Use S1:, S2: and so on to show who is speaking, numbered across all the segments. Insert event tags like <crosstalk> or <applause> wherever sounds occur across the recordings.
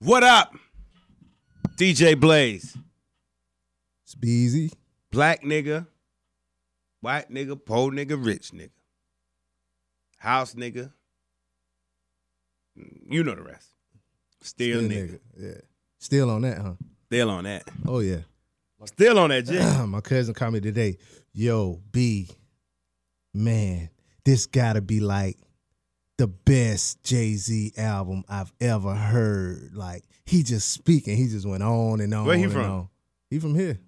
S1: What up? DJ Blaze.
S2: It's Beezy.
S1: Black nigga, white nigga, poor nigga, rich nigga. House nigga. Mm, You know the rest. Still,
S2: Yeah,
S1: nigga.
S2: Yeah. Still on that, huh?
S1: Still on that.
S2: Oh yeah.
S1: Still on that, J. <sighs>
S2: <clears throat> My cousin called me today. Yo, B, man, this gotta be like the best Jay Z album I've ever heard. Like he just speaking, he just went on and on.
S1: Where he
S2: and
S1: from?
S2: on. He from here.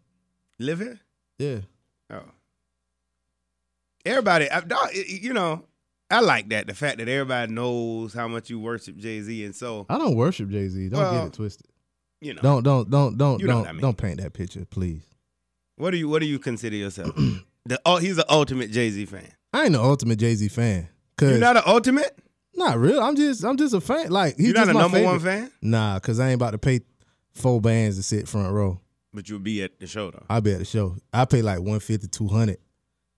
S1: Live here?
S2: Yeah.
S1: Oh. Everybody, I, dog, it- it- you know, I like that. The fact that everybody knows how much you worship Jay Z. And so,
S2: I don't worship Jay Z. Don't
S1: Well,
S2: get it twisted.
S1: you know,
S2: Don't don't don't don't
S1: You know
S2: don't
S1: what I mean.
S2: don't paint that picture, please.
S1: what do you what do you consider <clears throat> yourself? the oh, He's an ultimate Jay Z fan.
S2: I ain't the ultimate Jay Z fan.
S1: You're
S2: Cause not,
S1: not an ultimate?
S2: real. I'm just I'm just a fan. Like he's
S1: You're not
S2: just
S1: a
S2: my
S1: number
S2: favorite.
S1: one fan?
S2: Nah, cause I ain't about to pay four bands to sit front row.
S1: But you'll be at the show, though.
S2: I be at the show. I pay like 150, 200,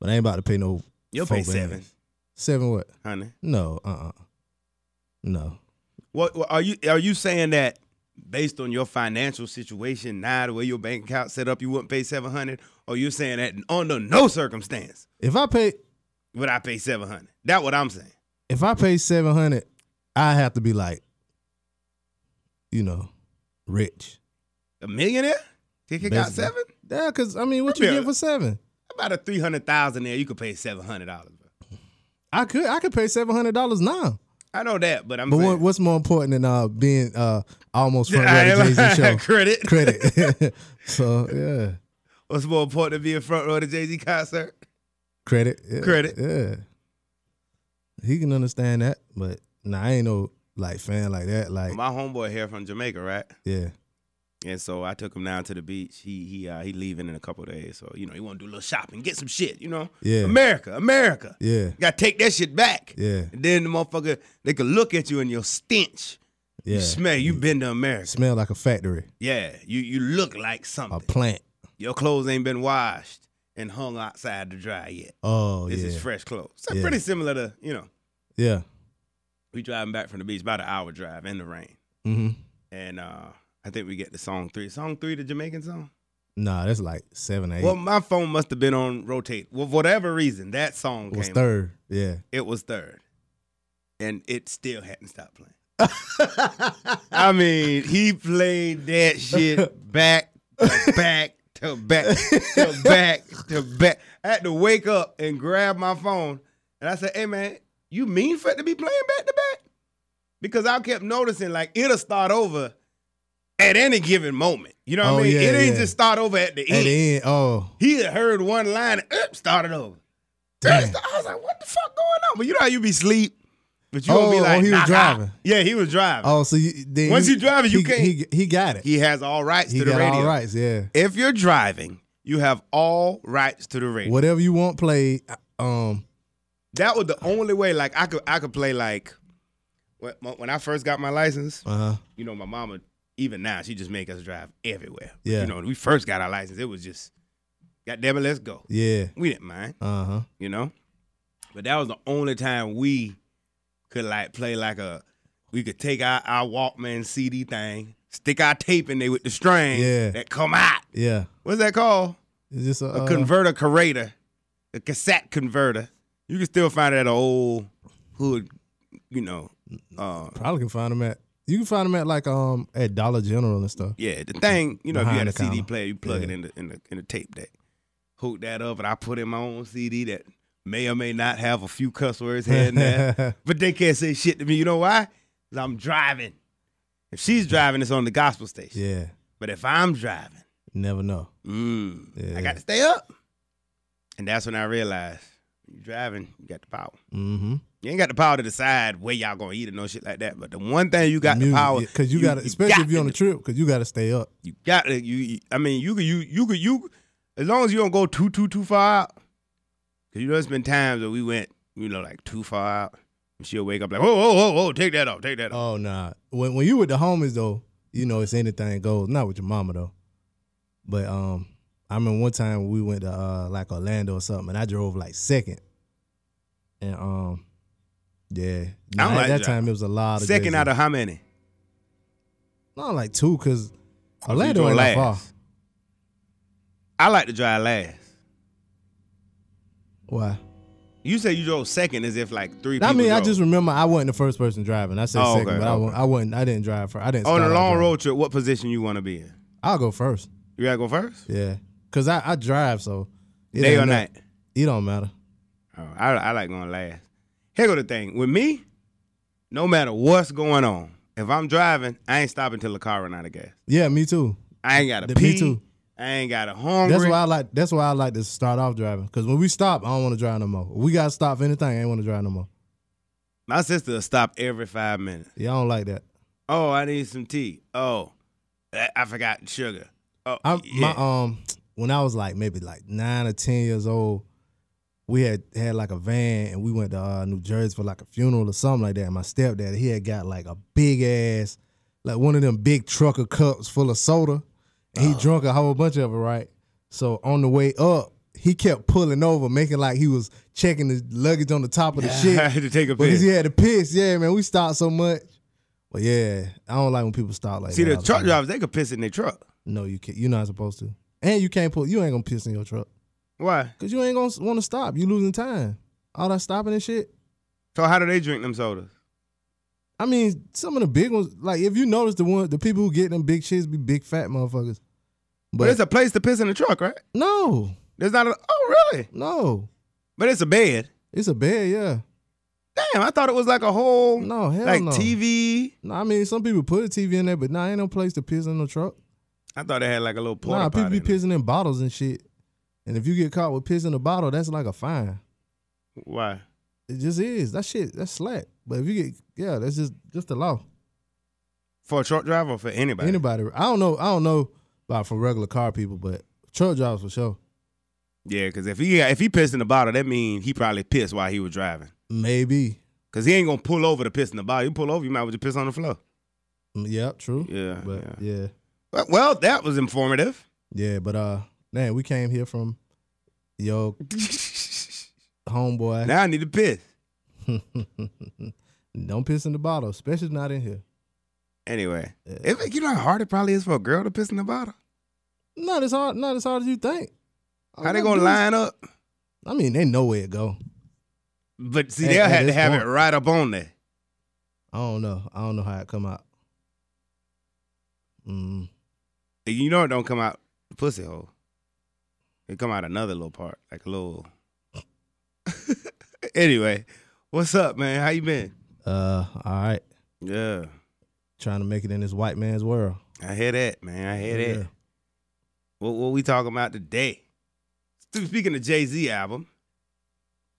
S2: but I ain't about to pay no
S1: You'll
S2: four
S1: pay
S2: bands.
S1: seven,
S2: Seven what?
S1: honey.
S2: No, uh, uh no.
S1: What, what- are you are you saying that based on your financial situation now, the way your bank account set up, you wouldn't pay seven hundred? Or you're saying that under no circumstance
S2: If I pay,
S1: would I pay seven hundred? That what I'm saying.
S2: if I pay seven hundred, I have to be like, you know, rich.
S1: A millionaire? Kick it out
S2: Basically.
S1: seven?
S2: Yeah, cause I mean, what
S1: That'd
S2: you
S1: be
S2: get
S1: a-
S2: for seven?
S1: About a three hundred thousand there, you could pay seven hundred dollars.
S2: I could, I could pay seven hundred dollars now.
S1: I know that, but I'm
S2: But what,
S1: saying
S2: what's more important than uh being uh almost front
S1: <laughs> I
S2: row to
S1: ain't
S2: Jay Z show?
S1: credit.
S2: Credit. <laughs> so yeah,
S1: What's more important than being front row to Jay Z concert?
S2: credit. Yeah.
S1: Credit.
S2: Yeah, he can understand that, but nah, I ain't no like fan like that. Like
S1: My homeboy here from Jamaica, right?
S2: yeah,
S1: And so I took him down to the beach. He he uh, he leaving in a couple days. So you know he want to do a little shopping, get some shit. You know,
S2: Yeah.
S1: America, America.
S2: yeah,
S1: Got to take that shit back.
S2: Yeah.
S1: And then the motherfucker they could look at you and your stench.
S2: yeah. Mm.
S1: You smell. You been to America.
S2: Smell like a factory,
S1: Yeah. You you look like
S2: a
S1: something.
S2: plant.
S1: Your clothes ain't been washed and hung outside to dry yet.
S2: Oh
S1: This
S2: yeah,
S1: is fresh clothes. So
S2: Yeah.
S1: pretty similar to you know
S2: yeah.
S1: we driving back from the beach about an hour drive in the rain.
S2: hmm
S1: And uh I think we get the song three. Song three, the Jamaican song.
S2: Nah, that's like seven, eight.
S1: Well, my phone must have been on rotate. Well, whatever reason, that song
S2: was
S1: came.
S2: third.
S1: <laughs>
S2: Yeah.
S1: It was third, and it still hadn't stopped playing. I mean, he played that shit back to back to back to back to back. I had to wake up and grab my phone, and I said, "Hey man, you mean for it to be playing back to back?" Because I kept noticing like it'll start over at any given moment. You know what
S2: Oh,
S1: I mean?
S2: yeah,
S1: it ain't
S2: yeah.
S1: just start over at the
S2: At
S1: end.
S2: the end, oh
S1: He had heard one line and up started over.
S2: Damn.
S1: I was like, what the fuck going on? But you know how you be sleep, but you gonna be
S2: Oh,
S1: like,
S2: oh, he was
S1: nah, nah.
S2: driving.
S1: Yeah, he was driving.
S2: Oh, so you, then
S1: Once you driving, you
S2: he,
S1: can't-
S2: He, he got it.
S1: He has all rights
S2: He
S1: to the
S2: got
S1: radio.
S2: all rights. Yeah,
S1: If you're driving, you have all rights to the radio.
S2: whatever you want played. Um,
S1: That was the only way. Like I could, I could play like when when I first got my license.
S2: uh,
S1: You know, my mama, even now, she just make us drive everywhere. But,
S2: Yeah.
S1: You know, when we first got our license, it was just, God damn it, let's go.
S2: yeah,
S1: We didn't mind.
S2: uh huh.
S1: you know. But that was the only time we could like play like a we could take our, our Walkman CD thing, stick our tape in there with the string
S2: Yeah.
S1: that come out.
S2: Yeah,
S1: What's that called?
S2: it's just a,
S1: A
S2: uh,
S1: converter curator, a cassette converter. You can still find it at an old hood, you know. Uh,
S2: Probably can find them at. You can find them at like um at Dollar General and stuff.
S1: yeah, the thing you know. If you
S2: Behind
S1: had a
S2: the
S1: CD
S2: counter.
S1: player, you plug it
S2: Yeah.
S1: in the in the in the tape deck, hook that up, and I put in my own CD that may or may not have a few cuss words here and there. But they can't say shit to me. You know why? 'Cause I'm driving. If she's driving, it's on the gospel station.
S2: <laughs> yeah,
S1: But if I'm driving,
S2: never know.
S1: mm,
S2: Yeah.
S1: I got to stay up. And that's when I realized you driving, you got the power.
S2: Mm-hmm.
S1: You ain't got the power to decide where y'all gonna eat or no shit like that. But the one thing you got the power
S2: because you, got to, especially if you're on
S1: to-
S2: a trip, because you got to stay up.
S1: You got to. You, you- I mean, you could. You you could. You as long as you don't go too too too far out. Cause you know it's been times that we went, you know, like too far out. And she'll wake up like, whoa whoa whoa whoa, take that off, take that off.
S2: Oh nah. When when you with the homies though, you know it's anything goes. Not with your mama though. But um I remember one time we went to uh like Orlando or something and I drove like second. And um yeah. Nah,
S1: like
S2: at that
S1: driving.
S2: time it was a lot of
S1: Second
S2: Jay-Z.
S1: out of how many?
S2: Not like two, cause
S1: Oh, you
S2: Orlando
S1: doing
S2: ain't that far.
S1: last. I like to drive last.
S2: Why?
S1: You say you drove second as if like three
S2: I
S1: people
S2: mean, I
S1: drove.
S2: just remember I wasn't the first person driving. I said
S1: Oh,
S2: second,
S1: okay,
S2: but I, wa-
S1: okay.
S2: I wasn't. I didn't drive first. I didn't.
S1: On a
S2: start out
S1: long
S2: driving.
S1: road trip, what position you want to be in?
S2: I'll go first.
S1: You gotta go first?
S2: Yeah, cause I, I drive, so it
S1: Day
S2: ain't
S1: or
S2: no-
S1: night?
S2: It don't matter.
S1: Oh, I, I like going last. Here go the thing. With me, no matter what's going on, if I'm driving, I ain't stopping till the car run out of gas.
S2: Yeah, me too.
S1: I ain't got to
S2: The- me
S1: pee.
S2: too.
S1: I ain't got to hungry.
S2: That's why I like. That's why I like to start off driving. Cause when we stop, I don't want to drive no more. We gotta stop for anything. I ain't want to drive no more.
S1: My sister will stop every five minutes.
S2: Yeah, I don't like that.
S1: Oh, I need some tea. Oh, I, I forgot sugar. Oh,
S2: I
S1: yeah.
S2: my um when I was like maybe like nine or ten years old, we had had like a van and we went to uh, New Jersey for like a funeral or something like that. And my stepdad he had got like a big ass like one of them big trucker cups full of soda, and
S1: Uh.
S2: he drunk a whole bunch of it right. So on the way up, he kept pulling over, making like he was checking his luggage on the top of
S1: <laughs>
S2: the
S1: I
S2: oh, shit.
S1: had to take a
S2: But
S1: piss.
S2: he had to piss. Yeah, man, we stopped so much. But yeah, I don't like when people stop like
S1: See,
S2: that.
S1: the
S2: all
S1: truck
S2: time.
S1: drivers, they could piss in their truck.
S2: No, you can't. You're not supposed to. And you can't pull. You ain't gonna piss in your truck
S1: Why?
S2: because you ain't gonna want to stop. You losing time. All that stopping and shit.
S1: So how do they drink them sodas?
S2: I mean, some of the big ones. Like if you notice the one, the people who get them big shits be big fat motherfuckers.
S1: But
S2: But
S1: there's a place to piss in the truck, right?
S2: no,
S1: There's not a. Oh, really?
S2: no,
S1: But it's a bed.
S2: it's a bed. Yeah,
S1: Damn, I thought it was like a whole
S2: no, hell
S1: like
S2: no.
S1: TV.
S2: No, I mean some people put a TV in there, but nah, ain't no place to piss in no truck.
S1: I thought it had like a little porta
S2: nah, people
S1: potty in
S2: be
S1: it.
S2: pissing in bottles and shit. And if you get caught with piss in a bottle, that's like a fine.
S1: Why?
S2: It just is. That shit, that's slack. But if you get, yeah, that's just just the law.
S1: For a truck driver or for anybody?
S2: Anybody. I don't know. I don't know about for regular car people, but truck drivers for sure.
S1: Yeah, because if he if he pissed in the bottle, that means he probably pissed while he was driving.
S2: Maybe.
S1: Cause he ain't gonna pull over to piss in the bottle. You pull over, you might as well just piss on the floor.
S2: Mm, Yeah, true.
S1: Yeah,
S2: But
S1: yeah.
S2: yeah. yeah.
S1: Well- Well, that was
S2: <laughs>
S1: informative.
S2: but uh man, we came here from your homeboy.
S1: now I need to piss.
S2: <laughs> don't piss in the bottle, especially not in here.
S1: Anyway,
S2: Yeah.
S1: if you know how hard it probably is for a girl to piss in the bottle.
S2: Not as hard not as hard as you think. All
S1: How they
S2: you
S1: gonna
S2: do is-
S1: line up?
S2: I mean, they know where it go.
S1: But see,
S2: At-
S1: they'll
S2: at
S1: have to
S2: this
S1: have it
S2: point.
S1: right up on there.
S2: I don't know. I don't know how it come out. Mm.
S1: And You know it don't come out the pussy hole. It come out another little part, like a little. <laughs> anyway, what's up, man? How you been?
S2: Uh all right.
S1: Yeah,
S2: Trying to make it in this white man's world.
S1: I hear that, man. I hear
S2: Yeah.
S1: that. What what we talking about today? Stu- Speaking of Jay Z album,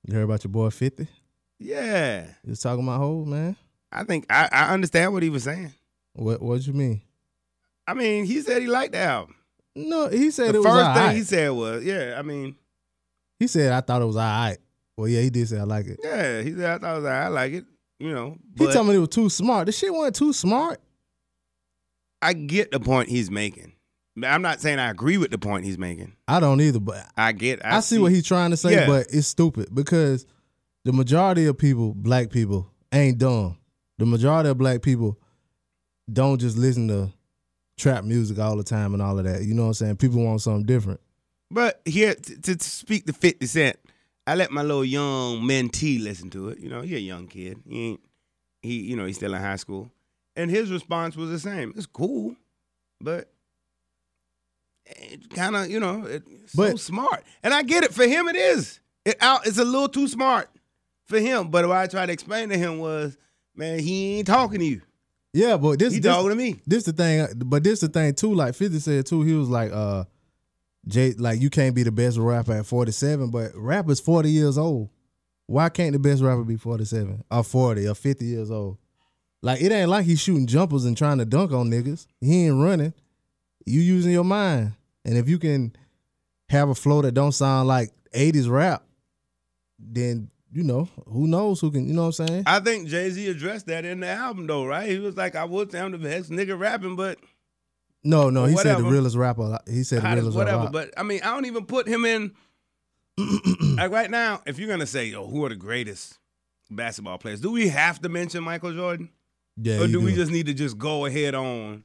S2: You heard about your boy 50?
S1: yeah,
S2: He was talking about hoes, man.
S1: I think I, I understand what he was saying.
S2: What what you mean?
S1: I mean, he said he liked the album.
S2: No, he said
S1: the
S2: it
S1: first
S2: was
S1: thing
S2: alright.
S1: he said was, yeah, I mean,
S2: He said I thought it was alright. Well, yeah, he did say I like it.
S1: yeah, he said I thought it was all right. I like it, you know.
S2: He
S1: But
S2: told me it was too smart. This shit wasn't too smart.
S1: I get the point he's making. I'm not saying I agree with the point he's making.
S2: I don't either, but
S1: I get. I,
S2: I, see, what he's trying to say,
S1: Yeah.
S2: but it's stupid because the majority of people, black people, ain't dumb. The majority of black people don't just listen to trap music all the time and all of that. You know what I'm saying? People want something different.
S1: But here to, to speak to Fifty Cent, I let my little young mentee listen to it. You know, he a young kid. He ain't. He you know he's still in high school, and his response was the same. It's cool, but it kind of you know it, it's so
S2: But-
S1: smart. And I get it for him. It is. It out. It's a little too smart for him. But what I tried to explain to him was, man, he ain't talking to you.
S2: Yeah, but this
S1: He
S2: this,
S1: talking to me.
S2: this the thing, but this the thing too. Like Fifty said too, he was like, uh, Jay, like you can't be the best rapper at forty seven, but rappers forty years old. Why can't the best rapper be forty seven or forty or fifty years old? Like it ain't like he's shooting jumpers and trying to dunk on niggas. He ain't running. You using your mind, and if you can have a flow that don't sound like eighties rap, then you know who knows who can. You know what I'm saying?
S1: I think Jay Z addressed that in the album though, right? He was like, I would say I'm the best nigga rapping, but
S2: No, no. He said the
S1: Whatever.
S2: realest rapper. He said the
S1: how does-
S2: realest
S1: whatever.
S2: rapper.
S1: But I mean, I don't even put him in.
S2: <clears throat>
S1: like right now, if you're gonna say, "Yo, who are the greatest basketball players?" Do we have to mention Michael Jordan,
S2: yeah,
S1: or
S2: you
S1: do, we
S2: do.
S1: just need to just go ahead on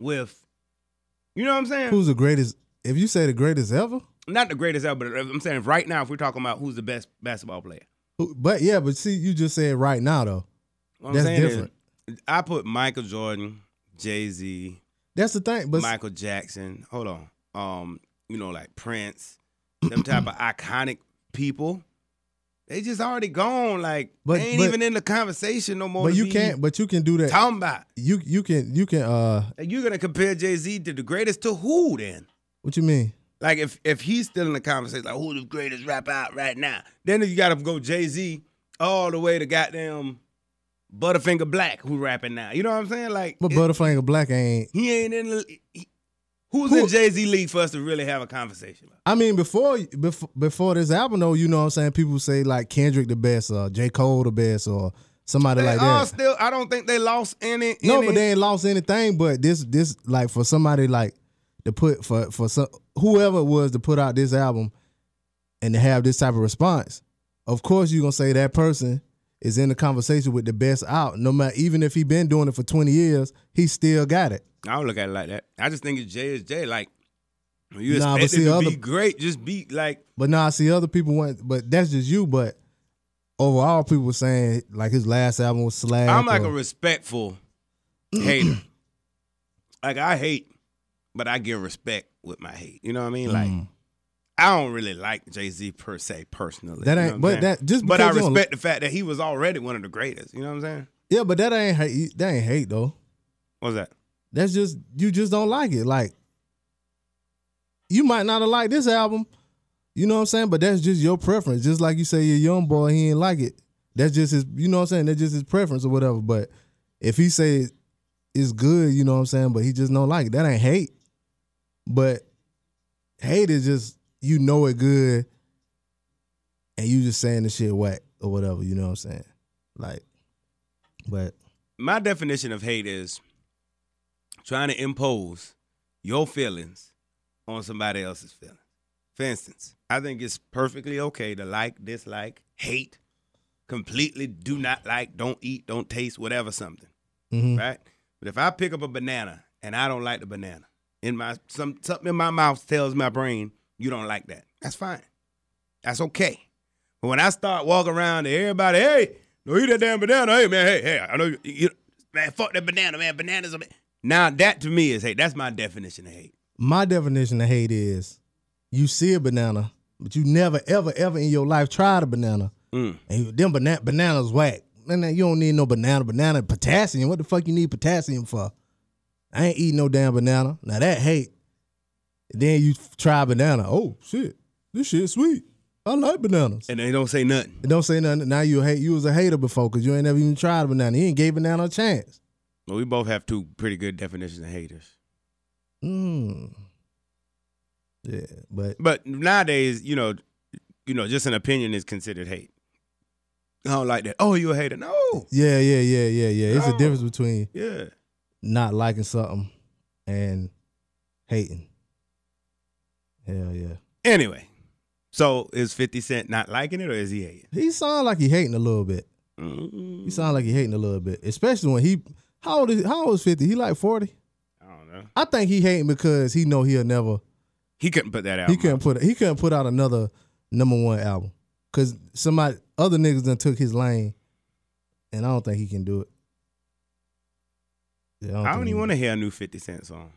S1: with, you know what I'm saying?
S2: Who's the greatest? If you say the greatest ever,
S1: Not the greatest ever, but I'm saying right now, if we're talking about who's the best basketball player,
S2: who- but yeah, but see, you just said right now though.
S1: what I'm
S2: That's
S1: saying is,
S2: different.
S1: I put Michael Jordan, Jay Z,
S2: That's the thing. But
S1: Michael Jackson. Hold on. Um, you know, like Prince, them type of iconic people. They just already gone. Like
S2: But-
S1: they ain't
S2: but-
S1: even in the conversation no more.
S2: but
S1: to
S2: you
S1: be
S2: can't. But you can do that.
S1: talking about.
S2: You you can you can. Uh,
S1: Like, you're gonna compare Jay Z to the greatest to who then?
S2: what you mean?
S1: Like if if he's still in the conversation, like who the greatest rapper out right now? Then you gotta go Jay Z all the way to goddamn Butterfinger Black who rapping now. You know what I'm saying? Like
S2: But
S1: it-
S2: Butterfinger Black ain't.
S1: he ain't in. The, he- who's
S2: Who-
S1: in Jay Z league for us to really have a conversation? About?
S2: I mean, before before before this album though, you know what I'm saying. People say like Kendrick the best, or J Cole the best, or somebody
S1: They
S2: like
S1: all
S2: that.
S1: still. I don't think they lost any.
S2: No,
S1: any-
S2: but they ain't lost anything. But this, this, like for somebody like to put for for some whoever it was to put out this album and to have this type of response, of course you are gonna say that person is in the conversation with the best out. No matter even if he been doing it for twenty years, he still got it.
S1: I don't look at it like that. I just think it's Jay is Jay. Like when you
S2: Nah, but
S1: expect it
S2: see,
S1: to
S2: other-
S1: be great, just be like.
S2: But now I see other people want, but that's just you. But overall, people were saying like his last album was slash.
S1: I'm like a
S2: or-
S1: respectful hater. <clears throat> Like I hate, but I give respect with my hate. You know what I mean? Like
S2: Mm.
S1: I don't really like Jay Z per se personally. you
S2: That
S1: know
S2: ain't-
S1: what I'm
S2: but
S1: saying?
S2: that- just
S1: but I
S2: because you don't-
S1: respect the fact that he was already one of the greatest. You know what I'm saying?
S2: yeah, but that ain't hate. That ain't hate though.
S1: What's that?
S2: That's just you just don't like it. Like you might not have liked this album. You know what I'm saying? But that's just your preference. Just like you say your young boy, he ain't like it. That's just his you know what I'm saying? That's just his preference or whatever. But if he say it's good, you know what I'm saying, but he just don't like it. That ain't hate. But hate is just you know it good and you just saying the shit whack or whatever, you know what I'm saying? Like, but
S1: my definition of hate is trying to impose your feelings on somebody else's feelings. For instance, I think it's perfectly okay to like, dislike, hate, completely do not like, don't eat, don't taste, whatever something,
S2: mhm.
S1: right? But if I pick up a banana and I don't like the banana, in my some something in my mouth tells my brain you don't like that. That's fine. That's okay. But when I start walking around to everybody, hey, no eat that damn banana. Hey man, hey, hey, I know you, you man, fuck that banana, man. Bananas are ba-" now that to me is hate. That's my definition of hate.
S2: My definition of hate is you see a banana, but you never, ever, ever in your life tried a banana.
S1: Mm.
S2: And you- them bana- bananas whack. Man, that- you don't need no banana. Banana potassium. What the fuck you need potassium for? I ain't eating no damn banana. Now that hate. Then you f- try banana. Oh shit, this shit sweet. I like bananas.
S1: And they don't say nothing.
S2: And don't say nothing. Now you a hate. You was a hater before because you ain't never even tried a banana. You ain't gave banana a chance.
S1: Well, we both have two pretty good definitions of haters.
S2: Mm. Yeah, but
S1: But nowadays, you know, you know, just an opinion is considered hate. I don't like that. Oh, you a hater? No.
S2: yeah, yeah, yeah, yeah, yeah. It's a
S1: No.
S2: difference between
S1: Yeah.
S2: not liking something and hating. Hell yeah.
S1: Anyway, so is 50 Cent not liking it or is he hating?
S2: He sound like he hating a little bit. He sound like he hating a little bit. Especially when he how old is how old is 50? He like 40?
S1: I don't know.
S2: I think he hating because he know he'll never
S1: He couldn't put that out.
S2: he couldn't put he couldn't put out another number one album. Cause somebody other niggas done took his lane and I don't think he can do it. Yeah,
S1: I don't
S2: think
S1: even
S2: he-
S1: want to hear a new 50 Cent song.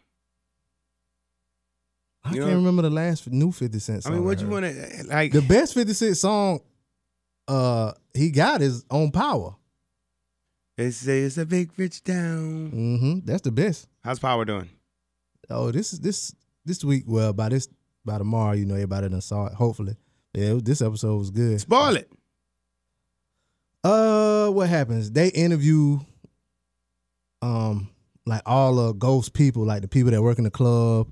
S2: I
S1: you
S2: can't
S1: know-
S2: remember the last new 50 Cent
S1: I
S2: song.
S1: mean, what you
S2: heard.
S1: want to, like,
S2: the best 50 Cent song uh he got is on power.
S1: they say it's a big rich town.
S2: hmm That's the best.
S1: How's Power doing?
S2: Oh, this is this this week. Well, by this by tomorrow, you know everybody done saw it. Hopefully, yeah. it was- this episode was good.
S1: Spoil it.
S2: Uh, what happens? They interview, um, like all of Ghost people, like the people that work in the club.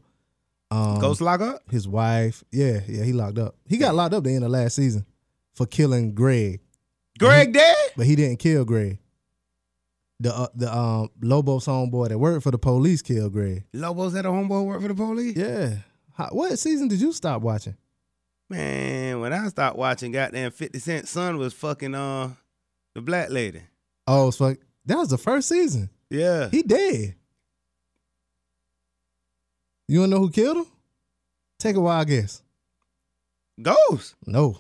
S2: Um,
S1: Ghost Lock Up?
S2: his wife. Yeah, yeah. He locked up. He got locked up the end of last season for killing Greg.
S1: Greg dead?
S2: but he didn't kill Greg. The uh, the um Lobo's homeboy that worked for the police killed Greg.
S1: Lobos at a homeboy work for the police?
S2: Yeah. How, what season did you stop watching?
S1: Man, when I stopped watching, goddamn 50 Cent son was fucking uh the black lady.
S2: Oh, it's fuck. That was the first season.
S1: Yeah.
S2: He dead. You wanna know who killed him? Take a wild guess.
S1: Ghost.
S2: No.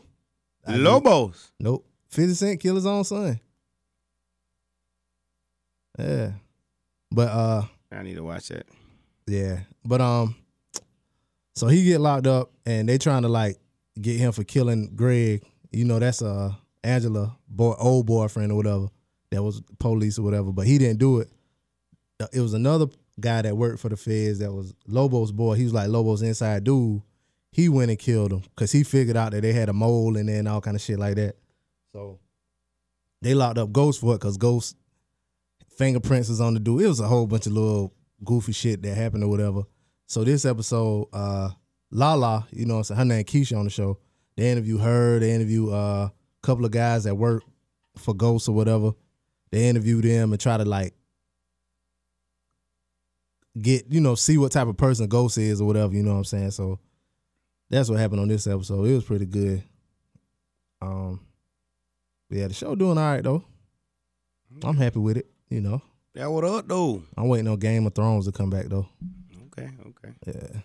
S2: I did-
S1: Lobos.
S2: Nope. 50 Cent killed his own son. Yeah. But uh
S1: I need to watch that.
S2: yeah. But um so he get locked up and they trying to like get him for killing Greg. You know, that's uh Angela boy old boyfriend or whatever that was police or whatever, but he didn't do it. Uh, It was another guy that worked for the feds that was Lobo's boy. He was like Lobo's inside dude. He went and killed him because he figured out that they had a mole in there and all kind of shit like that. So they locked up Ghost for it because Ghost fingerprints was on the dude. It was a whole bunch of little goofy shit that happened or whatever. So this episode, uh, Lala, you know, what I'm saying her name Keisha on the show. They interview her. They interview uh, a couple of guys that work for Ghost or whatever. They interview them and try to like get you know see what type of person Ghost is or whatever. You know what I'm saying? So that's what happened on this episode. It was pretty good. Um, but yeah, the show doing all right though. I'm happy with it. You know,
S1: That what up though.
S2: I'm waiting on Game of Thrones to come back though.
S1: Okay, okay.
S2: Yeah.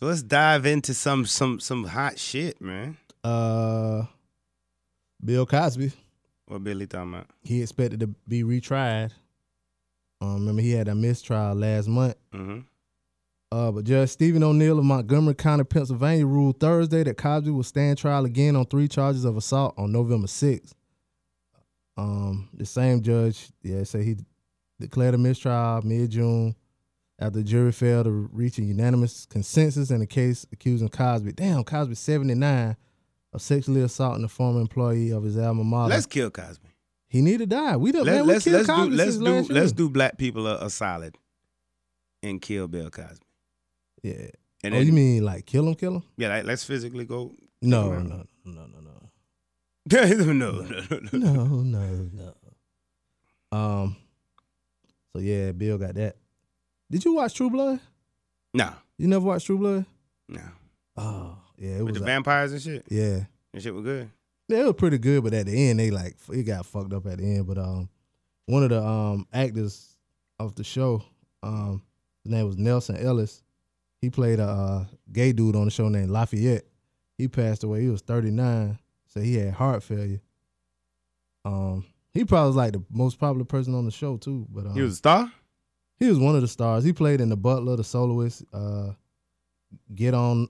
S1: So let's dive into some some some hot shit, man.
S2: Uh, Bill Cosby.
S1: What Billy talking about?
S2: He expected to be retried. Um, remember he had a mistrial last month.
S1: Mm-hmm.
S2: Uh, but Judge Stephen O'Neill of Montgomery County, Pennsylvania, ruled Thursday that Cosby will stand trial again on three charges of assault on November 6th. Um, the same judge, yeah, said he declared a mistrial mid-June after the jury failed to reach a unanimous consensus in the case accusing Cosby. Damn, Cosby 79 of sexually assaulting a former employee of his alma mater.
S1: Let's kill Cosby.
S2: he need to die. We done,
S1: Let,
S2: Uh, man, we
S1: let's
S2: killed
S1: let's do
S2: Cosby
S1: let's
S2: since
S1: do
S2: last year.
S1: let's do black people a, a solid and kill Bill Cosby.
S2: Yeah.
S1: And
S2: oh,
S1: then-
S2: you mean like kill him, kill him?
S1: yeah? Like, let's physically go. <laughs>
S2: No,
S1: Yeah.
S2: no, no, no, no,
S1: no,
S2: no.
S1: no, no, no. <laughs>
S2: no, no, no. Um. So yeah, Bill got that. Did you watch True Blood?
S1: Nah,
S2: You never watched True Blood?
S1: nah.
S2: Oh, yeah, it
S1: With
S2: was.
S1: the
S2: a-
S1: vampires and shit.
S2: yeah,
S1: And shit was good.
S2: yeah, it was pretty good, but at the end they like f- it got fucked up at the end. But um, one of the um actors of the show, um, his name was Nelson Ellis. He played a uh, gay dude on the show named Lafayette. He passed away. He was thirty nine, so he had heart failure. Um, he probably was like the most popular person on the show too. But um,
S1: He was a star.
S2: he was one of the stars. He played in The Butler, The Soloist, uh, Get On,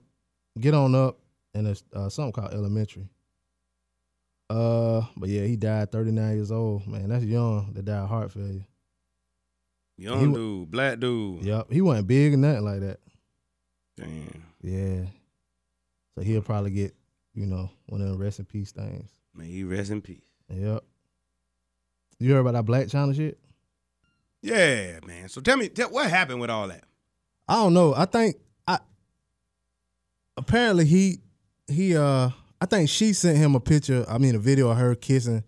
S2: Get On Up, and there's, uh, something called Elementary. Uh, but yeah, he died 39 years old. Man, that's young to die of heart failure.
S1: Young
S2: he wa-
S1: dude, black dude.
S2: Yep, he wasn't big or nothing like that.
S1: Damn,
S2: Yeah, so he'll probably get you know one of the rest in peace things.
S1: may he rest in peace.
S2: Yep. You heard about that Black China shit?
S1: Yeah, man. So tell me, tell, what happened with all that?
S2: I don't know. I think I apparently he he uh I think she sent him a picture, I mean a video of her kissing,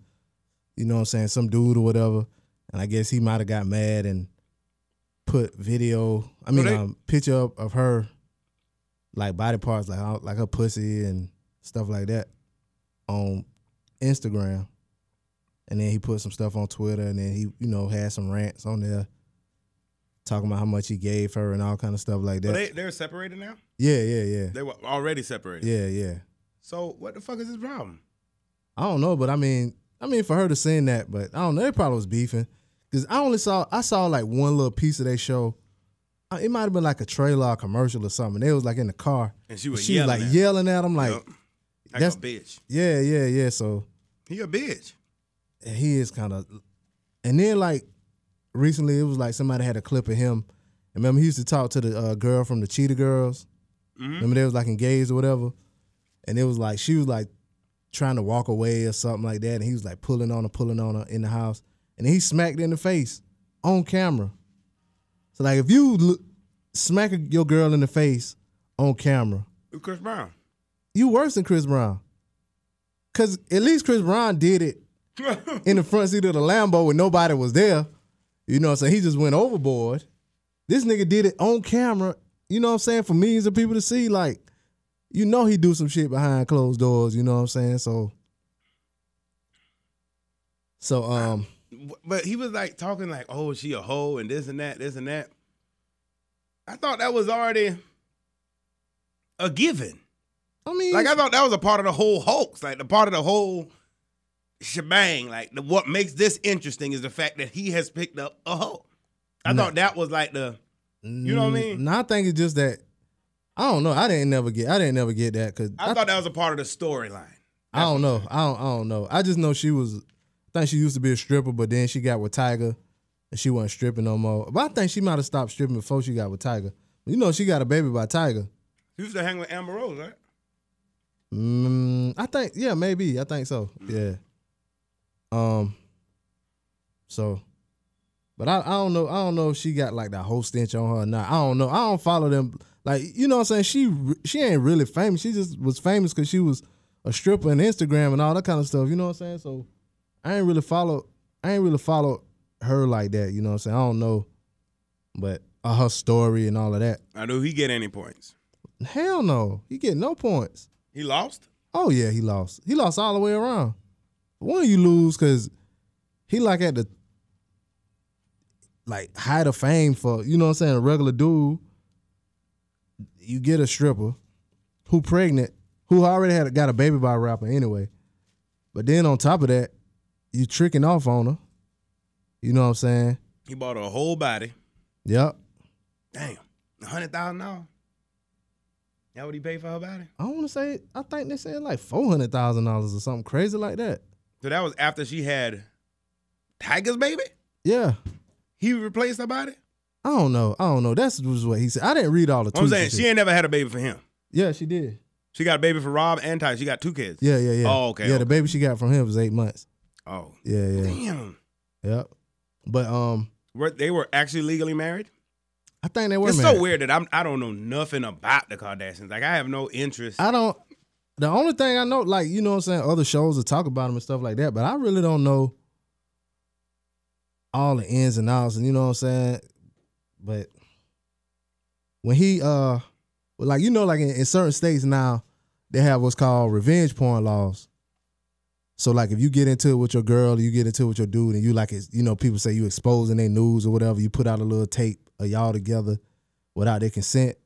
S2: you know what I'm saying, some dude or whatever. And I guess he might have got mad and put video I mean
S1: they-
S2: um picture up of her like body parts like out- like her pussy and stuff like that on Instagram. And then he put some stuff on Twitter and then he, you know, had some rants on there talking about how much he gave her and all kind of stuff like that.
S1: Well, Oh, they they're separated now.
S2: Yeah, yeah, yeah.
S1: They were already separated.
S2: Yeah, yeah.
S1: So what the fuck is his problem?
S2: I don't know, but I mean, I mean, for her to send that, but I don't know. They probably was beefing because I only saw I saw like one little piece of their show. Uh, It might have been like a trailer, or commercial, or something. They was like in the car.
S1: And she was
S2: she was
S1: yelling
S2: like
S1: at him.
S2: yelling at him, like,
S1: Yup. like
S2: that's-
S1: a bitch.
S2: yeah, yeah, yeah. So
S1: He a bitch.
S2: he is kind of. And then like recently, it was like somebody had a clip of him. And Remember, he used to talk to the uh, girl from the Cheetah Girls. Remember, they was like engaged or whatever. And it was like she was like trying to walk away or something like that, and he was like pulling on her, pulling on her in the house, and he smacked her in the face on camera. So like, if you look, smack your girl in the face on camera,
S1: Chris <laughs> Brown.
S2: you worse than Chris Brown. Cause at least Chris Brown did it in the front seat of the Lambo when nobody was there. You know what I'm saying? He just went overboard. This nigga did it on camera, you know what I'm saying, for millions of people to see. Like, you know he do some shit behind closed doors, you know what I'm saying? So So um
S1: but he was like talking like, oh, she a hoe and this and that, this and that. I thought that was already a given.
S2: I mean,
S1: Like I thought that was a part of the whole hoax, like the part of the whole shebang. Like the, what makes this interesting is the fact that he has picked up a hoax. I
S2: No.
S1: thought that was like the you know what I mean?
S2: No, I think it's just that I don't know. I didn't never get. I didn't never get that because
S1: I thought that was a part of the storyline.
S2: I don't know. I don't, I don't know. I just know she was. I think she used to be a stripper, but then she got with Tiger, and she wasn't stripping no more. But I think she might have stopped stripping before she got with Tiger. You know, she got a baby by Tiger.
S1: You used to hang with Amber Rose, right?
S2: Mm, I think, yeah, maybe. I think so. Yeah. Um. So, but I, I don't know. I don't know if she got like that whole stench on her or not. I don't know. I don't follow them. Like you know what I'm saying. She re- she ain't really famous. She just was famous because she was a stripper on Instagram and all that kind of stuff. You know what I'm saying. So I ain't really follow. I ain't really follow her like that. You know what I'm saying. I don't know, but uh, her story and all of that.
S1: Now, do he get any points?
S2: Hell no. He get no points.
S1: He lost.
S2: Oh yeah, he lost. He lost all the way around. One you lose because he like at the like height of fame for you know what I'm saying a regular dude. You get a stripper who pregnant who already had got a baby by a rapper anyway, but then on top of that, you tricking off on her. You know what I'm saying?
S1: He bought her a whole body.
S2: Yep.
S1: Damn, a hundred thousand dollars. That what he paid for her body?
S2: I want to say I think they said like four hundred thousand dollars or something crazy like that.
S1: So that was after she had Tiger's baby.
S2: Yeah.
S1: He replaced her body.
S2: I don't know. I don't know. That's was what he said. I didn't read all the tweets.
S1: I'm
S2: and
S1: saying
S2: shit.
S1: she ain't never had a baby for him.
S2: Yeah, she did.
S1: She got a baby for Rob and Ty. She got two kids.
S2: Yeah, yeah, yeah.
S1: Oh, okay,
S2: Yeah,
S1: okay.
S2: the baby she got from him was eight months.
S1: Oh,
S2: Yeah, yeah,
S1: damn.
S2: yep. But um,
S1: Were, they were actually legally married.
S2: I think they were.
S1: it's
S2: married.
S1: so weird that I'm I don't know nothing about the Kardashians. Like I have no interest.
S2: I don't. The only thing I know, like you know, what I'm saying other shows will talk about them and stuff like that, but I really don't know all the ins and outs, and you know what I'm saying. But when he uh, well, like you know, like in, in certain states now, they have what's called revenge porn laws. So like if you get into it with your girl, you get into it with your dude, and you like it's you know people say you exposing their news or whatever, you put out a little tape of y'all together without their consent.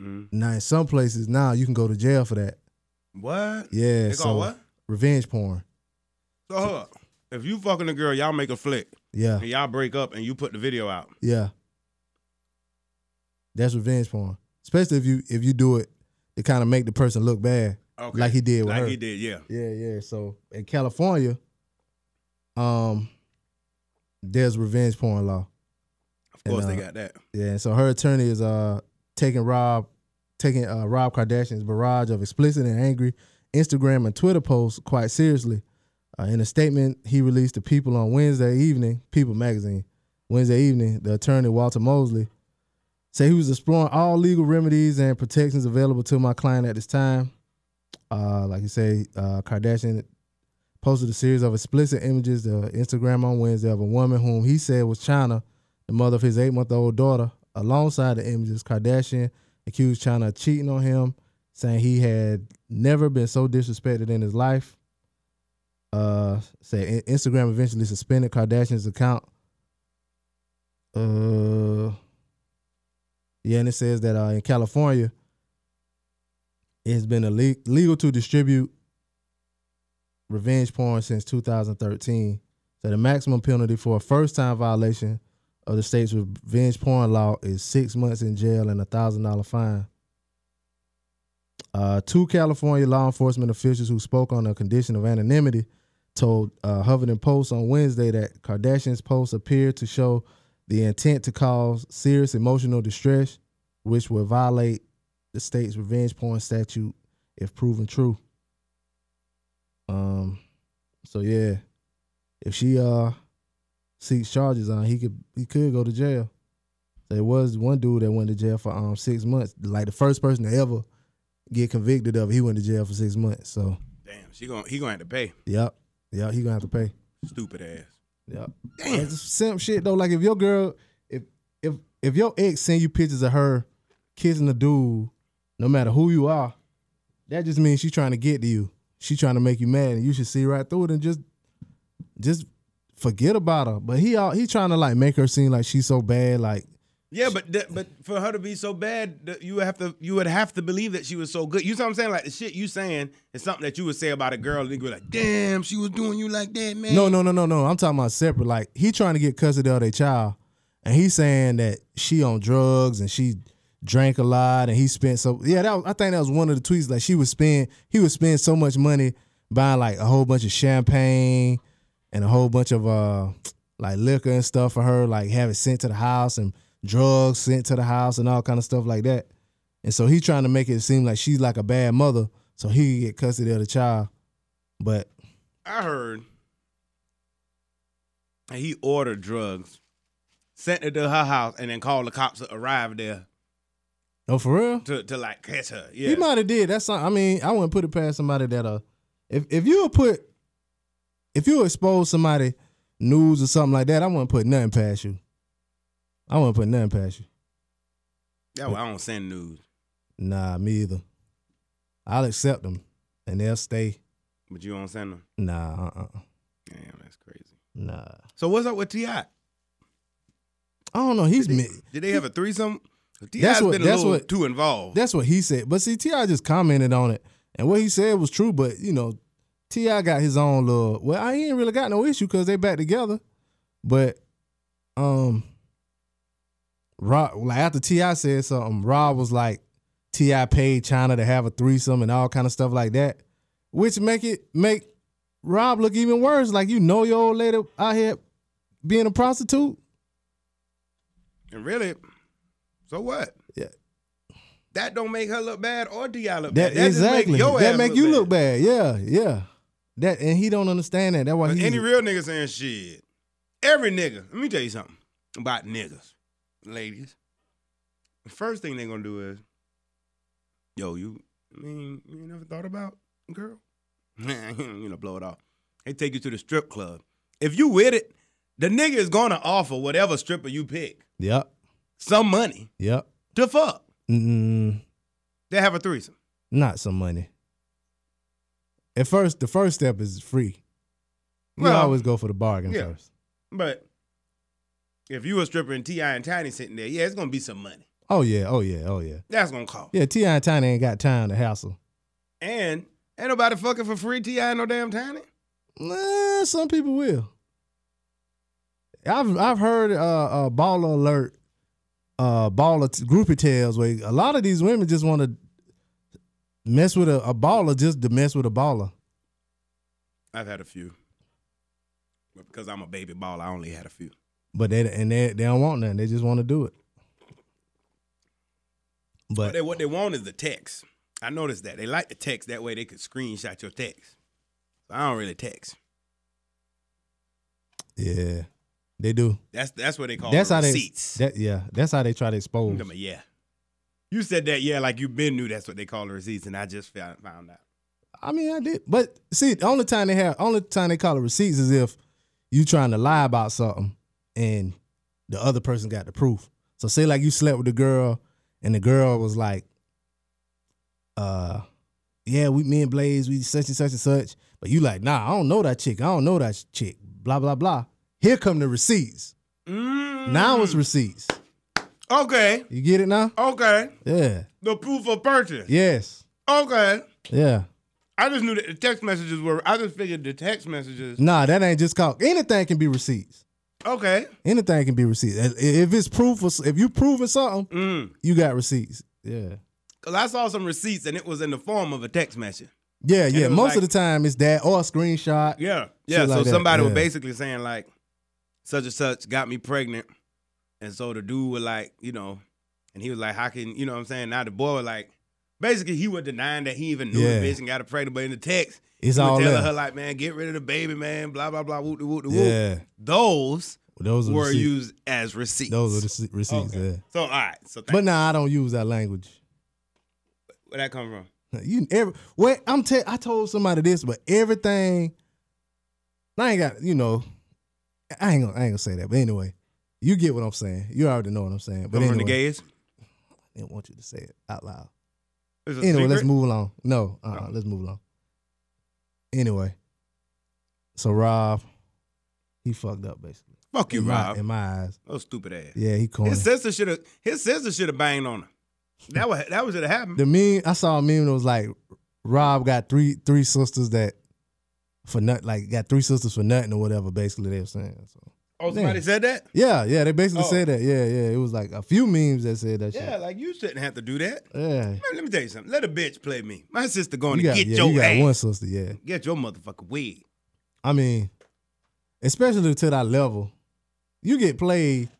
S1: Mm.
S2: Now in some places now you can go to jail for that.
S1: What?
S2: Yeah,
S1: They
S2: so
S1: call what?
S2: revenge porn.
S1: So hold up. If you fucking a girl, y'all make a flick
S2: Yeah,
S1: and y'all break up and you put the video out.
S2: yeah. That's revenge porn. Especially if you if you do it to kind of make the person look bad,
S1: Okay.
S2: like he did with
S1: Like
S2: her.
S1: he did. Yeah.
S2: Yeah, yeah. So in California, um, there's revenge porn law.
S1: Of course
S2: uh,
S1: they got that.
S2: Yeah, and so her attorney is uh taking Rob taking uh, Rob Kardashian's barrage of explicit and angry Instagram and Twitter posts quite seriously. Uh, in a statement he released to People on Wednesday evening, People magazine, Wednesday evening, the attorney Walter Mosley said he was exploring all legal remedies and protections available to my client at this time. Uh, like you say, uh, Kardashian posted a series of explicit images to Instagram on Wednesday of a woman whom he said was China the mother of his eight month old daughter, alongside the images, Kardashian accused China of cheating on him, saying he had never been so disrespected in his life. Uh, say In- Instagram eventually suspended Kardashian's account. Uh, yeah, and it says that uh, in California, it's been ille- legal to distribute revenge porn since 2013. So the maximum penalty for a first time violation of the state's revenge porn law is six months in jail and a thousand dollar fine. Uh, two California law enforcement officials who spoke on a condition of anonymity told uh, Huffington Post on Wednesday that Kardashian's posts appeared to show the intent to cause serious emotional distress, which would violate the state's revenge porn statute if proven true. Um, so yeah, if she uh seeks charges on, he could he could go to jail. There was one dude that went to jail for um six months. Like the first person to ever get convicted of, it, he went to jail for six months. So
S1: Damn. She going he gonna have to pay.
S2: yep, yep, he gonna have to pay.
S1: Stupid ass.
S2: Yep.
S1: Damn.
S2: It's simp shit though. Like if your girl, if if if your ex send you pictures of her kissing a dude, no matter who you are, that just means she's trying to get to you. She trying to make you mad, and you should see right through it and just just forget about her. But he out he trying to like make her seem like she's so bad, like
S1: Yeah, but that but for her to be so bad, that you would have to you would have to believe that she was so good. You see what I'm saying? Like the shit you saying is something that you would say about a girl, and you be like, "Damn, she was doing you like that, man."
S2: No, no, no, no, no. I'm talking about separate. Like he trying to get custody of their child, and he's saying that she on drugs and she drank a lot and he spent so yeah. That was, I think that was one of the tweets. Like she would spend, he would spend so much money buying like a whole bunch of champagne and a whole bunch of uh like liquor and stuff for her, like have it sent to the house and drugs sent to the house and all kind of stuff like that. And so he trying to make it seem like she's like a bad mother, so he could get custody of the child. But
S1: I heard that he ordered drugs, sent it to her house, and then called the cops to arrive there
S2: no, for real.
S1: to, to like catch her. Yeah,
S2: He might have did. That's not, I mean, I wouldn't put it past somebody that uh if if you would put if you expose somebody news or something like that, I wouldn't put nothing past you. I wouldn't put nothing past you.
S1: that's why I don't send news.
S2: Nah, me either. I'll accept them and they'll stay.
S1: But you don't send them.
S2: Nah, uh-uh.
S1: Damn, that's crazy.
S2: nah.
S1: So what's up with Ti?
S2: I don't know. He's mid.
S1: Did they have a threesome? Ti's
S2: That's what-
S1: been a
S2: that's
S1: little
S2: what-
S1: too involved.
S2: That's what he said. But see, Ti just commented on it, and what he said was true. But you know, Ti got his own little. Well, I ain't really got no issue because they back together. But um, Rob like after Ti said something, Rob was like, Ti paid China to have a threesome and all kind of stuff like that, which make it make Rob look even worse. Like you know your old lady out here being a prostitute.
S1: and really, so what?
S2: Yeah.
S1: That don't make her look bad or Ti look bad.
S2: That,
S1: That just
S2: exactly.
S1: Make your
S2: that
S1: ass
S2: make you look bad. Yeah, yeah. That and he don't understand that. That's why
S1: But
S2: he.
S1: any real nigga saying shit. Every nigga, let me tell you something about niggas, ladies. The first thing they gonna do is, yo, you, I mean, you ain't never thought about a girl? <laughs> you know, blow it off. They take you to the strip club. If you with it, the nigga is gonna offer whatever stripper you pick
S2: Yep.
S1: some money
S2: Yep.
S1: to fuck.
S2: Mm,
S1: They have a threesome.
S2: not some money. At first, the first step is free. You
S1: Well,
S2: always go for the bargain
S1: yeah.
S2: first.
S1: But if you a stripper and T.I. and Tiny sitting there, yeah, it's gonna be some money.
S2: Oh yeah. Oh yeah. Oh yeah.
S1: That's gonna cost.
S2: Yeah. Ti and Tiny ain't got time to hassle.
S1: And ain't nobody fucking for free. Ti ain't no damn tiny.
S2: Nah, some people will. I've I've heard uh, uh baller alert, uh baller t- groupie tales where a lot of these women just want to mess with a, a baller just to mess with a baller.
S1: I've had a few, but because I'm a baby ball, I only had a few.
S2: But they and they they don't want nothing. They just want to do it.
S1: But
S2: But
S1: they, what they want is the text. I noticed that they like the text. That way they could screenshot your text. So I don't really text.
S2: yeah, they do.
S1: That's that's what they call
S2: That's
S1: the
S2: how they
S1: receipts.
S2: that yeah. That's how they try to expose.
S1: I'm a yeah. You said that yeah, like you been knew that's what they call the receipts, and I just found found out.
S2: I mean, I did. But see, the only time they have, only time they call it receipts is if you trying to lie about something and the other person got the proof. So say like you slept with the girl and the girl was like, uh, yeah, we me and Blaze, we such and such and such. But you like, nah, I don't know that chick. I don't know that chick. Blah blah blah. Here come the receipts.
S1: Mm.
S2: Now it's receipts.
S1: okay,
S2: You get it now?
S1: okay.
S2: Yeah.
S1: The proof of purchase.
S2: Yes.
S1: Okay.
S2: Yeah.
S1: I just knew that the text messages were. I just figured the text messages.
S2: Nah, that ain't just called. Anything can be receipts.
S1: Okay.
S2: Anything can be receipts. If- If it's proof, of, if you proving something,
S1: Mm.
S2: you got receipts. Yeah,
S1: Cause I saw some receipts and it was in the form of a text message.
S2: yeah,
S1: it
S2: yeah.
S1: was
S2: Most of
S1: like-
S2: the time, it's that or a screenshot.
S1: Yeah. Yeah. so
S2: like that,
S1: somebody was
S2: yeah.
S1: basically saying like, such and such got me pregnant, and so the dude was like, you know, and he was like, how can you know what I'm saying? Now the boy was like, basically he was denying that he even knew
S2: Yeah.
S1: the bitch and got her pregnant, but in the text
S2: It's
S1: he was
S2: all
S1: telling her
S2: that.
S1: like, man, get rid of the baby, man, blah blah blah, whoop de whoop de whoop.
S2: Yeah,
S1: Those
S2: those are
S1: were
S2: receipts.
S1: used as receipts.
S2: Those are the se- receipts.
S1: Okay.
S2: Yeah.
S1: So all right. So thank
S2: But nah, I don't use that language.
S1: where that come from?
S2: You every what I'm tell I told somebody this, but everything I ain't got you know I ain't gonna I ain't gonna say that. But anyway, you get what I'm saying. You already know what I'm saying. But
S1: Come from
S2: anyway,
S1: the gays.
S2: I didn't want you to say it out loud.
S1: It's a
S2: anyway, let's
S1: secret?
S2: move along. No, uh-uh,
S1: Oh.
S2: let's move along. Anyway, so Rob, he fucked up basically.
S1: Fuck you,
S2: in my,
S1: Rob.
S2: in my eyes.
S1: Oh, stupid ass.
S2: Yeah, he corny.
S1: His sister should have. His sister should have banged on her. That was that was it happened.
S2: The meme I saw a meme that was like Rob got three three sisters that for nothing like got three sisters for nothing or whatever, basically they were saying. So
S1: Oh, somebody
S2: Yeah.
S1: said that.
S2: Yeah, yeah, they basically
S1: Oh.
S2: said that. Yeah, yeah. It was like a few memes that said that
S1: Yeah,
S2: shit.
S1: like you shouldn't have to do that.
S2: Yeah.
S1: Man, let me tell you something. Let a bitch play me. My sister going
S2: You
S1: to
S2: got,
S1: get
S2: yeah,
S1: your
S2: you got
S1: ass.
S2: one sister, yeah.
S1: Get your motherfucking wig.
S2: I mean, especially to that level, you get played.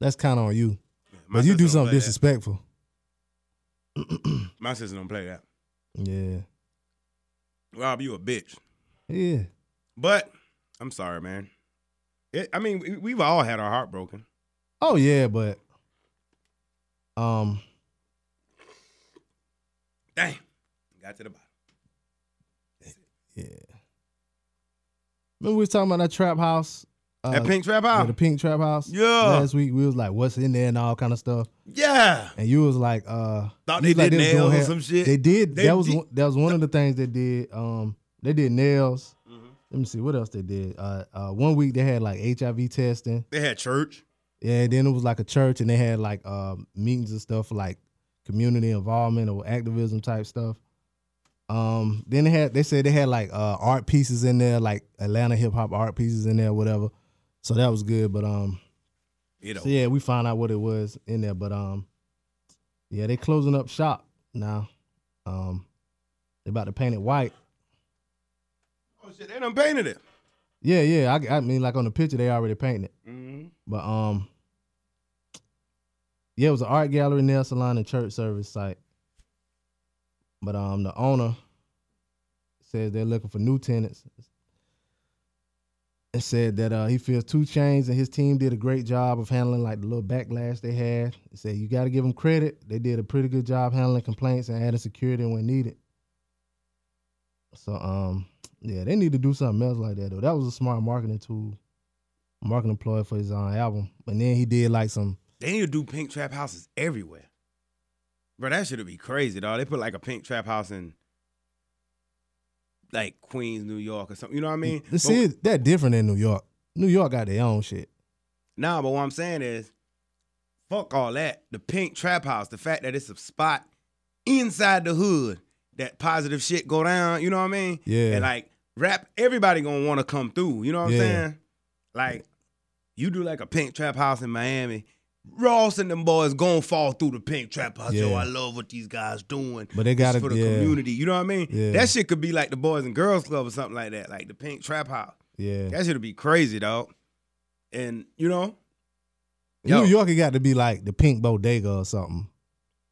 S2: That's kind of on you.
S1: My
S2: but you do
S1: sister don't
S2: something
S1: play that.
S2: disrespectful.
S1: My sister don't play that.
S2: Yeah.
S1: Rob, you a bitch.
S2: Yeah.
S1: But I'm sorry, man. It, I mean, we- we've all had our heart broken.
S2: Oh yeah, but um
S1: Damn. Got to the bottom.
S2: yeah. Remember we was talking about that trap house? Uh,
S1: that pink trap
S2: yeah,
S1: out.
S2: the pink trap house?
S1: Yeah.
S2: Last week we was like, what's in there and all kind of stuff.
S1: yeah.
S2: And you was like, uh
S1: Thought they
S2: you was like
S1: did
S2: was doing
S1: nails or
S2: hair-
S1: some shit.
S2: They did.
S1: They
S2: that was
S1: did-
S2: one- that was one of the things they did. Um, they did nails.
S1: Mhm.
S2: Let me see what else they did. Uh, uh, one week they had like HIV testing.
S1: They had church.
S2: Yeah, and then it was like a church, and they had like um meetings and stuff for like community involvement or activism type stuff. Um, then they had they said they had like uh art pieces in there, like Atlanta hip hop art pieces in there, whatever. So that was good, but um,
S1: You know.
S2: so yeah, we found out what it was in there, but um, yeah, they closing up shop now. Um, they about to paint it white.
S1: Oh, shit. They done painted it.
S2: Yeah, yeah. I, I mean, like on the picture, they already painted it,
S1: Mm-hmm.
S2: but um, yeah, it was an art gallery, nail salon, and church service site. But um, the owner says they're looking for new tenants. And said that uh, he feels two chains and his team did a great job of handling like the little backlash they had. He said you got to give them credit; they did a pretty good job handling complaints and adding security when needed. So um, yeah, they need to do something else like that though. That was a smart marketing tool, marketing ploy for his uh, album. But then he did like some
S1: They need to do pink trap houses everywhere. Bro, that should be crazy, dog. They put like a pink trap house in like Queens, New York or something. You know what I mean?
S2: This
S1: But-
S2: is that different in New York. New York got their own shit.
S1: Nah, but what I'm saying is, fuck all that. The pink trap house, the fact that it's a spot inside the hood that positive shit go down, you know what I mean?
S2: Yeah.
S1: And like rap, everybody gonna wanna come through, you know what
S2: Yeah.
S1: I'm saying? Like, you do like a pink trap house in Miami, Ross and them boys gonna fall through the pink trap house. Yo,
S2: Yeah.
S1: I love what these guys doing.
S2: But they
S1: It's
S2: gotta-
S1: for the
S2: yeah.
S1: community. You know what I mean?
S2: Yeah.
S1: That shit could be like the Boys and Girls Club or something like that, like the pink trap house.
S2: Yeah.
S1: That shit'd be crazy, dog. And you know, yo.
S2: New York it got to be like the pink bodega or something.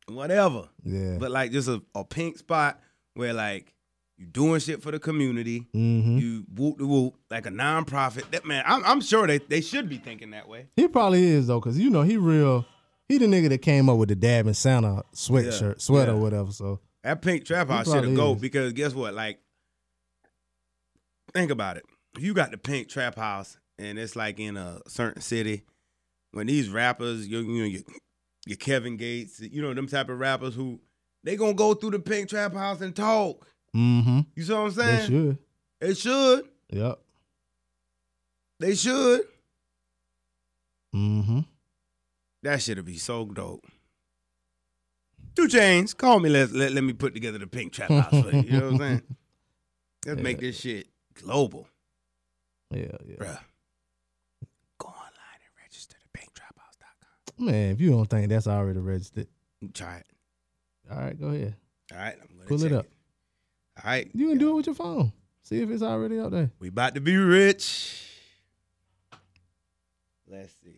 S1: whatever.
S2: Yeah.
S1: But like just a, a pink spot where like you doing shit for the community.
S2: hmm
S1: You whoop the whoop like a nonprofit. That man, I'm, I'm sure they, they should be thinking that way.
S2: He probably is though, cause you know he real. He the nigga that came up with the dab and Santa sweatshirt,
S1: Yeah,
S2: sweater,
S1: yeah.
S2: or whatever. So
S1: That pink trap
S2: He
S1: house should have
S2: probably
S1: go
S2: is.
S1: because guess what? Like, think about it. You got the pink trap house, and it's like in a certain city. When these rappers, you, you know, your, your Kevin Gates, you know, them type of rappers who they gonna go through the pink trap house and talk.
S2: mm-hmm.
S1: You see what I'm
S2: They
S1: saying?
S2: should.
S1: They should.
S2: Yep.
S1: They should.
S2: Mm-hmm.
S1: That shit'll be so dope. Two chains, call me. Let let, let me put together the pink trap house for you. You know
S2: <laughs>
S1: what I'm saying? Let's make this shit global,
S2: Yeah, yeah.
S1: bruh. Go online and register to pinktraphouse.com.
S2: Man, if you don't think that's already registered,
S1: Try it.
S2: all right, go ahead.
S1: All right, I'm gonna
S2: Pull it
S1: check
S2: up.
S1: All right,
S2: You can do it with your phone. See if it's already out there.
S1: we about to be rich. Let's see.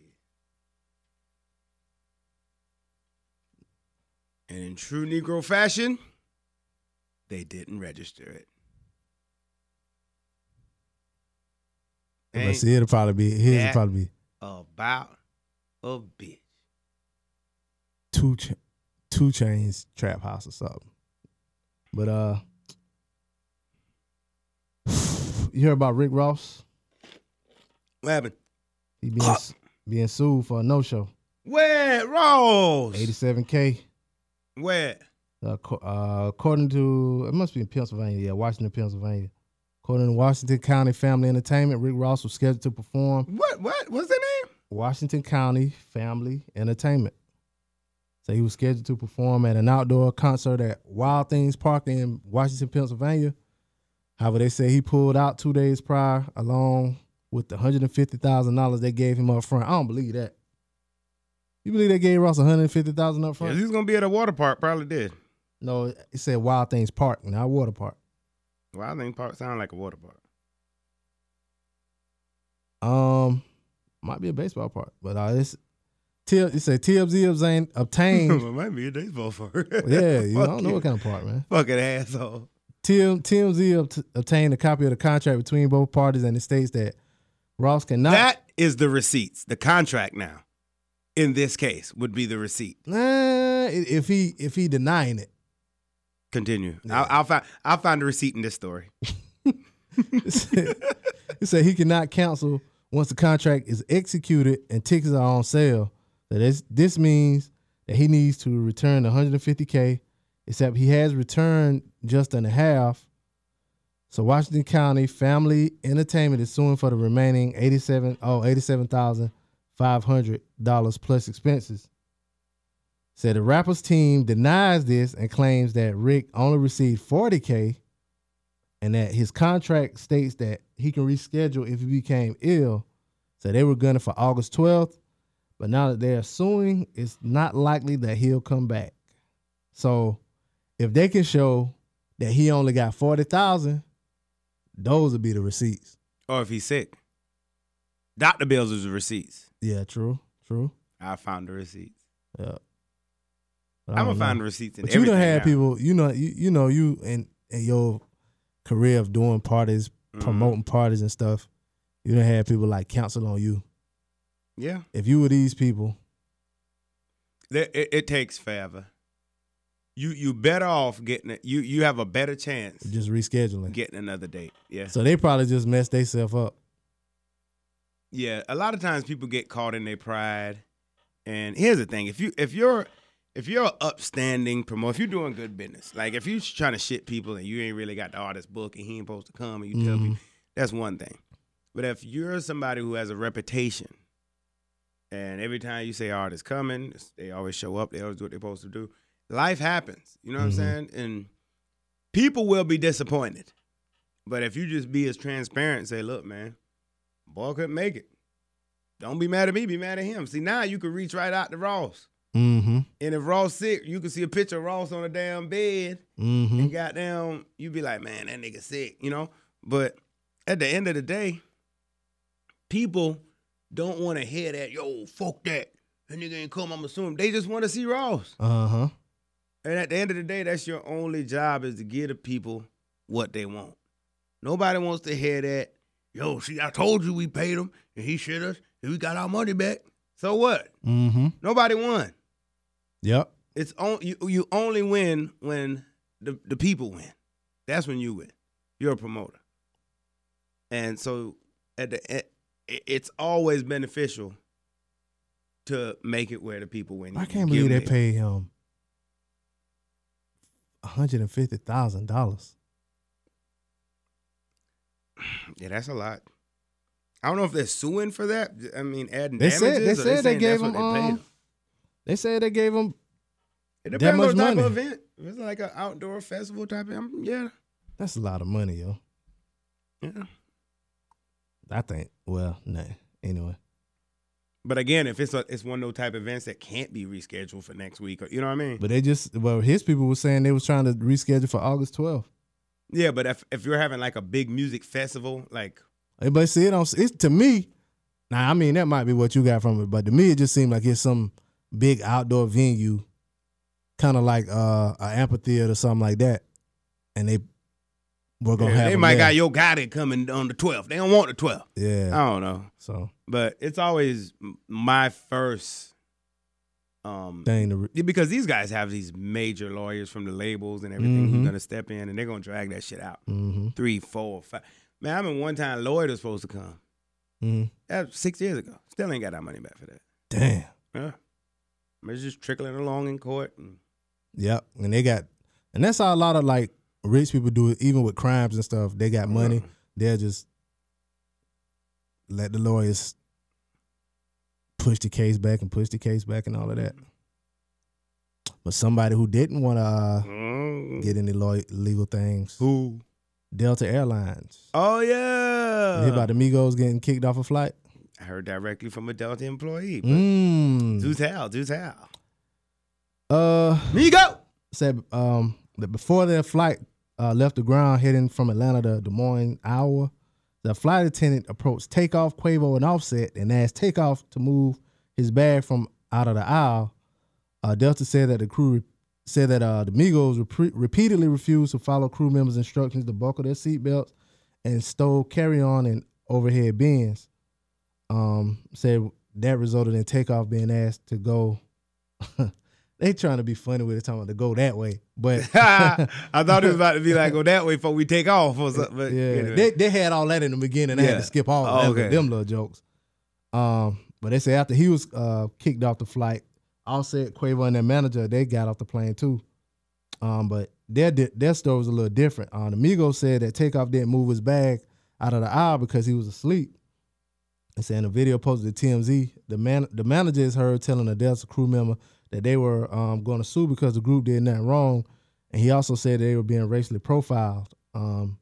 S1: And in true Negro fashion, they didn't register it.
S2: But
S1: Ain't
S2: see, it'll probably be his.
S1: that-
S2: Will probably be
S1: about a bitch.
S2: two ch- two chains trap house or something. But uh <sighs> you heard about Rick Ross?
S1: What happened?
S2: He being being sued for a no show.
S1: Where Ross?
S2: Eighty seven K.
S1: Where?
S2: Uh, co- uh, according to it must be in Pennsylvania, yeah, Washington, Pennsylvania. According to Washington County Family Entertainment, Rick Ross was scheduled to perform
S1: What? What? What's the name?
S2: Washington County Family Entertainment. So he was scheduled to perform at an outdoor concert at Wild Things Park in Washington, Pennsylvania. However, they say he pulled out two days prior, along with the hundred and fifty thousand dollars they gave him up front. I don't believe that. You believe they gave Ross one hundred fifty thousand up front?
S1: Yeah, he's gonna be at a water park. Probably did.
S2: No, it said Wild Things Park, not Water Park.
S1: Well, I think park sound like a water park.
S2: Um, might be a baseball park, but uh, it's Tib. It said Tibbs Ibs ain't obtained.
S1: <laughs> it might be a baseball park.
S2: yeah,
S1: <laughs>
S2: you I
S1: Fuck
S2: don't know
S1: you.
S2: what kind of park, man.
S1: Fucking asshole.
S2: Tim TMZ obt- obtained a copy of the contract between both parties, and it states that Ross cannot.
S1: That is the receipts. The contract now, in this case, would be the receipt.
S2: Nah, i- if he if he denying it,
S1: Continue.
S2: Yeah.
S1: I'll, I'll find. I'll find the receipt in this story.
S2: <laughs> it said, it said he cannot cancel once the contract is executed and tickets are on sale. So this this means that he needs to return 150k, except he has returned just and a half. So Washington County Family Entertainment is suing for the remaining 87 oh 87,500 dollars plus expenses. Said the rapper's team denies this and claims that Rick only received 40k and that his contract states that he can reschedule if he became ill. So they were gunning for August 12th, but now that they're suing, it's not likely that he'll come back. So if they can show that he only got 40,000, those would be the receipts.
S1: Or if he's sick, doctor bills is the receipts.
S2: Yeah, true, true.
S1: I found the receipts.
S2: Yeah.
S1: I'm gonna find the receipts in
S2: But you
S1: everything.
S2: don't have
S1: now.
S2: people, you know, you, you know, you and and your career of doing parties,
S1: Mhm.
S2: promoting parties and stuff. You don't have people like counsel on you.
S1: Yeah,
S2: if you were these people,
S1: That- it, it takes forever. You you better off getting it. You you have a better chance
S2: just rescheduling.
S1: getting another date. Yeah,
S2: So they probably just messed themselves up.
S1: yeah. A lot of times people get caught in their pride. And here's the thing: if you if you're if you're an upstanding promoter, if you're doing good business, like if you're trying to shit people and you ain't really got the artist book and he ain't supposed to come and you tell
S2: Mhm.
S1: people, that's one thing. But if you're somebody who has a reputation and every time you say artists coming, it's- they always show up, they always do what they're supposed to do, life happens. You know what
S2: Mhm.
S1: I'm saying? And people will be disappointed. But if you just be as transparent and say, look, man, boy couldn't make it. Don't be mad at me, be mad at him. See, now you can reach right out to Ross.
S2: Mm-hmm.
S1: And if Ross sick, you can see a picture of Ross on a damn bed
S2: Mm-hmm.
S1: and goddamn, you be like, man, that nigga sick, you know. But at the end of the day, people don't want to hear that. Yo, fuck that. That nigga ain't come. I'm assuming they just want to see Ross.
S2: Uh-huh.
S1: And at the end of the day, that's your only job is to give the people what they want. Nobody wants to hear that. Yo, see, I told you we paid him and he shit us and we got our money back. So what?
S2: Mm-hmm.
S1: Nobody won.
S2: Yep.
S1: It's on you. You only win when the the people win. That's when you win. You're a promoter, and so at the end, it- it's always beneficial to make it where the people win.
S2: I
S1: You
S2: can't
S1: give
S2: believe they
S1: them-
S2: paid him hundred and fifty thousand dollars.
S1: Yeah, that's a lot. I don't know if they're suing for that. I mean, adding
S2: They said-
S1: damages.
S2: they
S1: or
S2: said they
S1: saying that's
S2: gave
S1: what
S2: them,
S1: they paid
S2: um, They said they gave him
S1: It
S2: that
S1: depends on the
S2: much
S1: type of
S2: money.
S1: event. If it's like an outdoor festival type, of, I'm- yeah,
S2: that's a lot of money, yo.
S1: yeah.
S2: I think. Well, nah. Anyway.
S1: But again, if it's a, it's one of those type of events that can't be rescheduled for next week, or, you know what I mean?
S2: But they just well, his people were saying they was trying to reschedule for August twelfth.
S1: Yeah, but if if you're having like a big music festival, like
S2: But see, it don't. It's to me. Now, I mean, that might be what you got from it, but to me, it just seemed like it's some big outdoor venue, kind of like uh, an amphitheater or something like that, and they we're gonna
S1: yeah,
S2: have
S1: they
S2: them
S1: might
S2: there.
S1: got your guy that coming on the 12th. They don't want the 12th.
S2: yeah.
S1: I don't know,
S2: so
S1: but it's always m- my first. Um,
S2: thing to re-
S1: because these guys have these major lawyers from the labels and everything
S2: Mhm.
S1: who's gonna step in and they're gonna drag that shit out
S2: mm-hmm,
S1: three, four, five. Man, I remember one time Lloyd was supposed to come.
S2: mm-hmm.
S1: That was six years ago. Still ain't got our money back for that.
S2: damn
S1: Yeah, I mean, it's just trickling along in court. And
S2: yep, and they got and that's how a lot of like Rich people do it even with crimes and stuff. They got money. They'll just let the lawyers push the case back and push the case back and all of that. But somebody who didn't want to uh,
S1: Mm.
S2: get any law- legal things,
S1: Who?
S2: Delta Airlines.
S1: Oh
S2: You hear about
S1: yeah.
S2: the Migos getting kicked off a flight?
S1: I heard directly from a Delta employee. Mm.
S2: Mmm.
S1: Do tell, do tell.
S2: Uh,
S1: Migo.
S2: said um, that before their flight uh, left the ground heading from Atlanta to Des Moines, Iowa, the flight attendant approached Takeoff, Quavo, and Offset and asked Takeoff to move his bag from out of the aisle. Uh, Delta said that the crew re- said that uh, the Migos repre- repeatedly refused to follow crew members' instructions to buckle their seatbelts and stole carry-on and overhead bins. Um, said that resulted in Takeoff being asked to go. <laughs> they trying to be funny with it, talking about to go that way,
S1: <laughs>
S2: but
S1: <laughs>
S2: <laughs>
S1: I thought it was about to be like, go that way before we take off or something. But
S2: yeah,
S1: anyway.
S2: they they had all that in the beginning. I had
S1: Yeah.
S2: to skip all
S1: Oh,
S2: of that
S1: okay.
S2: them little jokes. Um, but they say after he was uh, kicked off the flight, Offset, Quavo, and their manager they got off the plane too. Um, but their di- their story was a little different. Uh, the Migos said that Takeoff didn't move his bag out of the aisle because he was asleep. And saying a video posted to TMZ, the man the manager is heard telling a Delta crew member that they were um, going to sue because the group did nothing wrong, and he also said they were being racially profiled. Um,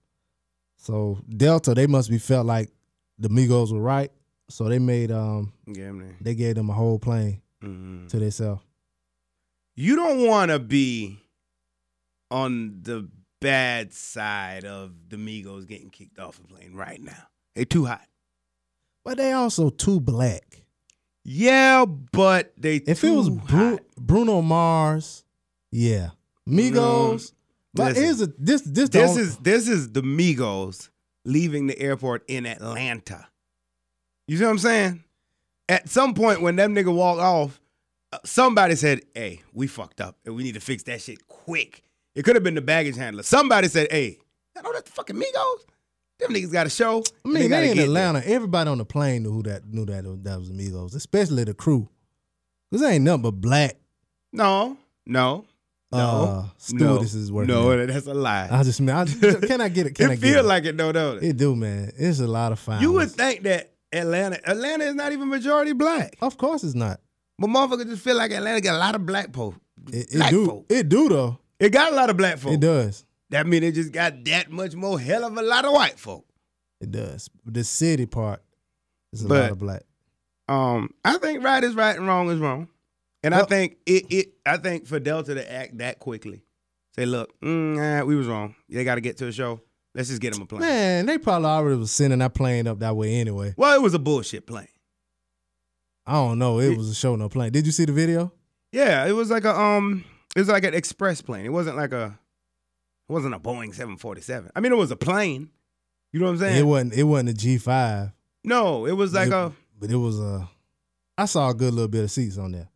S2: so Delta, they must be felt like the Migos were right. So they made um
S1: Yeah, man.
S2: they gave them a whole plane
S1: Mhm.
S2: to themselves.
S1: you don't want to be on the bad side of the Migos getting kicked off the plane right now. They too hot.
S2: But they also too black.
S1: Yeah, but they
S2: If it
S1: too
S2: was Bru-
S1: hot.
S2: Bruno Mars, yeah, Migos. but
S1: Mm. listen.
S2: here's a this this the
S1: this
S2: only-
S1: is this is the Migos leaving the airport in Atlanta. You see what I'm saying? At some point when them nigga walked off, uh, somebody said, "Hey, we fucked up and we need to fix that shit quick." It could have been the baggage handler. Somebody said, "Hey, I know that's the fucking Migos. Them niggas got a show."
S2: I
S1: and
S2: mean,
S1: gotta
S2: they
S1: get
S2: in
S1: there."
S2: Atlanta. Everybody on the plane knew who that knew that that was Migos, especially the crew. Cause ain't nothing but black
S1: No, no, no.
S2: uh,
S1: no,
S2: stewardesses working.
S1: No,
S2: there.
S1: that's a lie.
S2: I just mean,
S1: <laughs>
S2: I, can I get it? Can I
S1: it
S2: get
S1: feel
S2: it?
S1: like it though, though.
S2: it do, man. It's a lot of fun.
S1: you would think that Atlanta, Atlanta is not even majority black.
S2: Of course, it's not.
S1: But motherfuckers just feel like Atlanta got a lot of black folk.
S2: It, it
S1: Black
S2: do.
S1: folk.
S2: It do though.
S1: It got a lot of black folk.
S2: It does.
S1: That mean it just got that much more hell of a lot of white folk.
S2: It does. The city part is a
S1: But-
S2: lot of black.
S1: Um, I think right is right and wrong is wrong, and I
S2: Well-
S1: think it it I think for Delta to act that quickly, say look, mm, nah, we was wrong. They got to get to a show. Let's just get them a plane.
S2: Man, they probably already was sending that plane up that way anyway.
S1: Well, it was a bullshit plane.
S2: I don't know. It was a show no plane. Did you see the video?
S1: Yeah, it was like a um, it was like an express plane. It wasn't like a, it wasn't a Boeing seven forty seven. I mean, it was a plane. You know what I'm saying?
S2: It wasn't. It wasn't a G five,
S1: no, it was like
S2: It-
S1: a
S2: but it was a. I saw a good little bit of seats on there.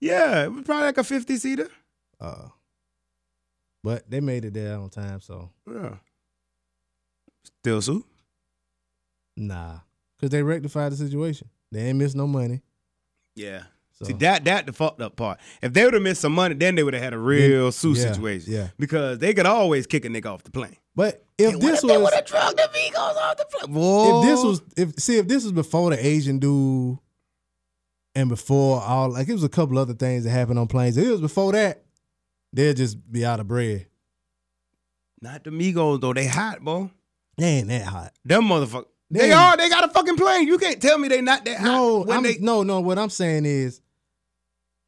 S1: yeah, it was probably like a fifty seater.
S2: Uh, but they made it there on time, so
S1: Yeah. Still sue.
S2: nah, because they rectified the situation. They ain't missed no money.
S1: Yeah.
S2: So
S1: See that that the fucked up part. If they would have missed some money, then they would have had a real sue
S2: yeah,
S1: situation.
S2: yeah.
S1: Because they could always kick a nigga off the plane.
S2: But if
S1: And what
S2: this
S1: they
S2: was
S1: would've drug the Migos off the plane.
S2: if
S1: Boy.
S2: this was if see if this was before the Asian dude and before all like it was a couple other things that happened on planes. If it was before that, they'd just be out of bread.
S1: not the Migos though, they hot, boy.
S2: They ain't that hot.
S1: Them motherfuckers. They,
S2: They-
S1: are. They got a fucking plane. You can't tell me they not that
S2: No,
S1: hot. <laughs> When
S2: I'm,
S1: they,
S2: no, no. What I'm saying is,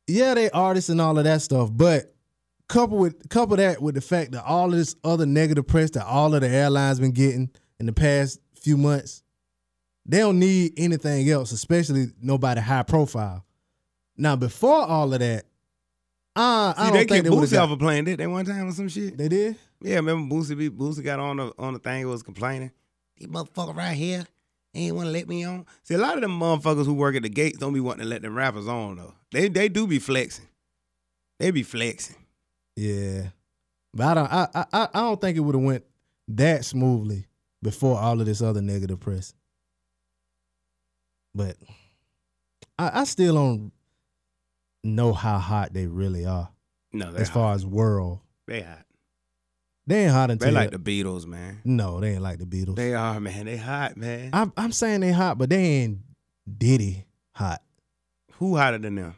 S2: yeah, they artists and all of that stuff, but couple with couple that with the fact that all of this other negative press that all of the airlines been getting in the past few months, they don't need anything else, especially nobody high profile. Now, before all of that, uh, I
S1: See,
S2: don't
S1: they
S2: think
S1: kicked
S2: they would
S1: Boosie off
S2: have.
S1: a plane, did they one time or some shit?
S2: They did.
S1: Yeah, remember Boosie be Boosie got on the on the thing and was complaining. These motherfucker right here ain't wanna let me on. See, a lot of them motherfuckers who work at the gates don't be wanting to let them rappers on though. They they do be flexing. They be flexing.
S2: Yeah, but I don't. I I I- I don't think it would have went that smoothly before all of this other negative press. But I, I still don't know how hot they really are
S1: No, they
S2: as
S1: hot.
S2: far as world.
S1: They hot.
S2: They ain't hot
S1: They
S2: until
S1: like the Beatles, man.
S2: no, they ain't like the Beatles.
S1: They are, man. They hot, man.
S2: I'm I'm saying they hot, but they ain't Diddy hot.
S1: Who hotter than them?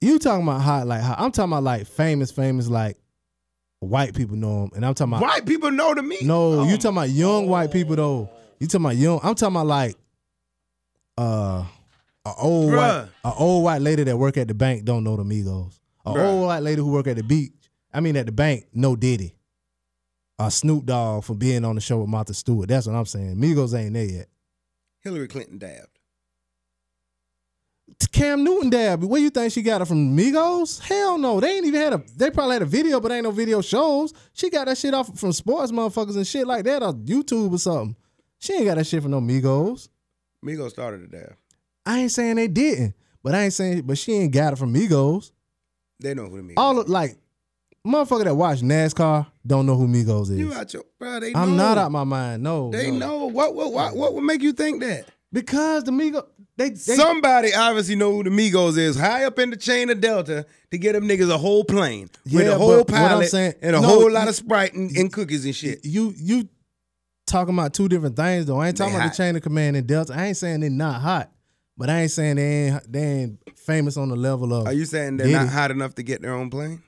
S2: You talking about hot like hot? I'm talking about like famous, famous like white people know him, and I'm talking about
S1: White people know to me.
S2: no.
S1: Oh,
S2: you talking about young white people though? You talking about young? I'm talking about like uh a old white,
S1: Bruh.
S2: a old white lady that work at the bank don't know the Migos. A
S1: Bruh.
S2: old white lady who work at the beach, I mean at the bank, no Diddy. A Snoop Dogg for being on the show with Martha Stewart. That's what I'm saying. Migos ain't there yet.
S1: Hillary Clinton dabbed.
S2: Cam Newton dab. Where you think she got it from? Migos? Hell no. They ain't even had a. They probably had a video, but ain't no video shows. She got that shit off from sports motherfuckers and shit like that on YouTube or something. She ain't got that shit from no Migos.
S1: Migos started to dab.
S2: I ain't saying they didn't, but I ain't saying. But she ain't got it from Migos.
S1: They know who the Migos.
S2: All
S1: are.
S2: of, like motherfucker that watch NASCAR don't know who Migos
S1: you
S2: is.
S1: out your bro. They
S2: I'm
S1: know.
S2: not out my mind. No,
S1: They
S2: no.
S1: know what what what what would make you think that?
S2: because the Migos. They, they
S1: Somebody obviously know who the Migos is, high up in the chain of Delta, to get them niggas a whole plane with
S2: Yeah,
S1: a whole
S2: but what I'm
S1: pilot
S2: saying-
S1: and a
S2: no,
S1: whole lot of Sprite and, and cookies and shit.
S2: you you talking about two different things though. I ain't talking
S1: They
S2: about
S1: hot.
S2: the chain of command and Delta. I ain't saying they're not hot, but I ain't saying they ain't they ain't famous on the level of.
S1: Are you saying they're
S2: Diddy.
S1: not hot enough to get their own plane?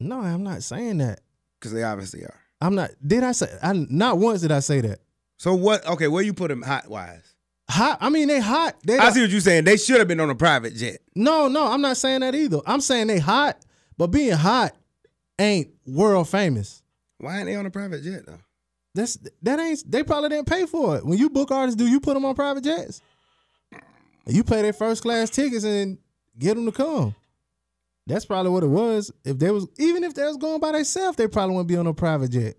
S2: no, I'm not saying that.
S1: Because they obviously are.
S2: I'm not. Did I say? I not once did I say that.
S1: So what? Okay, where you put them hot wise?
S2: Hot. I mean, they hot. They
S1: I
S2: don't-
S1: see what you're saying. They should have been on a private jet.
S2: no, no. I'm not saying that either. I'm saying they hot, but being hot ain't world famous.
S1: Why ain't they on a private jet though?
S2: That's that ain't. They probably didn't pay for it. When you book artists, do you put them on private jets? You pay their first class tickets and get them to come. That's probably what it was. If they was even if they was going by themselves, they probably wouldn't be on a private jet.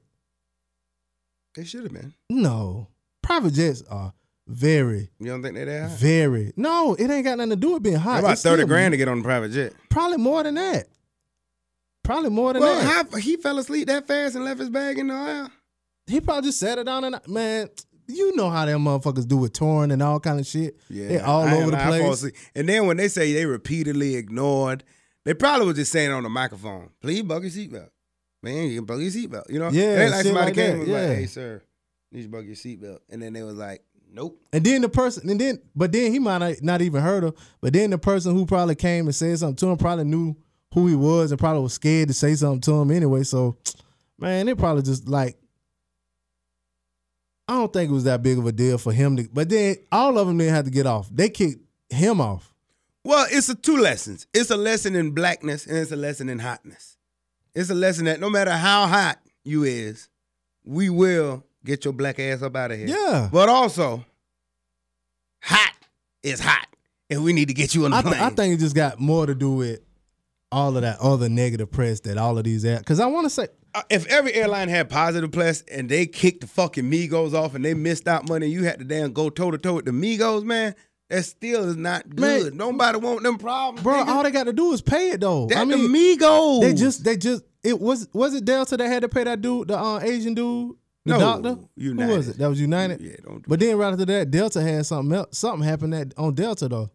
S1: They should have been.
S2: No, private jets are very,
S1: You don't think they that hot?
S2: very. No, it ain't got nothing to do with being hot.
S1: About
S2: It's
S1: thirty
S2: still-
S1: grand to get on a private jet.
S2: Probably more than that. Probably more than
S1: Well,
S2: that.
S1: how, he fell asleep that fast and left his bag in the aisle.
S2: He probably just sat it down and man, you know how them motherfuckers do with touring and all kind of shit.
S1: Yeah,
S2: they all
S1: I ain't
S2: over the
S1: lying, I fall
S2: place.
S1: asleep. And then when they say they repeatedly ignored, they probably was just saying on the microphone, "Please buckle your seatbelt, man. You can buckle your seatbelt." You know,
S2: Yeah,
S1: They like
S2: shit
S1: somebody
S2: like
S1: came
S2: that,
S1: and was
S2: yeah.
S1: like, "Hey, sir, you should buckle your seatbelt," and then they was like, "Nope."
S2: And then the person, and then, but then he might not- not even heard her. But then the person who probably came and said something to him probably knew who he was and probably was scared to say something to him anyway. So, man, it probably just like, I don't think it was that big of a deal for him to. But then all of them didn't have to get off. They kicked him off.
S1: Well, it's a two lessons. It's a lesson in blackness and it's a lesson in hotness. It's a lesson that no matter how hot you is, we will get your black ass up out of here.
S2: Yeah.
S1: But also, hot is hot, and we need to get you on the
S2: I,
S1: plane.
S2: th- I think it just got more to do with all of that other negative press that all of these at. Because I want to say,
S1: Uh, if every airline had positive press and they kicked the fucking Migos off and they missed out money, you had to damn go toe to toe with the Migos, man. That still is not
S2: Man.
S1: good. Nobody want them problems,
S2: bro,
S1: nigga.
S2: all they got to do is pay it though.
S1: that
S2: I mean,
S1: the Migos.
S2: They just they just it was was it Delta that had to pay that dude the uh, Asian dude the
S1: No,
S2: doctor
S1: United.
S2: who was it that was United
S1: yeah, don't. Do
S2: but then right after that Delta had something else something happened that on Delta though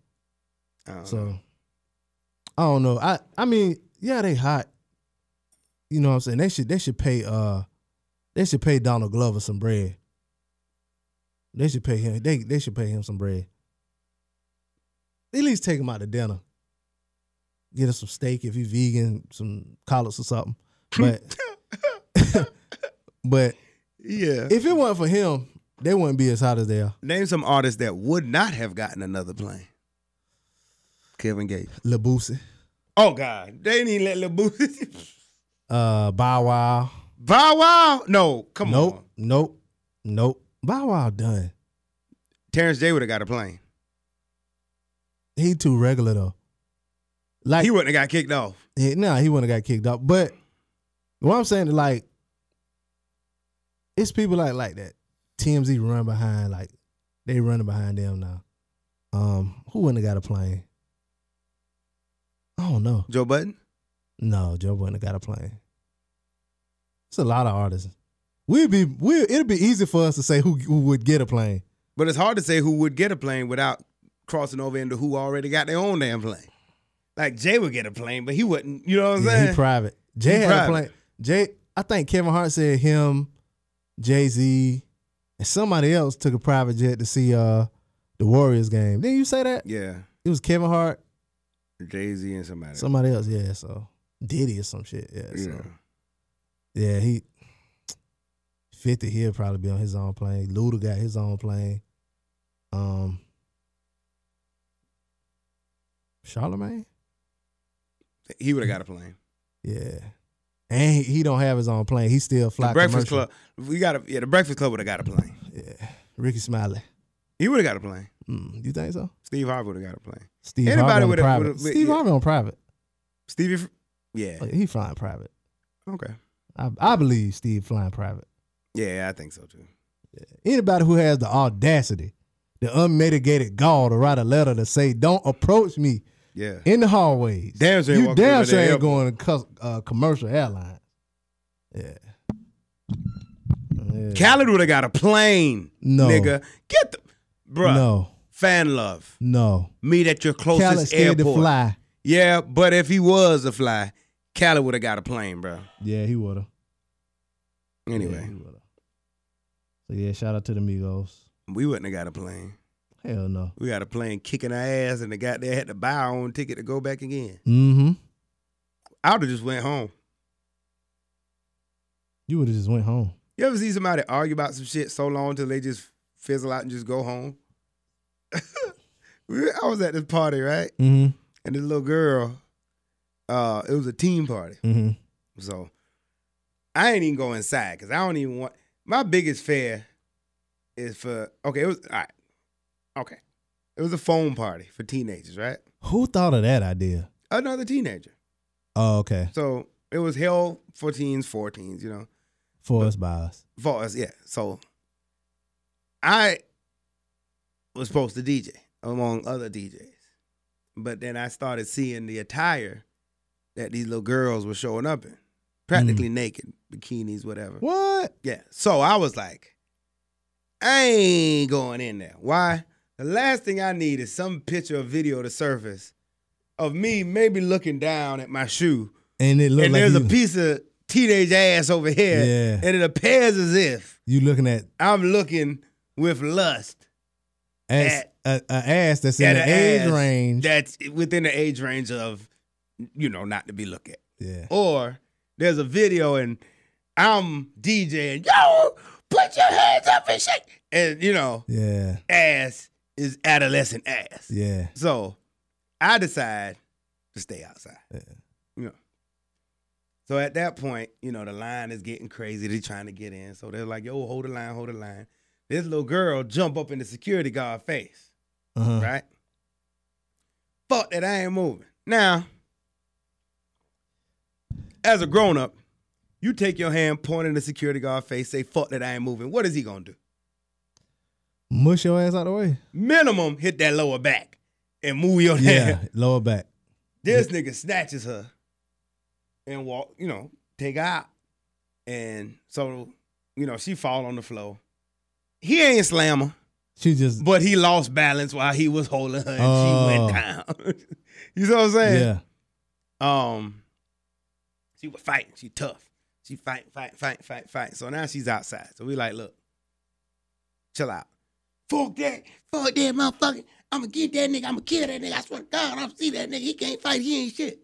S1: I don't know.
S2: so I don't know I I mean yeah they hot you know what I'm saying they should they should pay uh they should pay Donald Glover some bread they should pay him they they should pay him some bread at least take him out to dinner get him some steak if he's vegan some collards or something but <laughs> But
S1: yeah.
S2: if it weren't for him, they wouldn't be as hot as they are.
S1: Name some artists that would not have gotten another plane. Kevin Gates.
S2: Labusi,
S1: Oh God, they didn't even let Lil Boosie. <laughs>
S2: uh, Bow Wow.
S1: Bow Wow. No, come
S2: nope,
S1: on.
S2: nope, nope. Bow Wow done.
S1: Terrence J would have got a plane.
S2: He too regular though. Like
S1: He wouldn't have got kicked off.
S2: Yeah, nah, he wouldn't have got kicked out. But what I'm saying, like, it's people like like that. TMZ run behind, like, they running behind them now. Um, who wouldn't have got a plane? I don't know.
S1: Joe Button.
S2: No, Joe wouldn't have got a plane. It's a lot of artists. We'd be we it'd be easy for us to say who, who would get a plane.
S1: But it's hard to say who would get a plane without crossing over into who already got their own damn plane. Like Jay would get a plane, but he wouldn't. You know what I'm
S2: Yeah,
S1: saying?
S2: he private. Jay
S1: He
S2: had a
S1: private.
S2: plane. Jay I think Kevin Hart said him, Jay Z, and somebody else took a private jet to see uh the Warriors game. Didn't you say that?
S1: Yeah.
S2: It was Kevin Hart,
S1: Jay Z and somebody.
S2: somebody else. Yeah, so Diddy or some shit. Yeah,
S1: yeah.
S2: so yeah, he fifty. He'll probably be on his own plane. Luda got his own plane. Um, Charlemagne.
S1: He would have got a plane.
S2: Yeah. And he, he don't have his own plane. He still fly
S1: the Breakfast
S2: commercial.
S1: Club. We got a yeah. The Breakfast Club would have got a plane.
S2: Yeah. Ricky Smiley.
S1: He would have got a plane.
S2: Mm, you think so?
S1: Steve Harvey would have got a plane.
S2: Steve
S1: Anybody
S2: Harvey on
S1: with a-
S2: private.
S1: with a- with-
S2: Steve
S1: yeah.
S2: Harvey on private.
S1: Stevie. F- Yeah.
S2: Like, he flying private.
S1: Okay.
S2: I, I believe Steve flying private.
S1: Yeah, I think so too.
S2: Anybody who has the audacity, the unmitigated gall to write a letter to say, "Don't approach me
S1: Yeah.
S2: in the hallways."
S1: Damn sure ain't
S2: you
S1: walking
S2: damn
S1: over
S2: sure
S1: the
S2: ain't
S1: airport.
S2: going to cus- uh, commercial airline. Yeah. Yeah.
S1: Khaled would have got a plane.
S2: No.
S1: Nigga. Get the bruh.
S2: no,
S1: Fan love.
S2: no.
S1: Meet at your closest
S2: Khaled scared to
S1: airport.
S2: fly.
S1: Yeah, but if he was a fly, Khaled would have got a plane, bro.
S2: Yeah, he would've. Yeah,
S1: Anyway,
S2: he would've. So yeah, shout out to the Migos.
S1: we wouldn't have got a plane.
S2: Hell no.
S1: We got a plane kicking our ass, and the guy there had to buy our own ticket to go back again.
S2: Mm-hmm.
S1: I would have just went home.
S2: You would've just went home.
S1: You ever see somebody argue about some shit so long till they just fizzle out and just go home? <laughs> We- I was at this party, right?
S2: Mm-hmm.
S1: And this little girl, uh, it was a team party.
S2: Mm-hmm.
S1: So I ain't even go inside because I don't even want my biggest fear is for okay, it was all right. Okay. It was a phone party for teenagers, right?
S2: Who thought of that idea?
S1: Another teenager.
S2: Oh, okay.
S1: So it was hell for teens, for teens, you know.
S2: For us by us.
S1: For us, yeah. So I was supposed to DJ among other DJs. But then I started seeing the attire that these little girls were showing up in. Practically naked, bikinis, whatever.
S2: What?
S1: Yeah. So I was like, I ain't going in there. Why? The last thing I need is some picture or video to surface of me maybe looking down at my shoe.
S2: And it looked
S1: and
S2: like
S1: there's
S2: you,
S1: a piece of teenage ass over here.
S2: Yeah.
S1: And it appears as if
S2: you looking at
S1: I'm looking with lust
S2: ass, a, a ass that's
S1: at
S2: in the
S1: an
S2: age
S1: ass
S2: range.
S1: That's within the age range of, you know, not to be looked at.
S2: yeah.
S1: Or there's a video and I'm DJing, yo, put your hands up and shake. And, you know,
S2: Yeah.
S1: ass is adolescent ass.
S2: Yeah.
S1: So I decide to stay outside.
S2: Yeah.
S1: You know. So at that point, you know, the line is getting crazy. They're trying to get in. So they're like, yo, hold the line, hold the line. This little girl jump up in the security guard face,
S2: Uh-huh.
S1: right? Fuck that I ain't moving. Now, as a grown up, you take your hand, point in the security guard face, say, fuck that I ain't moving. What is he gonna do?
S2: Mush your ass out the way.
S1: minimum hit that lower back and move your <laughs>
S2: Yeah.
S1: hand.
S2: Lower back.
S1: This nigga snatches her and walk, you know, take her out. And so, you know, she fall on the floor. He ain't slam her,
S2: She just
S1: but he lost balance while he was holding her and
S2: Oh.
S1: she went down. <laughs> you know what I'm saying?
S2: Yeah.
S1: Um, she was fighting. She tough. She fight, fight, fight, fight, fight. So now she's outside. So we like, look, chill out. Fuck that. Fuck that motherfucker. I'ma get that nigga. I'ma kill that nigga. I swear to God, I'm see that nigga. He can't fight. He ain't shit.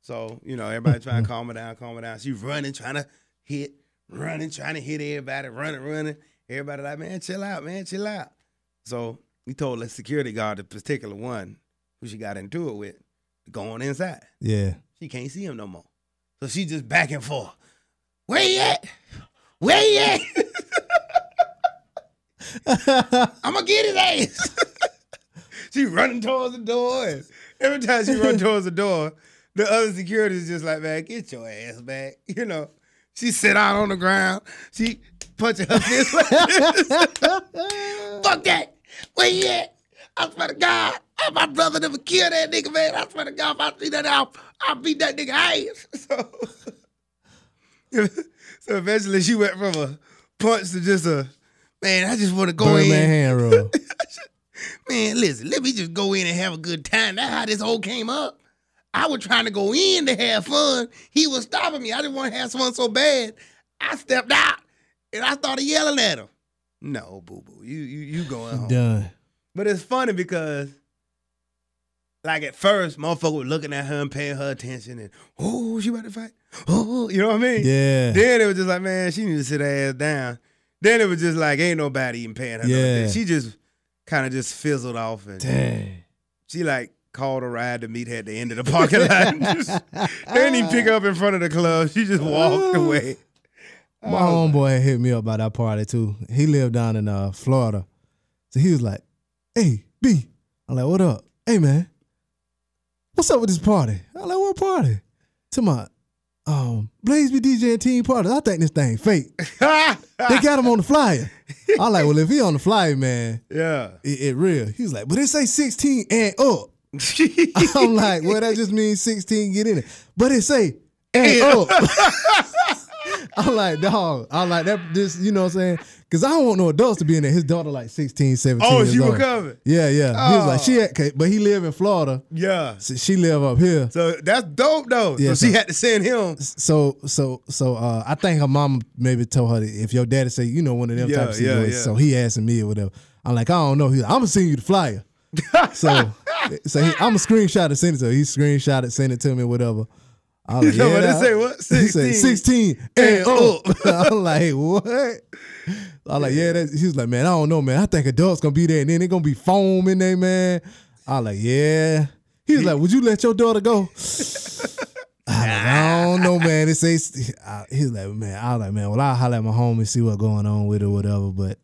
S1: So, you know, everybody trying to calm her down, calm her down. She running, trying to hit, running, trying to hit everybody, running, running. Everybody like, man, chill out, man, chill out. So we told the security guard, the particular one who she got into it with, go on inside.
S2: Yeah.
S1: She can't see him no more. So she just back and forth. Where he at? Where he at? <laughs> I'ma get his ass. <laughs> she running towards the door. and every time she run towards the door, the other security is just like, man, get your ass back. <laughs> You know. She sit out on the ground. She punching her fist like this. <laughs> Fuck that. Where he at? I swear to God, I- my brother never killed that nigga, man. I swear to God, if I see that, I'll, I'll beat that nigga ass. <laughs> So, so <laughs> eventually she went from a punch to just a, man, I just want to <laughs> go
S2: Birdman
S1: in. <laughs>
S2: hand roll.
S1: Man, listen, let me just go in and have a good time. That's how this whole came up. I was trying to go in to have fun. He was stopping me. I didn't want to have fun so bad. I stepped out and I started yelling at him. No, boo boo, you you you going home.
S2: Done.
S1: But it's funny because, like at first, motherfucker was looking at her and paying her attention, and oh, she about to fight. Oh, you know what I mean?
S2: Yeah.
S1: Then it was just like, man, she need to sit her ass down. Then it was just like, ain't nobody even paying her. no
S2: Yeah.
S1: attention. She just kind of just fizzled off, and
S2: Dang.
S1: she like called a ride to meet her at the end of the parking
S2: <laughs>
S1: lot. <laughs> they didn't even pick her up in front of the club. She just
S2: <laughs>
S1: walked
S2: Oh.
S1: away. <laughs> Oh,
S2: My
S1: I was
S2: homeboy had hit me up about that party too. He lived down in uh, Florida. So he was like, hey, B. I'm like, what up? Hey, man. What's up with this party? I'm like, what party? To my um, Blaze be DJing team party. I think this thing fake. They got him on
S1: <laughs>
S2: the flyer. I'm like, well, if he on the flyer, man,
S1: yeah.
S2: <laughs> it, it real. He was like, but it say 16 and up. <laughs> I'm like, well, that just means 16 get in it. But it say and up.
S1: <laughs>
S2: <laughs> I'm like, dog. I'm like that. This, you know what I'm saying? Because I don't want no adults to be in there. His daughter like 16, 17.
S1: oh,
S2: years
S1: she
S2: old.
S1: recovered.
S2: Yeah, yeah. He was like,
S1: Oh.
S2: she at, 'kay, but he live in Florida.
S1: Yeah.
S2: So she live up here.
S1: So that's dope though.
S2: Yeah,
S1: so, she
S2: so-
S1: had to send him.
S2: So, so, so, uh, I think her mom maybe told her that if your daddy say, you know, one of them
S1: Yeah,
S2: type of
S1: yeah,
S2: situations.
S1: yeah.
S2: So he asking me or whatever. I'm like, I don't know. He's like, I'm gonna send you the flyer.
S1: <laughs>
S2: so, so he, I'm a screenshot to send it to. Her. He screenshot it, sent it to me, whatever. I
S1: <laughs>
S2: was
S1: You know what they
S2: that-
S1: say? What?
S2: He
S1: 16.
S2: said 16 and
S1: oh.
S2: up. <laughs> I'm like, what? I'm like, yeah, that's, he was like, man, I don't know, man. I think adults gonna be there and then they gonna be foam in there, man. I like, yeah. He was like, would you let your
S1: <laughs>
S2: daughter go? I, like, I don't know, man. It says I- he's like, man. I was like, man. Well, I'll holler at my home and see what's going on with it, or whatever. But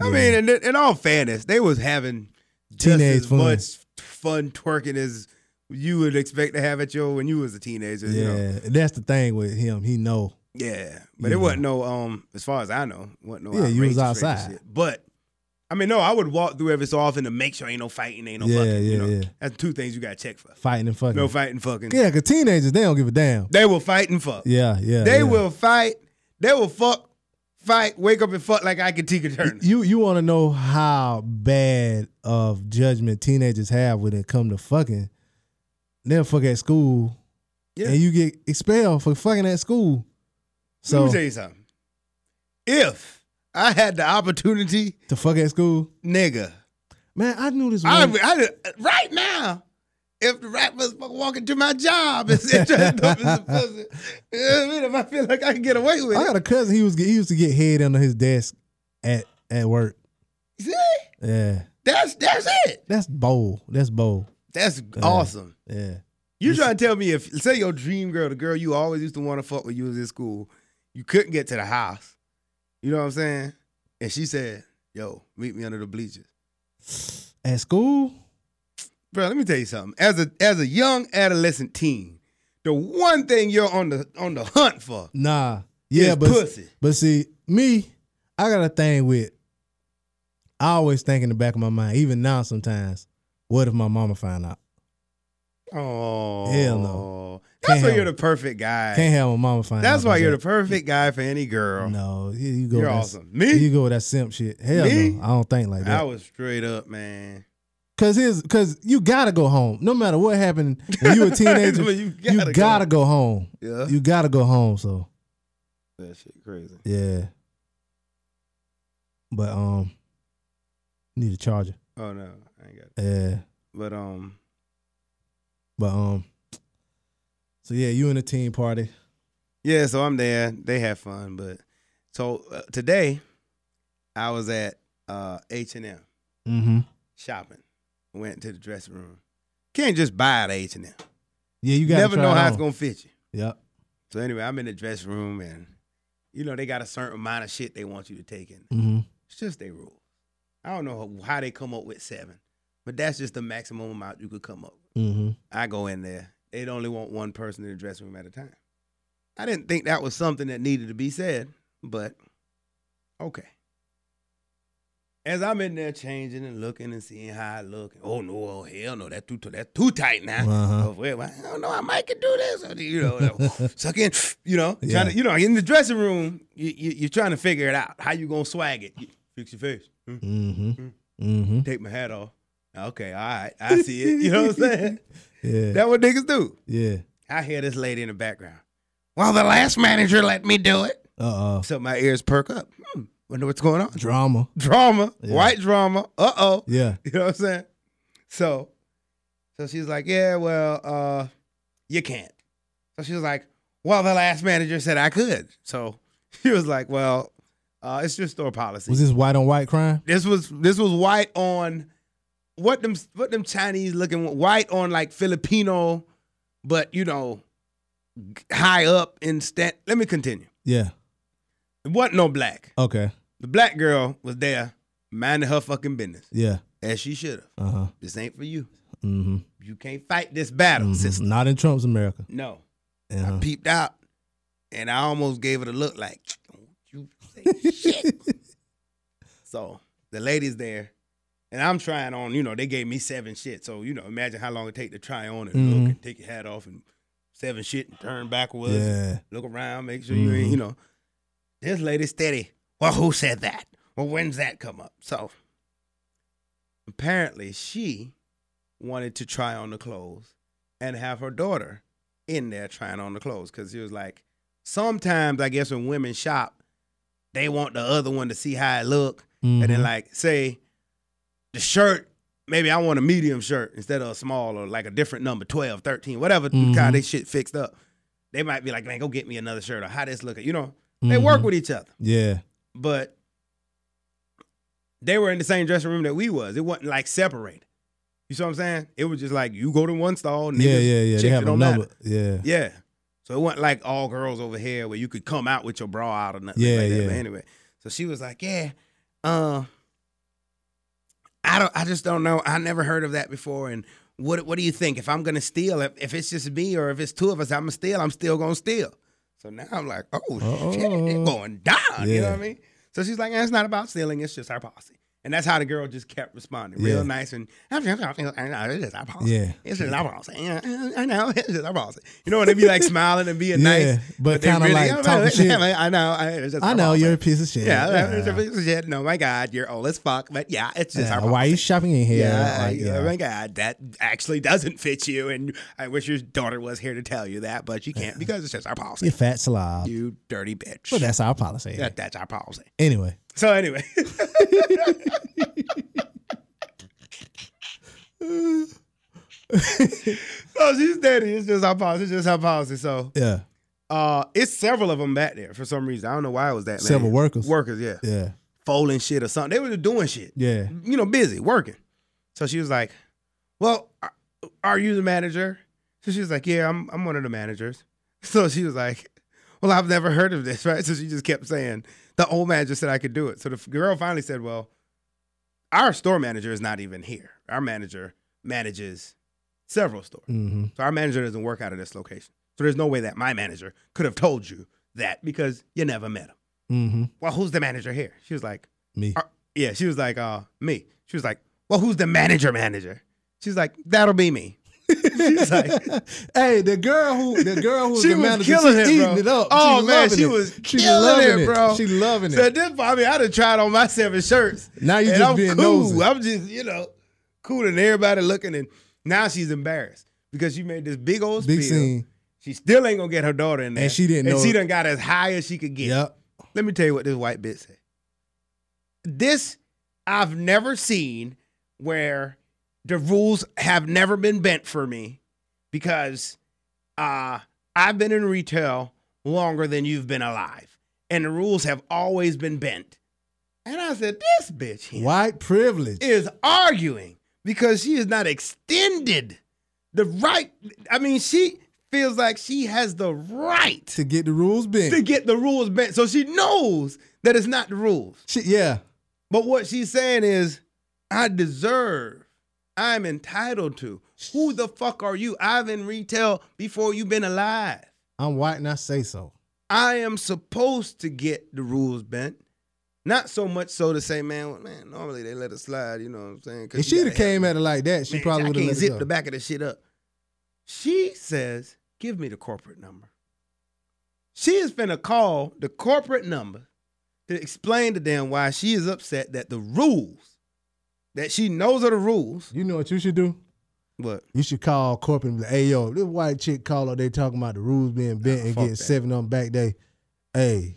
S1: I mean, in, in all fairness, they was having just
S2: Teenage
S1: as
S2: fun.
S1: much fun twerking as you would expect to have at your when you was a teenager.
S2: yeah,
S1: You know?
S2: that's the thing with him. He know.
S1: Yeah, but
S2: Yeah.
S1: it wasn't no. Um, as far as I know, wasn't no.
S2: Yeah, you
S1: outrageous
S2: was
S1: rate of
S2: outside.
S1: shit. But I mean, no, I would walk through every so often to make sure ain't no fighting, ain't no
S2: Yeah,
S1: fucking.
S2: yeah,
S1: you know?
S2: yeah.
S1: That's two things you got to check for.
S2: Fighting and fucking.
S1: No fighting, fucking.
S2: yeah, cause teenagers they don't give a damn.
S1: They will fight and fuck.
S2: Yeah, yeah.
S1: They
S2: yeah.
S1: will fight. They will fuck, fight, wake up and fuck like I could take a turn.
S2: You you want to know how bad of judgment teenagers have when it come to fucking? They'll fuck at school,
S1: Yeah.
S2: and you get expelled for fucking at school. So
S1: Let me tell you something. If I had the opportunity,
S2: to fuck at school,
S1: nigga,
S2: man, I knew this.
S1: I,
S2: One,
S1: I, right now, if the rat was walking to my job and said, <laughs> "Trying to dump his pussy," you know what I mean? If I feel like I can get away with
S2: I got
S1: it.
S2: a cousin. He was he used to get head under his desk at at work.
S1: See?
S2: Yeah,
S1: That's that's it.
S2: that's bold. That's bold.
S1: That's awesome.
S2: Yeah,
S1: You trying to tell me if say your dream girl, the girl you always used to want to fuck when you was in school, you couldn't get to the house. You know what I'm saying? And she said, "Yo, meet me under the bleachers."
S2: at school.
S1: Bro, let me tell you something. As a as a young adolescent teen, the one thing you're on the on the hunt for
S2: Nah, yeah,
S1: is
S2: but
S1: pussy.
S2: But see, me, I got a thing with. I always think in the back of my mind, even now sometimes, what if my mama find out?
S1: Oh
S2: Hell no.
S1: That's
S2: Can't
S1: why
S2: have
S1: you're
S2: it.
S1: the perfect guy.
S2: Can't have my mama find out.
S1: That's why
S2: about
S1: you're the
S2: that.
S1: perfect guy for any girl.
S2: No, you, you go.
S1: you're
S2: with that-
S1: awesome. Me,
S2: You go with that simp shit. Hell
S1: Me?
S2: no, I don't think like
S1: I
S2: that.
S1: was straight up, man.
S2: Cause his, cause you gotta go home. No matter what happened
S1: <laughs>
S2: when you a teenager,
S1: you
S2: you gotta, go. home.
S1: Yeah,
S2: You gotta go home. So
S1: that shit crazy.
S2: yeah. But um, need a charger.
S1: Oh no, I ain't got it.
S2: Yeah.
S1: But um,
S2: But um, so yeah, you in a teen party.
S1: yeah. So I'm there. They have fun, but so uh, today I was at uh H and M.
S2: Mm-hmm.
S1: shopping. Went to the dressing room. Can't just buy it at H and M.
S2: Yeah, you
S1: You
S2: got
S1: never know how it's
S2: going.
S1: gonna fit you.
S2: Yep.
S1: So anyway, I'm in the dressing room and you know they got a certain amount of shit they want you to take in.
S2: Mm-hmm.
S1: It's just their rule. I don't know how they come up with seven, but that's just the maximum amount you could come up. with.
S2: Mm-hmm.
S1: I go in there. They'd only want one person in the dressing room at a time. I didn't think that was something that needed to be said, but okay. As I'm in there changing and looking and seeing how I look, oh no, oh hell no, that's too that's too tight now.
S2: Uh-huh.
S1: Oh, well, I don't know, I might could do this, or, you know,
S2: <laughs>
S1: like, suck in, you know,
S2: Yeah.
S1: trying to, you know, in the dressing room, you, you, you're trying to figure it out how you gonna swag it. You- fix your face, Mm.
S2: Mm-hmm. Mm-hmm.
S1: take my hat off, Okay, all right. I see it. You know what I'm saying?
S2: <laughs> Yeah.
S1: That what niggas do.
S2: yeah.
S1: I hear this lady in the background. Well, the last manager let me do it.
S2: Uh uh
S1: So my ears perk up. Hmm, wonder what's going on.
S2: Drama.
S1: Drama,
S2: Yeah.
S1: white drama. Uh oh.
S2: Yeah.
S1: <laughs> You know what I'm saying? So, so she's like, yeah, well, uh, you can't. So she was like, well, the last manager said I could. So <laughs> she was like, well, uh, it's just store policy.
S2: Was this white on white crime?
S1: this was this was white on what them what them Chinese looking white on like Filipino, but you know, g- high up in stand. Let me continue.
S2: Yeah.
S1: It wasn't no black.
S2: Okay.
S1: The black girl was there minding her fucking business
S2: Yeah.
S1: as she should have.
S2: Uh huh.
S1: This ain't for you.
S2: Mm-hmm.
S1: You can't fight this battle, sister.
S2: Not in Trump's America.
S1: No,
S2: Mm-hmm. Uh-huh.
S1: I peeped out, and I almost gave it a look like, don't you
S2: <laughs>
S1: say shit. So the lady's there, and I'm trying on. You know, they gave me seven shit. So you know, imagine how long it take to try on and
S2: Mhm.
S1: look and take your hat off and seven shit and turn backwards, and
S2: Yeah.
S1: look around, make sure you ain't. You know, this lady steady. Well, who said that? Well, when's that come up? So apparently, she wanted to try on the clothes and have her daughter in there trying on the clothes because she was like, sometimes I guess when women shop, they want the other one to see how it look and then
S2: Mhm.
S1: like say the shirt maybe i want a medium shirt instead of a small or like a different number 12 13 whatever
S2: Mhm.
S1: kind of this shit fixed up they might be like man go get me another shirt or how this look you know they work
S2: Mhm.
S1: with each other
S2: Yeah.
S1: but they were in the same dressing room that we was it wasn't like separated you see what i'm saying it was just like you go to one stall niggas,
S2: Yeah. Yeah. Yeah.
S1: chicks,
S2: They
S1: it
S2: have a
S1: don't matter.
S2: number. Yeah.
S1: Yeah. So it wasn't like all girls over here where you could come out with your bra out or nothing
S2: Yeah,
S1: like that.
S2: yeah.
S1: But anyway, so she was like, "Yeah, uh, I don't. I just don't know. I never heard of that before. And what what do you think? If I'm gonna steal, if, if it's just me or if it's two of us, I'm gonna steal. I'm still gonna steal. So now I'm like, oh shit,
S2: Uh-oh.
S1: it's going down. You know
S2: Yeah.
S1: what I mean? So she's like, eh, it's not about stealing. It's just our policy. And that's how the girl just kept responding, real
S2: Yeah.
S1: nice and it's just our policy.
S2: Yeah.
S1: It's just our policy. uh, I know. <laughs> It's just our policy. You know, and they be like smiling and being
S2: Yeah,
S1: nice,
S2: but
S1: they
S2: kinda like
S1: <laughs> "Oh,
S2: talking shit."
S1: I know. I, it's just
S2: I
S1: our
S2: know
S1: policy."
S2: you're a piece of <laughs> shit.
S1: Yeah, <laughs> it's a piece of shit. No, my God, you're old as fuck. But yeah, it's just
S2: Yeah,
S1: our policy.
S2: Why are you shopping in here?
S1: Yeah,
S2: Like,
S1: yeah, oh my God, that actually doesn't fit you, and I wish your daughter was here to tell you that, but you can't because it's just our policy.
S2: You fat slob.
S1: You dirty bitch.
S2: Well, that's our policy.
S1: that, that's our policy.
S2: Anyway.
S1: So anyway, <laughs> Uh, so she's daddy. It's just our policy. It's just our policy. So
S2: Yeah.
S1: uh, it's several of them back there for some reason. I don't know why it was that many.
S2: Several workers.
S1: Workers, yeah,
S2: Yeah.
S1: folding shit or something. They were just doing shit.
S2: Yeah.
S1: you know, busy working. So she was like, "Well, are- are you the manager?" So she was like, "Yeah, I'm. I'm one of the managers." <laughs> So she was like, "Well, I've never heard of this, <laughs> right?" So she just kept saying, "The old manager said I could do it." So the f- girl finally said, "Well, our store manager is not even here. Our manager manages several stores."
S2: Mm-hmm.
S1: So our manager doesn't work out of this location. So there's no way that my manager could have told you that because you never met him.
S2: Mm-hmm.
S1: Well, who's the manager here? She was like,
S2: Me.
S1: uh, yeah, she was like, uh, me. She was like, well, who's the manager manager? She's like, that'll be me. She's like,
S2: <laughs> hey, the girl who the girl who
S1: <laughs>
S2: was
S1: She
S2: the
S1: was
S2: manager,
S1: killing
S2: she's
S1: it,
S2: eating
S1: bro.
S2: it up.
S1: Oh,
S2: She's
S1: man,
S2: loving
S1: she
S2: it.
S1: was
S2: she's
S1: killing
S2: loving
S1: it, bro.
S2: She loving
S1: so at
S2: it.
S1: this point, I mean, I done tried on my seven shirts.
S2: Now you
S1: and
S2: just
S1: I'm
S2: being
S1: cool.
S2: nosy.
S1: I'm just, you know, cool and everybody looking. And now she's embarrassed because she made this big old
S2: Big
S1: spiel.
S2: scene.
S1: She still ain't gonna get her daughter in there.
S2: she didn't
S1: And
S2: know
S1: she
S2: it.
S1: done got as high as she could get.
S2: Yep.
S1: Let me tell you what this white bitch said. This I've never seen where the rules have never been bent for me because uh, I've been in retail longer than you've been alive, and the rules have always been bent. And I said, this bitch here
S2: White privilege.
S1: is arguing because she is not extended the right. I mean, she feels like she has the right
S2: to get the rules bent.
S1: to get the rules bent. So she knows that it's not the rules.
S2: She- yeah.
S1: But what she's saying is, I deserve, I'm entitled to. Who the fuck are you? I've in retail before you've been alive.
S2: I'm white and I say so.
S1: I am supposed to get the rules bent. Not so much so to say, man, well, man, normally they let it slide, you know what I'm saying? 'Cause
S2: If
S1: you
S2: she'd have
S1: gotta
S2: came
S1: help
S2: at it like that, she
S1: me. Man,
S2: probably
S1: I
S2: would
S1: can't
S2: have
S1: zip
S2: let
S1: the
S2: it go.
S1: back of this shit up. She says, give me the corporate number. She is finna call the corporate number to explain to them why she is upset that the rules that she knows of the rules.
S2: You know what you should do?
S1: But
S2: You should call corporate and be like, hey, yo, this white chick call up, they talking about the rules being bent
S1: Nah,
S2: and
S1: fuck
S2: getting
S1: that.
S2: seven on back day. Hey,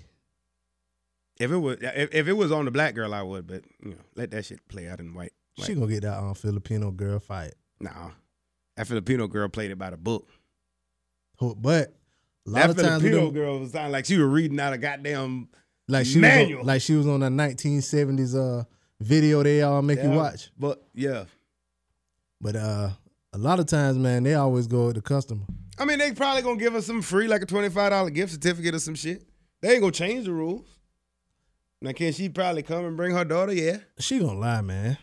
S1: if it was if, if it was on the black girl, I would. But you know, let that shit play out in white.
S2: she
S1: Like,
S2: gonna get that um, Filipino girl fight.
S1: nah, that Filipino girl played it by the book.
S2: Ho- But a lot
S1: That
S2: of times,
S1: Filipino
S2: them-
S1: girl was sounding like she was reading out a goddamn.
S2: like she was
S1: Manual.
S2: on, like she was on a 1970s uh video they all make you
S1: Yeah.
S2: watch.
S1: But yeah,
S2: But uh, a lot of times, man, they always go with the customer.
S1: I mean, they probably gonna give us some free, like a twenty five dollar gift certificate or some shit. They ain't gonna change the rules. Now, can she probably come and bring her daughter? Yeah.
S2: She gonna lie, man.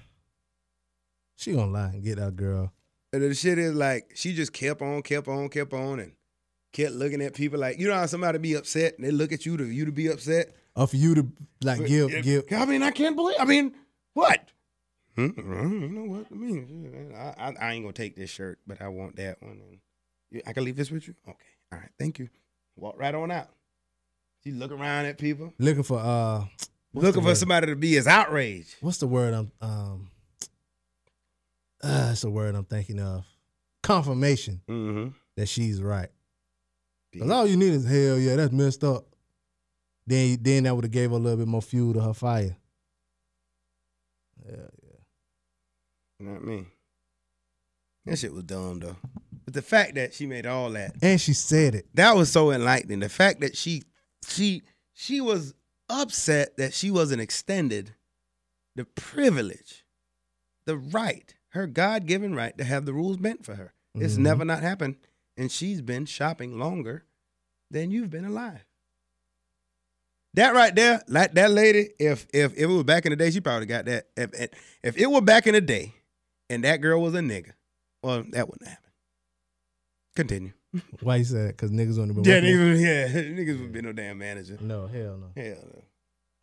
S2: She gonna lie and get that girl.
S1: And the shit is like she just kept on, kept on, kept on, and kept looking at people like you know how somebody be upset and they look at you to you to be upset.
S2: Or for you to like give,
S1: If-
S2: give.
S1: I mean, I can't believe. I mean, what? Hmm, You know what? I mean, I, I, I ain't gonna take this shirt, but I want that one. And you- I can leave this with you. Okay. All right. Thank you. Walk right on out. She look around at people,
S2: Looking for uh, what's
S1: looking
S2: the
S1: for
S2: word?
S1: somebody to be as outraged.
S2: What's the word I'm um? Uh, that's the word I'm thinking of. Confirmation
S1: Mm-hmm.
S2: that she's right. Cause all you need is hell yeah, that's messed up. Then then that would have gave her a little bit more fuel to her fire. Yeah.
S1: Not me. That shit was dumb though. But the fact that she made all that
S2: And she said it.
S1: that was so enlightening. The fact that she she she was upset that she wasn't extended the privilege, the right, her God given right to have the rules bent for her. It's
S2: Mhm.
S1: never not happened. And she's been shopping longer than you've been alive. That right there, like that lady, if if, if it was back in the day, she probably got that. If, if if it were back in the day and that girl was a nigga, well, that wouldn't happen. Continue.
S2: Why you said that? Cause niggas only been
S1: Yeah,
S2: working-
S1: niggas, yeah, <laughs> niggas would be no damn manager.
S2: No, hell no.
S1: Hell,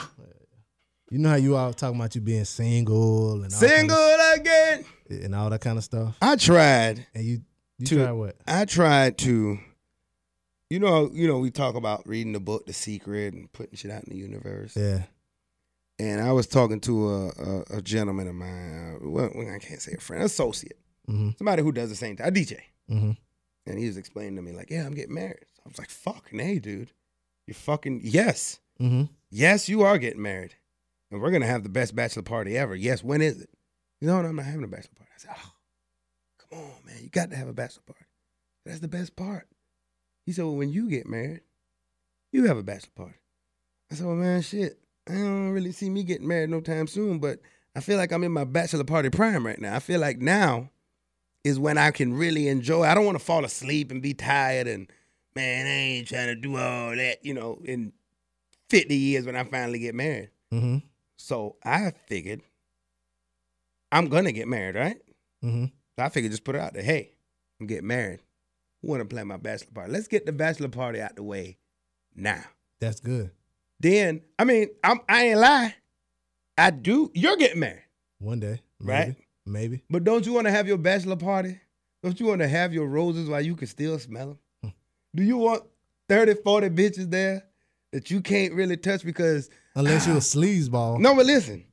S2: You know how you all talking about you being single and all kind
S1: single
S2: of-
S1: again.
S2: and all that kind of stuff.
S1: I tried,
S2: And you you
S1: To-
S2: try what?
S1: I tried to, you know, you know, we talk about reading the book, The Secret, and putting shit out in the universe.
S2: Yeah.
S1: And I was talking to a a, a gentleman of mine. Uh, well, I can't say a friend, associate,
S2: Mm-hmm.
S1: somebody who does the same thing, a DJ.
S2: Mm-hmm.
S1: And he was explaining to me like, yeah, I'm getting married. I was like, fuck, nay, dude, you fucking yes.
S2: Mm-hmm.
S1: Yes, you are getting married. And we're going to have the best bachelor party ever. Yes, when is it? You know what? I'm not having a bachelor party. I said, oh, come on, man. You got to have a bachelor party. That's the best part. He said, well, when you get married, you have a bachelor party. I said, well, man, shit. I don't really see me getting married no time soon, but I feel like I'm in my bachelor party prime right now. I feel like now is when I can really enjoy. I don't want to fall asleep and be tired and, man, I ain't trying to do all that, you know, and 50 years when I finally get married.
S2: Mm-hmm.
S1: So I figured I'm gonna get married, right?
S2: Mm-hmm.
S1: So I figured just put it out there. Hey, I'm getting married. Wanna plan my bachelor party. Let's get the bachelor party out the way now.
S2: That's good.
S1: Then, I mean, I'm I ain't lie. I do you're getting married,
S2: One day. Maybe.
S1: Right.
S2: Maybe.
S1: but don't you wanna have your bachelor party? Don't you wanna have your roses while you can still smell them? Do you want 30, 40 bitches there that you can't really touch because
S2: Unless
S1: <gasps>
S2: you're a sleazeball.
S1: No, but listen.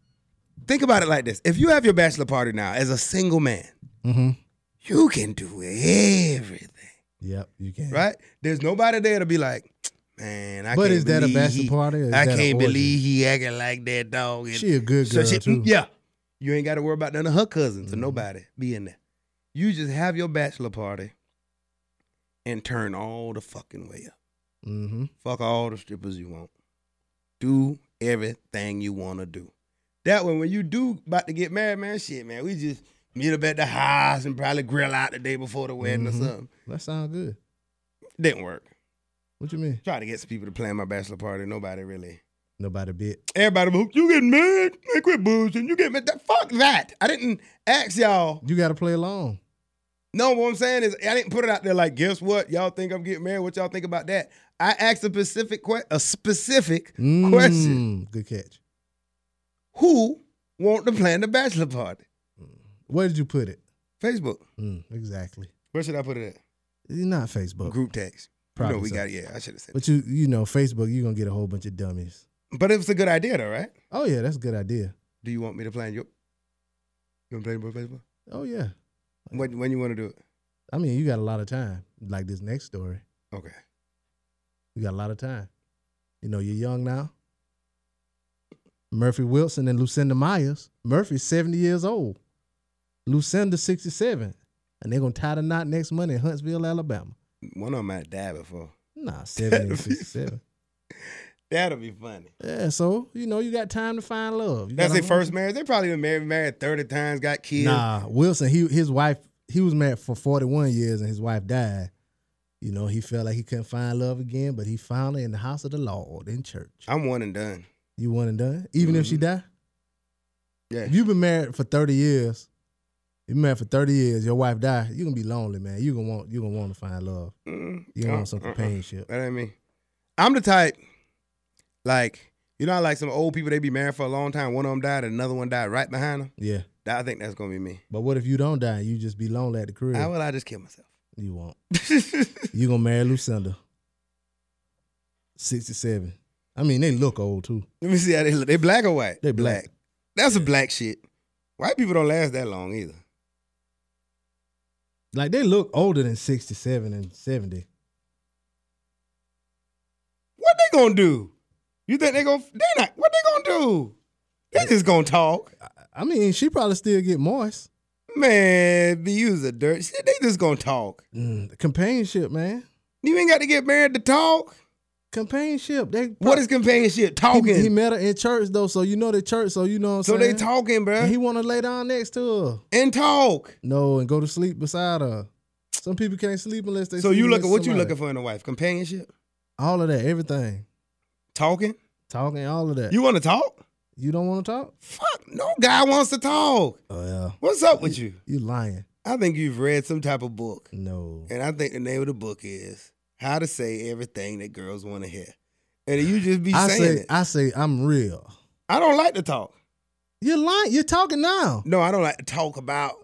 S1: Think about it like this. If you have your bachelor party now as a single man,
S2: Mm-hmm.
S1: you can do everything,
S2: Yep. You can.
S1: right? There's nobody there to be like, man, I
S2: But
S1: can't
S2: is that a
S1: believe
S2: bachelor
S1: he-
S2: party? Or is
S1: I
S2: that a
S1: can't
S2: orgy?
S1: believe he acting like that dog. and-
S2: she a good
S1: so
S2: girl
S1: she-
S2: too.
S1: Yeah. You ain't got to worry about none of her cousins or
S2: Mhm.
S1: nobody being there. You just have your bachelor party and turn all the fucking way up.
S2: Mm-hmm.
S1: Fuck all the strippers you want. Do everything you want to do. That way, when you do about to get married, man, shit, man, we just meet up at the house and probably grill out the day before the wedding
S2: Mhm.
S1: or something.
S2: That sounds good.
S1: Didn't work.
S2: What you mean?
S1: Try to get some people to plan my bachelor party. Nobody really.
S2: Nobody bit.
S1: Everybody, was, you getting married? Man, quit bullshitting. You getting married? Fuck that. I didn't ask y'all.
S2: You gotta play along.
S1: No, what I'm saying is I didn't put it out there like, guess what? Y'all think I'm getting married? What y'all think about that? I asked a specific que- a specific <laughs> question.
S2: Mm, Good catch.
S1: who want to plan the bachelor party?
S2: Where did you put it?
S1: Facebook.
S2: Mm, exactly.
S1: Where should I put it
S2: You're not
S1: at?
S2: Facebook.
S1: Group text. You
S2: Probably
S1: know, we
S2: so.
S1: got yeah, I should have said. But,
S2: But you you know, Facebook, you're gonna get a whole bunch of dummies.
S1: but it was a good idea though, right?
S2: Oh yeah, that's a good idea.
S1: Do you want me to plan your You want to play boy baseball?
S2: Oh yeah.
S1: When, when you want to do it?
S2: I mean, you got a lot of time. Like this next story,
S1: Okay.
S2: you got a lot of time. You know, you're young now. Murphy Wilson and Lucinda Myers. Murphy's 70 years old. Lucinda 67. And they're gonna tie the knot next Monday in Huntsville, Alabama.
S1: One of them might die before.
S2: Nah, 70
S1: <laughs>
S2: and 67.
S1: That'll be funny.
S2: Yeah, so you know you got time to find love. You
S1: That's
S2: gotta-
S1: their first marriage. They probably been married, married 30 times, got kids.
S2: Nah, Wilson. He his wife. He was married for forty one years, and his wife died. You know, he felt like he couldn't find love again, but he found her in the house of the Lord in church.
S1: I'm one and done.
S2: You one and done, even if she
S1: Mhm.
S2: died.
S1: Yeah.
S2: If you've been married for thirty years, you been married for thirty years. Your wife died. You gonna be lonely, man. You gonna want. You gonna want to find love.
S1: Mm,
S2: You gonna
S1: uh,
S2: want some
S1: uh-uh.
S2: companionship.
S1: That ain't me. I'm the type, like, you know, how, like some old people, they be married for a long time. One of them died, another one died right behind them.
S2: Yeah,
S1: That, I think that's going to be me.
S2: but what if you don't die? You just be lonely at the crib.
S1: How will I just kill myself? <laughs>
S2: you won't. You gonna marry Lucinda. Sixty seven. I mean, they look old too.
S1: Let me see how they look. They black or white?
S2: They black.
S1: That's a black shit. White people don't last that long either.
S2: Like they look older than 67 and 70.
S1: What they gonna do? You think they gonna? They not. What they gonna do? They just gonna talk,
S2: I mean, she probably still get moist.
S1: man. Be use a dirt. shit, They just gonna talk.
S2: Mm, companionship, man.
S1: You ain't got to get married to talk.
S2: Companionship. They
S1: What is companionship? Talking.
S2: he, he met her in church though, so you know the church, so you know what I'm
S1: so they
S2: saying?
S1: talking,
S2: And
S1: bruh.
S2: he wanna lay down next to her.
S1: and talk.
S2: No, and go to sleep beside her. Some people can't sleep unless they
S1: So you
S2: look
S1: looking?
S2: at
S1: What you looking for in a wife? Companionship.
S2: All of that, everything.
S1: Talking.
S2: Talking, all of that. You,
S1: You want to talk?
S2: don't want to talk?
S1: Fuck. No guy wants to talk.
S2: Oh yeah.
S1: What's up with you?
S2: You lying.
S1: I think you've read some type of book.
S2: No.
S1: And I think the name of the book is How to Say Everything That Girls Want to Hear. And you just be
S2: I
S1: saying
S2: say
S1: it. I,
S2: I say I'm real.
S1: don't like to talk.
S2: You're lying. You're talking now.
S1: No, I don't like to talk about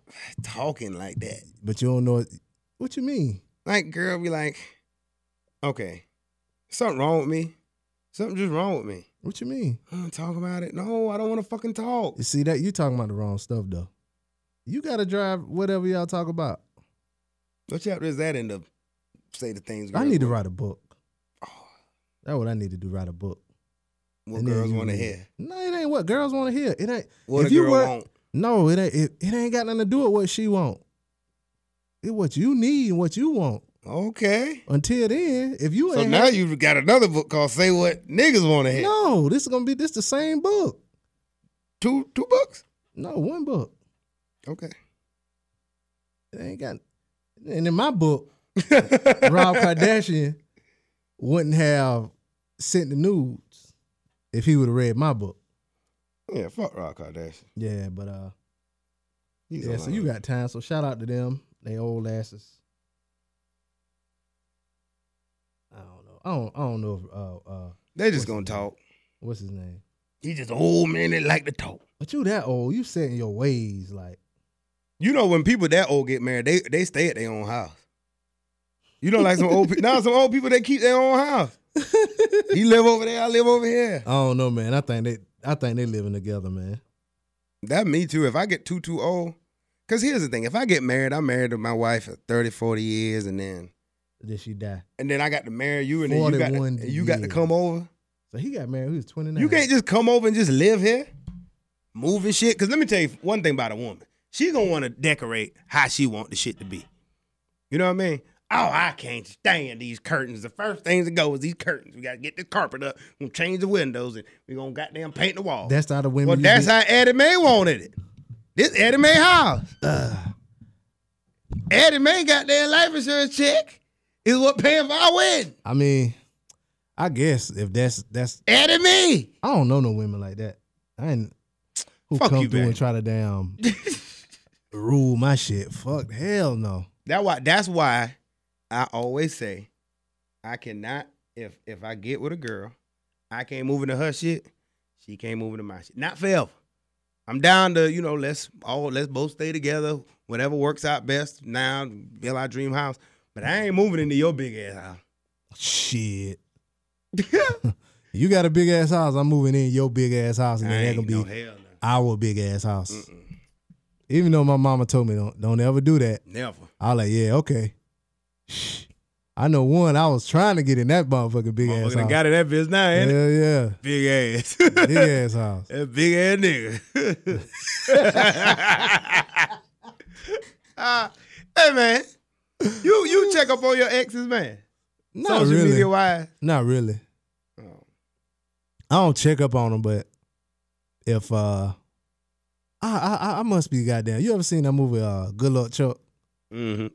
S1: talking like that.
S2: But you don't know it. What you mean?
S1: Like, girl, be like, okay, something wrong with me. Something just wrong with me.
S2: What you mean?
S1: Uh, Talk about it. No, I don't want to fucking talk.
S2: You see that you talking about the wrong stuff though. You gotta drive whatever y'all talk about.
S1: What chapter is that in the say the things?
S2: I
S1: Girls
S2: need to
S1: want- Oh,
S2: write a book. That's what I need to do. Write a book.
S1: what
S2: And then
S1: girls
S2: you
S1: want to
S2: read.
S1: hear.
S2: No, it ain't what girls want to hear. It ain't.
S1: What
S2: if
S1: a
S2: you
S1: girl
S2: were-
S1: want.
S2: No, it ain't. It, it ain't got nothing to do with what she want. It what you need and what you want.
S1: Okay.
S2: Until then, if you
S1: So
S2: ain't
S1: now
S2: had-
S1: you've got another book called Say What Niggas Want to Hear.
S2: no, this is gonna be this the same book.
S1: Two two books?
S2: No, one book.
S1: Okay.
S2: It ain't got. And in my book, <laughs>
S1: <laughs>
S2: Rob Kardashian wouldn't have sent the nudes if he would have read my book.
S1: yeah, fuck Rob Kardashian.
S2: Yeah, but uh,
S1: He's
S2: yeah.
S1: a
S2: So you
S1: liar.
S2: got time. So shout out to them. They old asses. I don't know. I don't. I don't know. If, uh, uh,
S1: They just gonna
S2: What's his name?
S1: talk.
S2: what's his name?
S1: He just an old man that like to talk.
S2: But you that old? You set in your
S1: <laughs>
S2: ways. Like
S1: You know when people that old get married, they they stay at their own house. You know, like some old <laughs> people. Now some old people they keep their own house. He live over there. I live over here.
S2: I don't know, man. I think they. I think they living together, man.
S1: That me too. If I get too too old, cause here's the thing. If I get married, I'm married to my wife for 30, 40 years, and then
S2: Did she die?
S1: and then I got to marry you, and then you got to,
S2: 41
S1: and you got to
S2: years.
S1: come over.
S2: So he got married. He was twenty nine.
S1: You can't just come over and just live here, moving shit. Cause let me tell you one thing about a woman. She gonna want to decorate how she want the shit to be. You know what I mean? Oh, I can't stand these curtains. The first things to go is these curtains. We gotta get this carpet up. We gonna change the windows, and we gonna goddamn paint the wall.
S2: That's how the women.
S1: well,
S2: you
S1: that's
S2: get-
S1: how Eddie May wanted it. This Eddie May house. Eddie May got their life insurance check. Is what paying for our wedding.
S2: <sighs> I mean, I guess if that's that's
S1: Eddie May.
S2: I don't know no women like that. I ain't who
S1: Fuck
S2: come
S1: you,
S2: through
S1: man.
S2: and try to
S1: <laughs>
S2: damn rule my shit. Fuck hell no.
S1: That why that's why I always say I cannot if if I get with a girl, I can't move into her shit, she can't move into my shit. Not forever. I'm down to, you know, let's all let's both stay together, whatever works out best now, build our dream house. But I ain't moving into your big ass house. <laughs>
S2: Shit. <laughs> You got a big ass house. I'm moving in your big ass house, and
S1: I
S2: then that
S1: ain't
S2: gonna be
S1: no hell no.
S2: our big ass house.
S1: Mm-mm.
S2: Even though my mama told me don't don't ever do that.
S1: Never.
S2: I was like, yeah, okay. I know one. I was trying to get in that motherfucking big ass
S1: Motherfucker
S2: house.
S1: got it that bitch now, ain't it?
S2: yeah, yeah,
S1: Big ass. <laughs>
S2: big ass house.
S1: that big ass <laughs> nigga. uh, hey man. You you check up on your exes, man.
S2: Not
S1: Social
S2: really.
S1: media wise.
S2: Not really.
S1: Oh.
S2: I don't check up on them, but if uh, I I I- I must be goddamn. You ever seen that movie? Uh, Good Luck Chuck.
S1: Mm-hmm.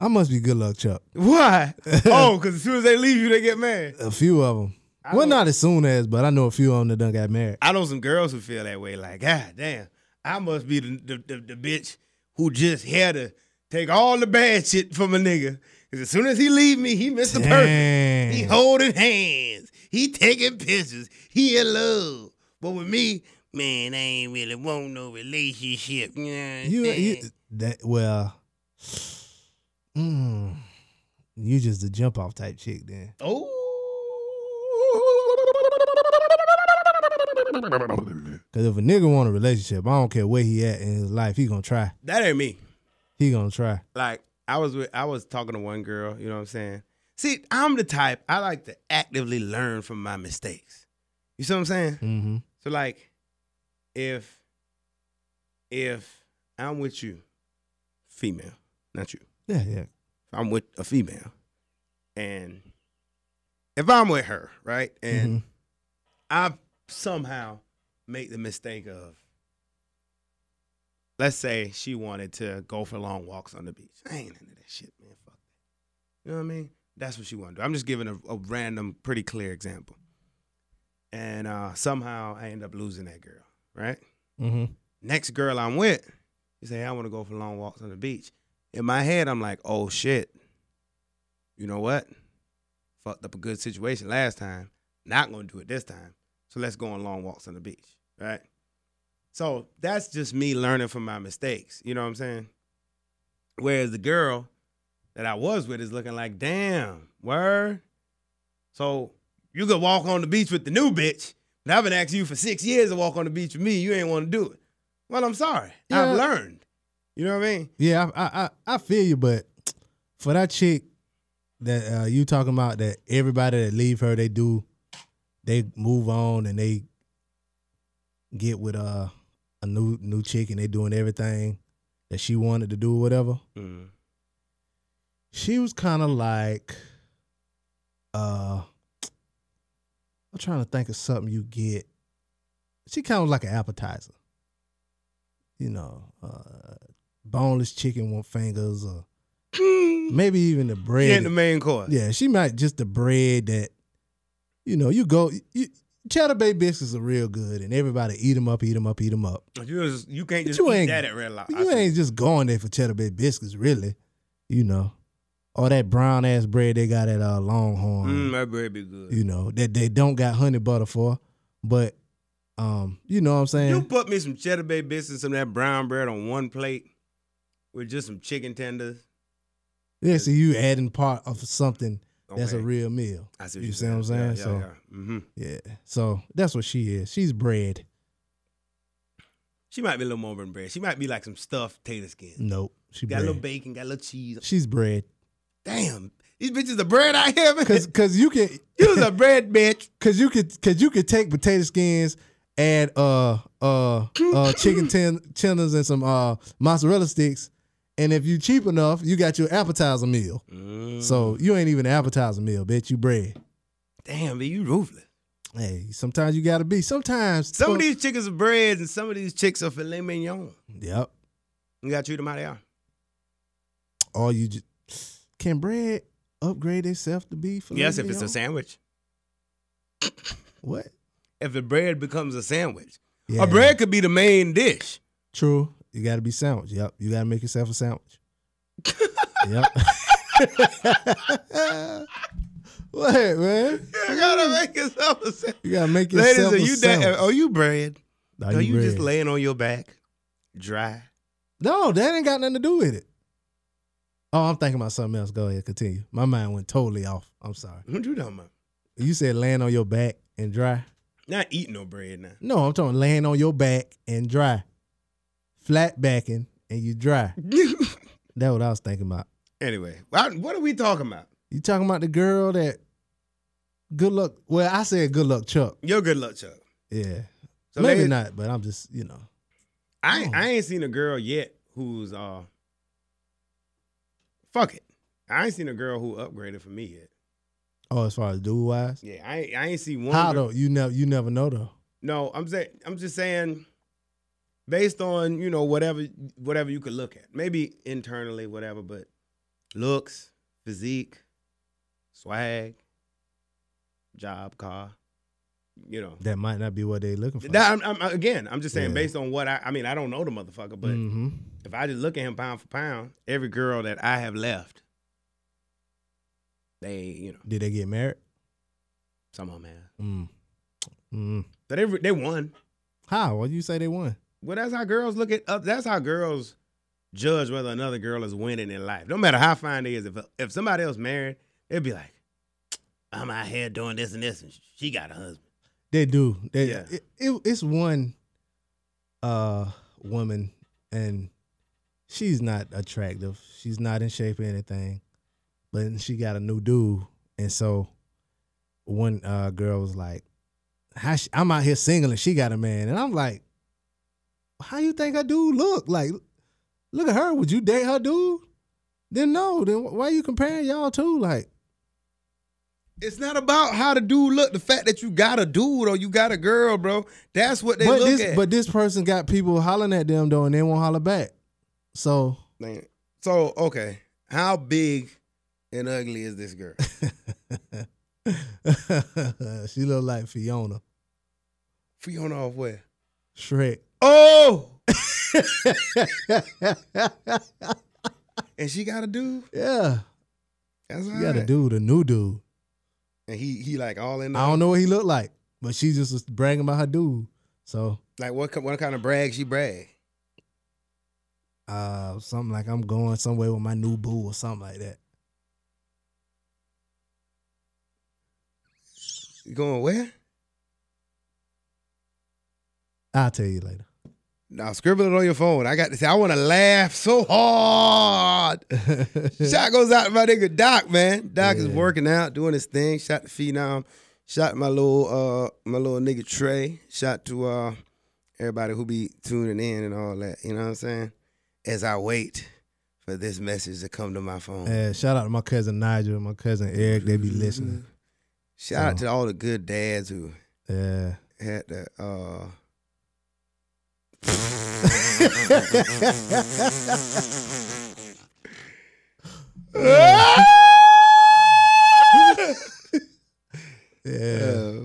S2: I must be Good Luck Chuck. <laughs>
S1: Why? oh, because as soon as they leave you, they get mad.
S2: A few of them.
S1: I
S2: Well,
S1: know-
S2: not as soon as, but I know a few of them that done got married.
S1: I know some girls who feel that way. Like, God damn, I must be the the, the, the bitch who just had to take all the bad shit from a nigga. Because as soon as he leave me, he missed the perfect.
S2: Damn.
S1: He holding hands. He taking pictures. He in love. But with me, man, I ain't really want no relationship. You, know what I'm
S2: You, you
S1: saying?
S2: that well, mm, you just a jump off type chick then.
S1: oh.
S2: Cause if a nigga want a relationship, I don't care where he at in his life, he gonna try.
S1: That ain't me.
S2: He gonna try.
S1: like I was with I was talking to one girl, you know what I'm saying? See, I'm the type I like to actively learn from my mistakes. You see what I'm saying?
S2: Mm-hmm.
S1: So like if if I'm with you, female, not you.
S2: Yeah, yeah.
S1: If I'm with a female and if I'm with her, right? And
S2: Mhm.
S1: I somehow make the mistake of, let's say she wanted to go for long walks on the beach. I ain't into that shit, man. Fuck that. You know what I mean? That's what she wanted to do. I'm just giving a, a random, pretty clear example. And uh, somehow I end up losing that girl, right?
S2: Mm-hmm.
S1: next girl I'm with, you say, hey, I want to go for long walks on the beach. In my head, I'm like, oh shit. You know what? Fucked up a good situation last time. Not gonna do it this time. So let's go on long walks on the beach. Right? So that's just me learning from my mistakes. You know what I'm saying? Whereas the girl that I was with is looking like, damn, word. So you could walk on the beach with the new bitch, but I've been asking you for six years to walk on the beach with me. You ain't want to do it. Well, I'm sorry.
S2: Yeah.
S1: I've learned. You know what I mean?
S2: Yeah, I, I I I feel you, but for that chick that uh, you talking about, that everybody that leave her, they do, they move on and they get with uh, a new new chick and they doing everything that she wanted to do, whatever. She was kind of like, uh, I'm trying to think of something you get. She kind of like an appetizer, you know, uh, boneless chicken with fingers or maybe even the
S1: She ain't
S2: bread.
S1: the main course.
S2: yeah, she might just the bread that, you know, you go. You, Cheddar Bay biscuits are real good, and everybody eat them up, eat them up, eat them up.
S1: You, just- you can't just
S2: You
S1: eat
S2: ain't-
S1: that at Red Lock.
S2: But
S1: I
S2: you
S1: said,
S2: ain't just going there for Cheddar Bay biscuits, really. You know, or that brown ass bread they got at uh,
S1: Mm,
S2: Longhorn.
S1: that bread be good.
S2: You know that they don't got honey butter for, but um, you know what I'm saying.
S1: You put me some cheddar bay biscuits, some of that brown bread on one plate with just some chicken tenders.
S2: yeah, so you adding part of something that's a
S1: Okay.
S2: real meal.
S1: I see
S2: you see what I'm
S1: Yeah,
S2: saying?
S1: yeah,
S2: So-
S1: yeah. hmm
S2: Yeah, so that's what she is. She's bread.
S1: She might be a little more than bread. She might be like some stuffed tater skin.
S2: Nope, she
S1: Got a little
S2: Mm, bread.
S1: bacon, got a little cheese.
S2: She's bread.
S1: Damn, these bitches are bread out here, man.
S2: Cause, cause you can,
S1: <laughs> you was a bread bitch.
S2: <laughs> cause you could, cause you could take potato skins, add uh uh
S1: <laughs>
S2: uh chicken ten- tenders and some uh mozzarella sticks, and if you cheap enough, you got your appetizer meal.
S1: Mm.
S2: So you ain't even an appetizer meal, bitch. You bread.
S1: damn, man, you ruthless.
S2: Hey, sometimes you gotta be. Sometimes
S1: Some of these chickens are breads, and some of these chicks are filet mignon.
S2: Yep.
S1: You gotta treat them how they are.
S2: Or you just can bread upgrade itself to be filet
S1: yes, if it's a
S2: mignon?
S1: sandwich.
S2: what?
S1: If the bread becomes a sandwich,
S2: Yeah,
S1: a bread could be the main dish. <laughs>
S2: True. You gotta be sandwich. Yep. You gotta make yourself
S1: <laughs>
S2: a sandwich. yep. <laughs> what man?
S1: You gotta make yourself a sandwich.
S2: You gotta make
S1: Ladies,
S2: Mm. yourself
S1: are
S2: a
S1: you da-
S2: sandwich.
S1: are you bread?
S2: Nah,
S1: Are,
S2: you
S1: you, just
S2: bread.
S1: laying on your back, dry?
S2: No, that ain't got nothing to do with it. Oh, I'm thinking about something else. Go ahead, continue. My mind went totally off. I'm sorry.
S1: What you talking about?
S2: You said laying on your back and dry.
S1: Not
S2: <laughs>
S1: eating no bread now.
S2: No, I'm talking laying on your back and dry, flat backing and you dry. That's what I was thinking about.
S1: Anyway, what what are we talking about?
S2: You talking about the girl that good luck? Well, I said good luck, Chuck.
S1: Your good luck, Chuck.
S2: Yeah,
S1: So
S2: maybe
S1: ladies-
S2: not, but I'm just you know.
S1: I ain't-
S2: Oh.
S1: I ain't seen a girl yet who's uh fuck it. I ain't seen a girl who upgraded for me yet.
S2: Oh, as far as dude wise,
S1: Yeah, I ain't, I ain't seen one.
S2: how
S1: girl-
S2: though? You never you never know though.
S1: No, I'm saying I'm just saying based on, you know, whatever whatever you could look at. Maybe internally whatever, but looks, physique, swag, job, car, you know.
S2: That might not be what they looking for.
S1: That, I'm, I'm, again, I'm just saying
S2: Yeah.
S1: based on what I I mean, I don't know the motherfucker, but
S2: hmm
S1: if I just look at him pound for pound, every girl that I have left, they, you know,
S2: Did they get married?
S1: some of them have.
S2: Mm. Mm.
S1: So they they won.
S2: How? What you say they won?
S1: Well, that's how girls look at. Uh, that's how girls judge whether another girl is winning in life. No matter how fine they is, if if somebody else married, they'd be like, "I'm out here doing this and this, and she got a husband."
S2: They do. They,
S1: Yeah.
S2: it, it- it's one uh woman and she's not attractive. She's not in shape or anything. But she got a new dude. And so one uh girl was like, How she, I'm out here single and she got a man. And I'm like, How you think her dude look? Like, look at her. Would you date her dude? Then no. Then why you comparing y'all two? Like,
S1: It's not about how the dude look. The fact that you got a dude or you got a girl, bro, that's what they
S2: but
S1: look
S2: this
S1: at.
S2: but this person got people hollering at them though, and they won't holler back. So <laughs>
S1: Man. So okay, how big and ugly is this
S2: <laughs>
S1: girl?
S2: she look like Fiona
S1: Fiona off where?
S2: Shrek. <laughs>
S1: Oh, <coughs> and she got a dude.
S2: yeah,
S1: That's all
S2: you got a
S1: right.
S2: dude, a new dude.
S1: And he he like all in.
S2: I
S1: All,
S2: don't know what he looked like, but she just was bragging about her dude. So
S1: like what ki- what kind of brag she brag?
S2: uh, something like I'm going somewhere with my new boo or something like that.
S1: You going where?
S2: I'll tell you later.
S1: Now scribble it on your phone. I got to say I want to laugh so hard. <laughs> Shout goes out to my nigga Doc, man. Doc is
S2: Yeah.
S1: working out, doing his thing. Shout to Phenom. Shout my little uh my little nigga Trey. Shout to uh everybody who be tuning in and all that. You know what I'm saying? As I wait for this message to come to my phone.
S2: Yeah, shout out to my cousin Nigel, my cousin Eric. They be listening. Oh.
S1: Shout out to all the good dads who
S2: Yeah.
S1: had the uh
S2: Yeah.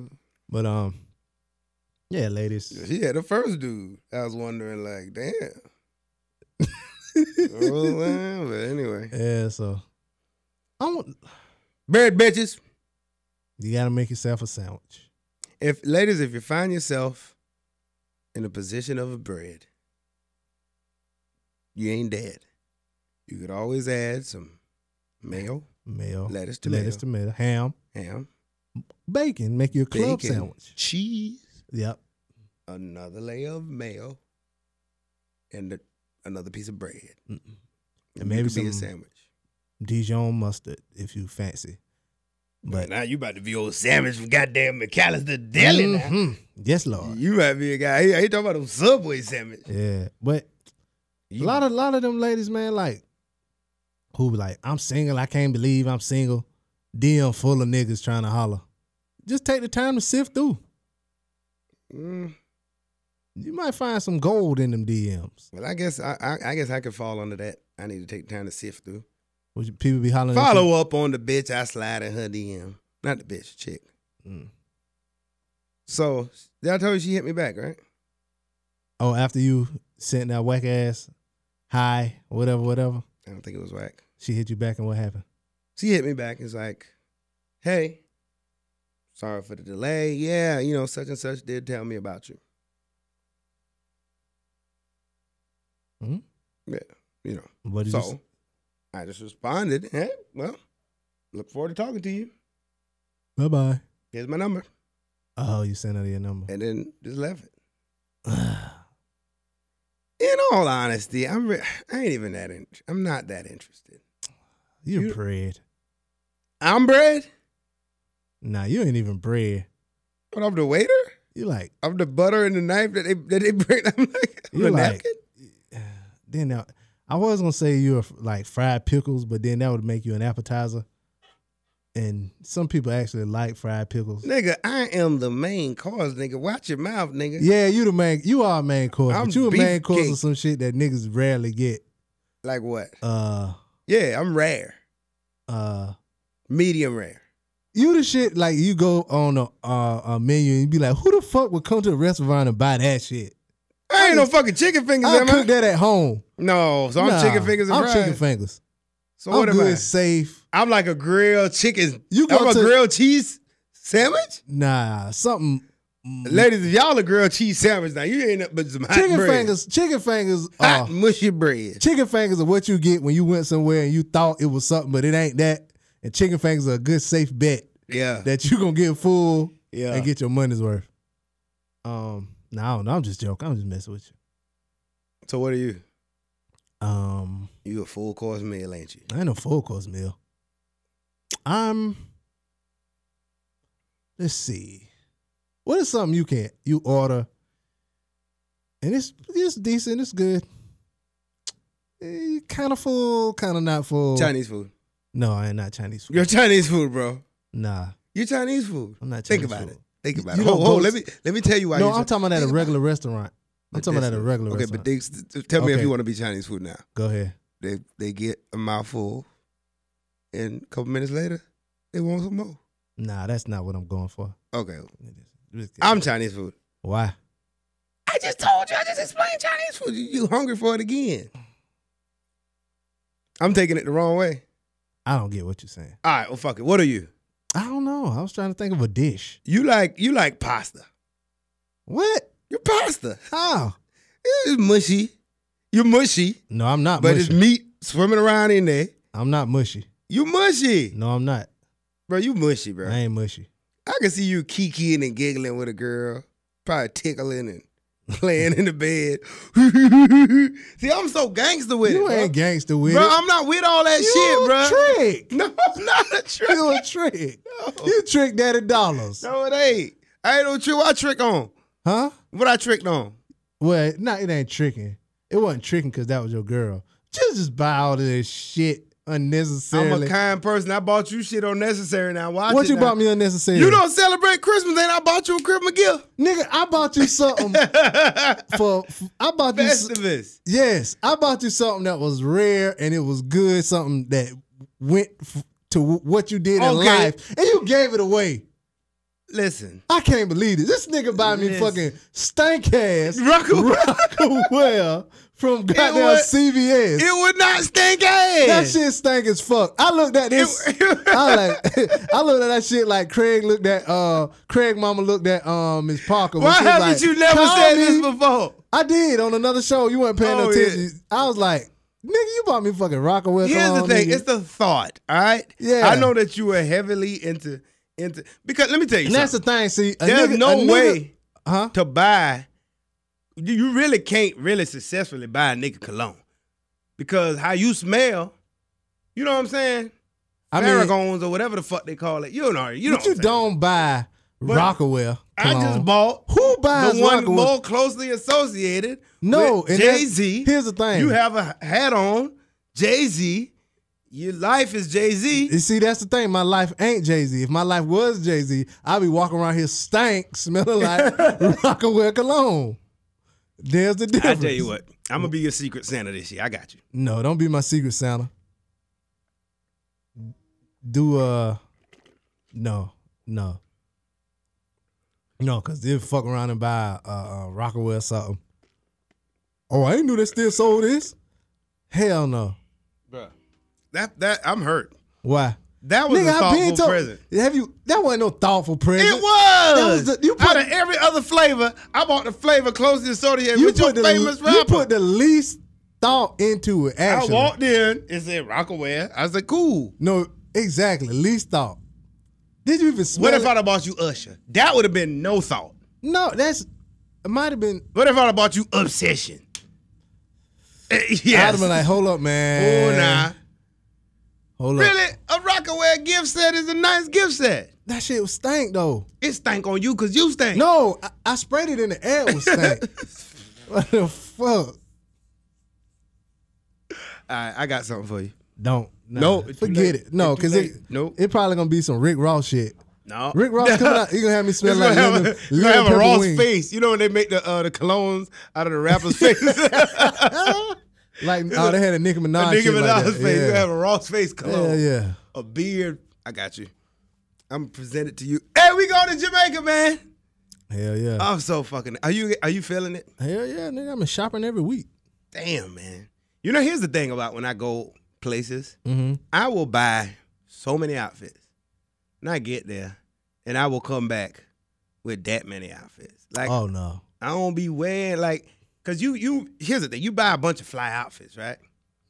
S2: But um, yeah, ladies.
S1: <laughs> She had the first dude. I was wondering, like, damn. Oh,
S2: <laughs>
S1: well, but anyway,
S2: Yeah, so I want
S1: bad bitches.
S2: you gotta make yourself a sandwich.
S1: If ladies, if you find yourself in the position of a bread, you ain't dead. You could always add some mayo,
S2: Mayo,
S1: lettuce, tomato,
S2: Oh, lettuce, tomato, ham,
S1: ham,
S2: bacon. Make you a club
S1: bacon,
S2: sandwich.
S1: cheese,
S2: Yep.
S1: another layer of mayo, and the, another piece of bread.
S2: Mm-mm.
S1: It
S2: And maybe
S1: could be a
S2: some-
S1: sandwich.
S2: Dijon mustard, if you fancy. But
S1: now you about to be old sandwich from goddamn McAllister Deli. now.
S2: Mhm. yes, Lord.
S1: You might be a guy. He, he talking about them Subway sandwich.
S2: Yeah, but
S1: You-
S2: a lot of lot of them ladies, man, like who be like, I'm single. I can't believe I'm single. DM full of niggas trying to holler. Just take the time to sift through.
S1: Mm,
S2: You might find some gold in them DMs.
S1: well, I guess I, I, I guess I could fall under that. I need to take time to sift through.
S2: Which people be hollering. at you.
S1: Follow up on the bitch I slide in her DM. Not the bitch, chick.
S2: Mm.
S1: So did I told you she hit me back, right?
S2: Oh, after you sent that whack ass hi, whatever, whatever,
S1: I don't think it was whack.
S2: she hit you back and what happened?
S1: She hit me back. It's like, hey, sorry for the delay. Yeah, you know, such and such did tell me about you.
S2: Hmm?
S1: Yeah, you know.
S2: What did you s-
S1: So I just responded, hey, well, look forward to talking to you.
S2: Bye bye.
S1: Here's my number.
S2: Oh, you sent her your number. <sighs>
S1: And then just left it.
S2: yeah,
S1: You know all honesty, I'm re- <sighs> I ain't even that. In- I'm not that interested.
S2: You're
S1: You-
S2: bred.
S1: I'm bread,
S2: Nah, you ain't even bred.
S1: but I'm the waiter.
S2: You like
S1: I'm the butter and the knife that they that they bring. <laughs> I'm like, I'm
S2: You
S1: the
S2: like-
S1: napkin.
S2: then now, I was gonna say you're like fried pickles, but then that would make you an appetizer. And some people actually like fried pickles.
S1: Nigga, I am the main cause, nigga. Watch your mouth, nigga.
S2: Yeah, you the main. You are a main course,
S1: I'm
S2: but you a main course
S1: beefcake.
S2: of some shit that niggas rarely get.
S1: Like what?
S2: Uh,
S1: Yeah, I'm rare.
S2: uh,
S1: Medium rare.
S2: you the shit like you go on a, uh, a menu and you be like, who the fuck would come to a restaurant and buy that shit?
S1: I ain't no fucking chicken fingers,
S2: I
S1: am I?
S2: cook that at home.
S1: No, so I'm
S2: Nah,
S1: chicken fingers and
S2: I'm
S1: fries.
S2: chicken fingers.
S1: so
S2: I'm
S1: what am
S2: good,
S1: I?
S2: safe.
S1: I'm like a grilled chicken.
S2: You go
S1: I'm a
S2: to
S1: grilled cheese sandwich?
S2: nah something. mm,
S1: Ladies, if y'all a grilled cheese sandwich now, you ain't up but some hot
S2: chicken
S1: bread.
S2: fingers. Chicken fingers.
S1: Hot,
S2: Uh,
S1: mushy bread.
S2: chicken fingers are what you get when you went somewhere and you thought it was something, but it ain't that. And chicken fingers are a good safe bet
S1: Yeah.
S2: that you gonna get full
S1: Yeah.
S2: and get your money's worth. Um, no, I don't know. I'm just joking. I'm just messing with
S1: so what are you?
S2: you. Um,
S1: You a full course meal, ain't you?
S2: I ain't no full course meal. I'm. Let's see. What is something you can you order? And it's it's decent. It's good. kind of full, kind of not full.
S1: Chinese food.
S2: No, I ain't not Chinese food.
S1: You're Chinese food, bro.
S2: Nah,
S1: You're Chinese food.
S2: I'm not Chinese
S1: Think about
S2: food.
S1: it. Think
S2: You-
S1: about
S2: you
S1: it. Hold,
S2: don't
S1: hold,
S2: go
S1: let me let me tell you why.
S2: No,
S1: you're
S2: I'm
S1: Chi-
S2: talking about at
S1: Think
S2: a regular restaurant. I'm
S1: But
S2: talking about
S1: that's
S2: at a
S1: it.
S2: regular
S1: Okay,
S2: restaurant.
S1: but they, th- tell me if
S2: Okay.
S1: you want to be Chinese food now.
S2: Go ahead.
S1: They they get a mouthful, and a couple minutes later, they want some more.
S2: Nah, that's not what I'm going for.
S1: Okay, I'm Chinese food.
S2: Why?
S1: I just told you. I just explained Chinese food. You, you hungry for it again? I'm taking it the wrong way.
S2: I don't get what you're saying.
S1: All right, well, fuck it. What are you?
S2: I don't know. I was trying to think of a dish.
S1: You like you like pasta.
S2: What?
S1: You're pasta.
S2: How?
S1: It's mushy. You're mushy,
S2: No, I'm not
S1: but it's
S2: mushy.
S1: meat swimming around in there.
S2: I'm not mushy.
S1: You mushy,
S2: No, I'm not.
S1: bro. You mushy, bro.
S2: I ain't mushy.
S1: I can see you kikiing and giggling with a girl, probably tickling and playing in the bed. <laughs> see, I'm so gangster with
S2: You
S1: it, bro.
S2: ain't gangster with
S1: Bro,
S2: it.
S1: I'm not with all that shit, bro. <laughs>
S2: Trick.
S1: no, I'm not a trick.
S2: You a
S1: <laughs>
S2: trick. You trick daddy dollars.
S1: No, it ain't. I ain't no trick. What I trick on?
S2: Huh?
S1: What I tricked on?
S2: Well, no, it ain't tricking. It wasn't tricking because that was your girl. Just just buy all of this shit
S1: I'm
S2: unnecessarily.
S1: a kind person. I bought you shit unnecessary. Now watch
S2: what
S1: it
S2: you
S1: now.
S2: bought me unnecessarily?
S1: You don't celebrate Christmas, ain't I bought you a Christmas gift? <laughs>
S2: nigga. I bought you something for. f- I bought you. s-
S1: Festivus.
S2: Yes, I bought you something that was rare and it was good, something that went f- to w- what you did in
S1: Okay.
S2: life, and you gave it away.
S1: Listen,
S2: I can't believe it. This nigga buy me
S1: Listen.
S2: fucking stank ass
S1: Rockwell.
S2: Rockwell from goddamn
S1: was-
S2: CVS.
S1: it would not stink ass.
S2: that shit stank as fuck. I looked at this.
S1: <laughs> It-
S2: I like. <laughs> I looked at that shit like Craig looked at. Uh, Craig mama looked at. Um, Miss Parker. when
S1: Why
S2: she was
S1: haven't
S2: like,
S1: you never
S2: "Call
S1: said
S2: me."
S1: this before?
S2: I did on another show. You weren't paying
S1: Oh, yeah.
S2: attention. I was like, nigga, you bought me fucking Rockaway.
S1: Here's
S2: Come
S1: the
S2: on,
S1: thing.
S2: nigga.
S1: It's the thought. All right.
S2: Yeah.
S1: I know that you were heavily into into because let me tell you
S2: and that's the
S1: something.
S2: thing. See, a
S1: There's
S2: nigga,
S1: no
S2: a nigga-
S1: way
S2: huh?
S1: to buy. You you really can't really successfully buy a nigga cologne because how you smell. You know what I'm saying?
S2: I mean,
S1: Marigons or whatever the fuck they call it. You know. You know.
S2: but
S1: what I'm
S2: you
S1: saying.
S2: don't buy
S1: But
S2: Rockaway.
S1: I just
S2: cologne.
S1: bought
S2: Who buys
S1: the one
S2: Rockaway?
S1: more closely associated.
S2: No, and that-
S1: Jay Z.
S2: Here's the thing.
S1: You have a hat on, Jay Z. Your life is Jay Z.
S2: You see, that's the thing. My life ain't Jay Z. If my life was Jay Z, I'd be walking around here stank,
S1: <laughs>
S2: smelling like Rockaway cologne. There's the
S1: I
S2: difference.
S1: tell you what, I'm gonna be your secret Santa this year. I got you.
S2: No, don't be my secret Santa. Do uh no, no. No, cause they'll fuck around and buy uh, uh Rockaway or something. Oh, I ain't knew they still sold this. Hell no.
S1: That that I'm hurt.
S2: Why?
S1: That was a thoughtful present.
S2: Have you that wasn't no thoughtful present.
S1: It was.
S2: That was the- you
S1: Out
S2: put-
S1: of every other flavor, I bought the flavor closely associated
S2: you
S1: with your
S2: put the,
S1: famous rapper.
S2: You put the least thought into it,
S1: I
S2: actually.
S1: walked in and said Rockaway. I said, "Cool."
S2: no, exactly. Least thought. Did you even smell
S1: What if
S2: it?
S1: I'd have bought you Usher? That would have been no thought.
S2: No, that's it might have been
S1: What if I'd have bought you Obsession? Eh, <laughs> yes.
S2: I'd have been like, hold up, man.
S1: oh, nah.
S2: Hold up.
S1: Really? A Rockaway gift set is a nice gift set.
S2: That shit was stank though.
S1: It stank on you because you stank.
S2: No, I, I sprayed it in the air. It
S1: <laughs>
S2: was stank. what the fuck?
S1: All right, I got something for you.
S2: Don't. Nah,
S1: No, it's too
S2: forget
S1: late.
S2: it. No,
S1: It's too
S2: because it,
S1: late. Nope.
S2: it probably gonna be some Rick Ross shit.
S1: No.
S2: Rick Ross coming out, you gonna have me smell
S1: <laughs> It's gonna
S2: like
S1: have,
S2: lemon,
S1: a- it's gonna
S2: lemon
S1: have a
S2: pepper
S1: Ross
S2: wings.
S1: face. You know when they make the uh, the colognes out of the
S2: <laughs>
S1: rapper's face? <laughs>
S2: Like oh, they had a Nicki Minaj.
S1: Nicki
S2: shit like
S1: Minaj's
S2: that.
S1: face. You
S2: Yeah.
S1: have a Ross face cologne.
S2: yeah, yeah.
S1: A beard. I got you. I'm presented to you. Hey, we going to Jamaica, man.
S2: Hell yeah.
S1: I'm so fucking. Are you are you feeling it?
S2: Hell yeah, nigga. I've been shopping every week.
S1: Damn, man. You know, here's the thing about when I go places,
S2: Mm-hmm.
S1: I will buy so many outfits, and I get there, and I will come back with that many outfits. Like
S2: oh no.
S1: I don't be wearing like, cause you you here's the thing, you buy a bunch of fly outfits, right?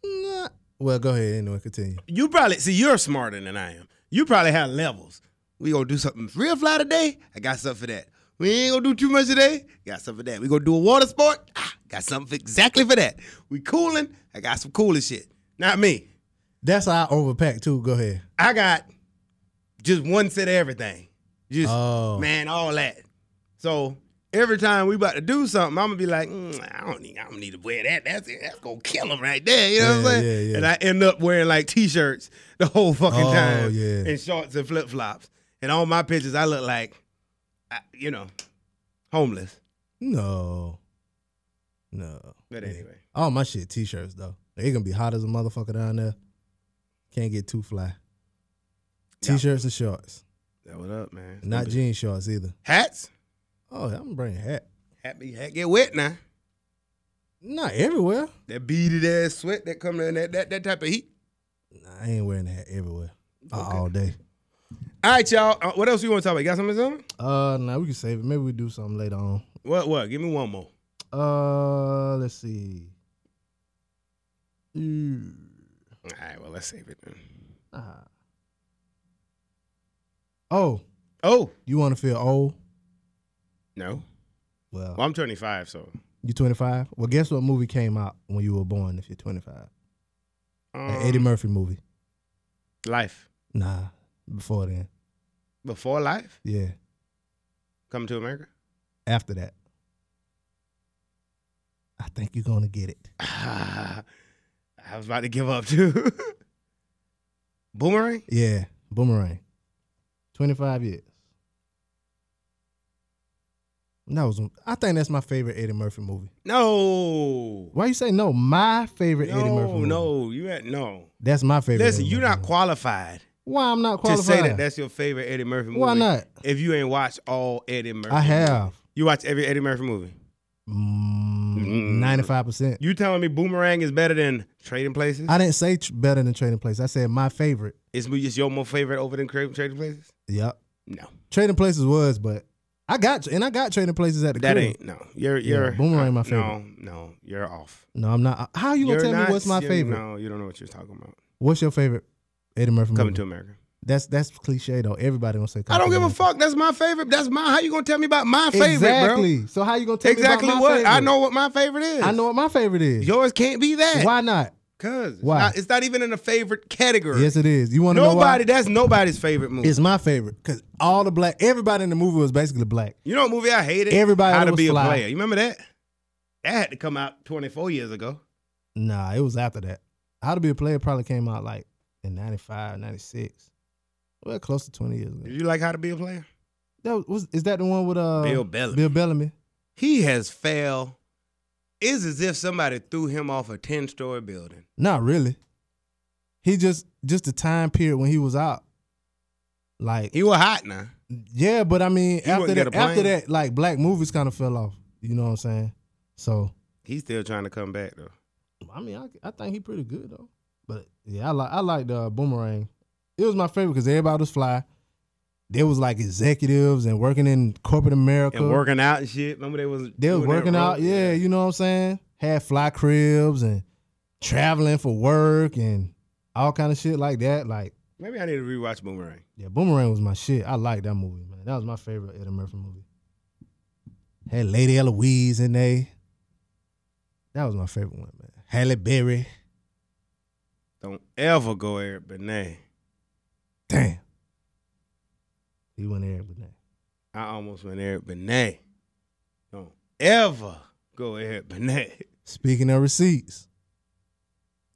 S2: Nah. Well, go ahead anyway, continue.
S1: You probably see you're smarter than I am. You probably have levels. We gonna do something real fly today. I got something for that. We ain't gonna do too much today. Got something for that. We gonna do a water sport. Ah, got something for- exactly for that. We cooling. I got some cooling shit. Not me.
S2: That's how I overpack too. Go ahead.
S1: I got just one set of everything. Just
S2: Oh.
S1: man, all that. So every time we about to do something, I'm gonna be like, "Mm, I don't need, I don't need to wear that. That's it. That's gonna kill him right there. You know what
S2: Yeah,
S1: I'm saying?
S2: yeah, yeah.
S1: And I end up wearing like t-shirts the whole fucking
S2: Oh,
S1: time,
S2: yeah.
S1: and shorts and flip flops. And all my pictures, I look like, I, you know, homeless.
S2: No. No.
S1: But anyway,
S2: All my shit t-shirts though. They gonna be hot as a motherfucker down there. Can't get too fly.
S1: Yeah.
S2: T-shirts and shorts,
S1: that what up, man? It's
S2: not
S1: gonna be-
S2: jean shorts either.
S1: hats.
S2: Oh, I'm bringing hat.
S1: Happy hat get wet now.
S2: Not everywhere.
S1: That beaded ass sweat that come in that that that type of heat.
S2: Nah, I ain't wearing a hat everywhere Uh,
S1: Okay.
S2: all day.
S1: All right, y'all. Uh, what else you want to talk about? You got something? something?
S2: Uh, now we can save it. Maybe we do something later on.
S1: What? What? Give me one more.
S2: Uh, let's see. Mm,
S1: All right. Well, let's save it. Then.
S2: ah. Oh,
S1: Oh
S2: you want to feel old?
S1: no.
S2: Well,
S1: Well, I'm 25, so
S2: you 25. Well, guess what movie came out when you were born? If you're 25,
S1: um,
S2: An Eddie Murphy movie.
S1: life
S2: Nah, before then.
S1: before life.
S2: Yeah,
S1: Come to America. <laughs>
S2: after that. I think you're gonna get it.
S1: Ah, I was about to give up too. <laughs> Boomerang.
S2: Yeah, Boomerang. 25 years. And That was I think that's my favorite Eddie Murphy movie.
S1: No.
S2: Why you say no? My favorite Eddie Murphy
S1: No.
S2: movie.
S1: No. You had no.
S2: That's my favorite.
S1: Listen,
S2: Eddie
S1: you're
S2: Murphy
S1: not
S2: movie.
S1: qualified,
S2: Why I'm not qualified?
S1: to say that that's your favorite Eddie Murphy movie. Mm.
S2: Why not?
S1: If you ain't watched all Eddie Murphy,
S2: I
S1: movies.
S2: have
S1: You watch every Eddie Murphy movie. Mm.
S2: 95 percent.
S1: You telling me Boomerang is better than Trading Places?
S2: I didn't say tr- better than Trading Place. I said my favorite.
S1: Is it's your more favorite over than Cra- Trading Places?
S2: Yep.
S1: No,
S2: Trading Places was, but I got and I got Trading Places at the
S1: that
S2: crib.
S1: ain't no. You're
S2: Yeah,
S1: you're uh,
S2: Boomerang my
S1: No, no, you're off.
S2: No, I'm not. How you gonna
S1: You're
S2: tell
S1: not-
S2: me what's my
S1: you're-
S2: favorite?
S1: No, you don't know what you're talking about.
S2: What's your favorite Eddie Murphy
S1: Coming
S2: movie?
S1: to America.
S2: That's that's cliche though. Everybody gonna say.
S1: I don't give a
S2: Coming to
S1: fuck. That's my favorite. That's my. How you gonna tell me about my
S2: America.
S1: favorite,
S2: Exactly. So how you
S1: bro?
S2: gonna tell
S1: Exactly
S2: me about my
S1: what
S2: favorite?
S1: I know what my favorite is.
S2: I know what my favorite is.
S1: yours can't be that.
S2: Why not?
S1: Cause it's
S2: Why?
S1: not- it's not even in a favorite category.
S2: Yes, it is. You want to know
S1: Nobody.
S2: why?
S1: That's nobody's favorite movie.
S2: It's my favorite because all the black, everybody in the movie was basically black.
S1: You know what movie I hated?
S2: Everybody
S1: How to
S2: was
S1: be
S2: fly.
S1: a player. You remember that? That had to come out 24 years ago.
S2: Nah, it was after that. How to Be a Player probably came out like in 95, 96. Well, close to twenty years
S1: Did
S2: ago.
S1: you like How to Be a Player?
S2: That was is that the one with uh
S1: Bill Bellamy.
S2: Bill Bellamy.
S1: He has failed. It's as if somebody threw him off a 10 story building.
S2: Not really. He just just the time period when he was out. Like
S1: He was hot now.
S2: Yeah, but I mean,
S1: He
S2: after
S1: wouldn't
S2: that,
S1: get a
S2: after
S1: plane.
S2: that, like black movies kind of fell off. You know what I'm saying? So
S1: He's still trying to come back, though.
S2: I mean, I, I think he pretty good though. But yeah, I like I like the boomerang. It was my favorite because everybody was fly. There was like executives and working in corporate America.
S1: And working out and shit. Remember they was
S2: they was
S1: doing that
S2: working out.
S1: road?
S2: Yeah, you know what I'm saying. Had fly cribs and traveling for work and all kind of shit like that. Like
S1: Maybe I need to rewatch Boomerang.
S2: yeah, Boomerang was my shit. I liked that movie, man. That was my favorite Eddie Murphy movie. Had Lady Eloise in there. That was my favorite one, man. Halle Berry.
S1: Don't ever go Eric Benet.
S2: Damn. He went there with that.
S1: I almost went Eric Benet. Don't ever go Eric Benet.
S2: Speaking of receipts,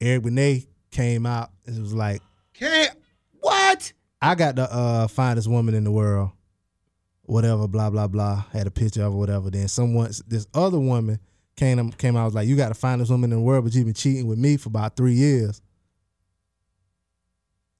S2: Eric Benet came out and was like,
S1: Can't what?
S2: I got the uh, finest woman in the world. Whatever, blah blah blah. Had a picture of her, whatever. Then someone, this other woman came came out was like, "You got the finest woman in the world, but you've been cheating with me for about three years."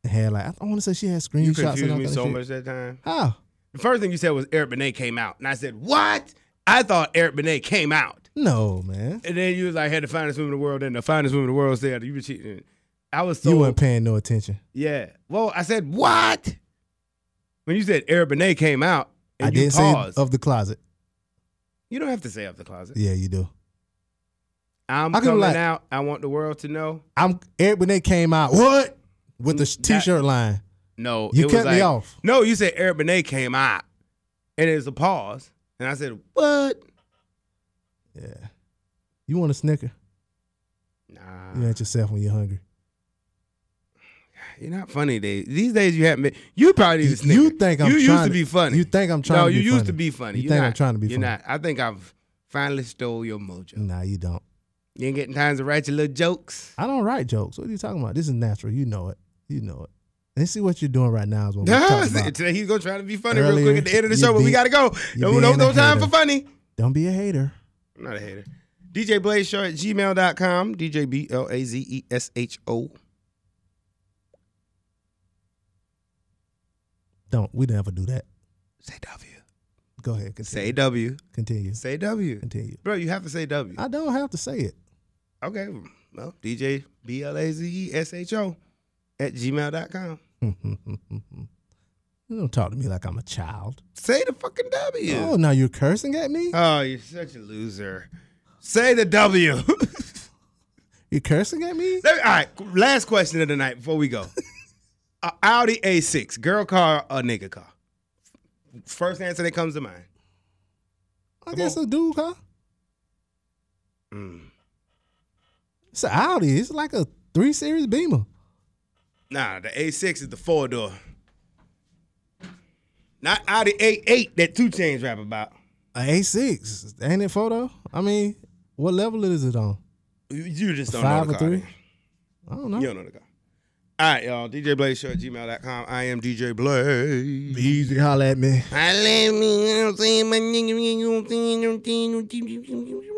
S2: And had like I want to say she had screenshots.
S1: You confused
S2: and all
S1: me
S2: kind of
S1: so
S2: shit.
S1: much that time.
S2: How?
S1: The first thing you said was Eric Benet came out. And I said, What? I thought Eric Benet came out.
S2: No, man.
S1: And then you was like, had the finest woman in the world, and the finest woman in the world said you were cheating. I was so
S2: you weren't paying no attention.
S1: Yeah. Well, I said, What? When you said Eric Benet came out and
S2: I
S1: you
S2: didn't
S1: paused.
S2: say of the closet.
S1: you don't have to say up the closet.
S2: Yeah, you do.
S1: I'm
S2: I can
S1: coming
S2: like-
S1: out. I want the world to know.
S2: I'm Eric Benet came out. What? With the
S1: Mm, That-
S2: t-shirt line.
S1: No,
S2: You
S1: it was
S2: cut me
S1: like-
S2: off.
S1: No, you said Eric Benet came out, and it was a pause, and I said, "What?
S2: Yeah. You want a snicker?
S1: Nah,
S2: You at yourself when you're hungry.
S1: you're not funny. Days these days you haven't been. You probably need a
S2: You
S1: snicker.
S2: think I'm
S1: you used
S2: trying
S1: to be funny.
S2: You think I'm trying
S1: no,
S2: to be
S1: you used
S2: funny.
S1: to be funny.
S2: You
S1: You're
S2: think
S1: not.
S2: I'm trying to be
S1: You're
S2: funny.
S1: not. I think I've finally stole your mojo.
S2: Nah, you don't.
S1: You ain't getting time to write your little jokes.
S2: I don't write jokes. What are you talking about? This is natural. You know it. You know it. And see what you're doing right now is
S1: <laughs>
S2: what we're talking about.
S1: Today he's gonna try to be funny real
S2: Earlier,
S1: quick at the end of the
S2: you
S1: show, but we
S2: being-
S1: gotta go.
S2: you
S1: No,
S2: being
S1: no, no
S2: a
S1: time for
S2: hater.
S1: funny.
S2: Don't be a hater.
S1: I'm not a hater. DJ Blaze Show at gmail.com. DJ B L A Z E S H O.
S2: Don't. We never do that.
S1: Say W.
S2: Go ahead. Continue.
S1: Say W.
S2: Continue.
S1: Say W.
S2: Continue.
S1: Bro, you have to say W.
S2: I don't have to say it. <laughs>
S1: Okay. Well, DJ B L A Z E S H O at gmail.com.
S2: you don't talk to me like I'm a child.
S1: Say the fucking W.
S2: Oh,
S1: Oh,
S2: now you're cursing at me?
S1: you're such a loser. Say the W. <laughs> All
S2: You're cursing at me?
S1: right. Last question of the night before we
S2: <laughs>
S1: go. A Audi A6, girl car or nigga car? First answer that comes to mind.
S2: I guess a dude car.
S1: Mm.
S2: It's an Audi. It's like a three series Beamer.
S1: Nah, the A6 is the four door. Not Audi A8 that Two Chains rap about.
S2: A A6. Ain't it photo? I mean, what level is it on?
S1: You- You just don't
S2: Five
S1: know
S2: or
S1: the car.
S2: three?
S1: then.
S2: I don't know.
S1: You don't know the car. All right, y'all. DJ Blaze Show at gmail.com. I am DJ Blaze.
S2: Easy, holla at me.
S1: I let me, you know what I'm saying? My nigga, you know what I'm saying?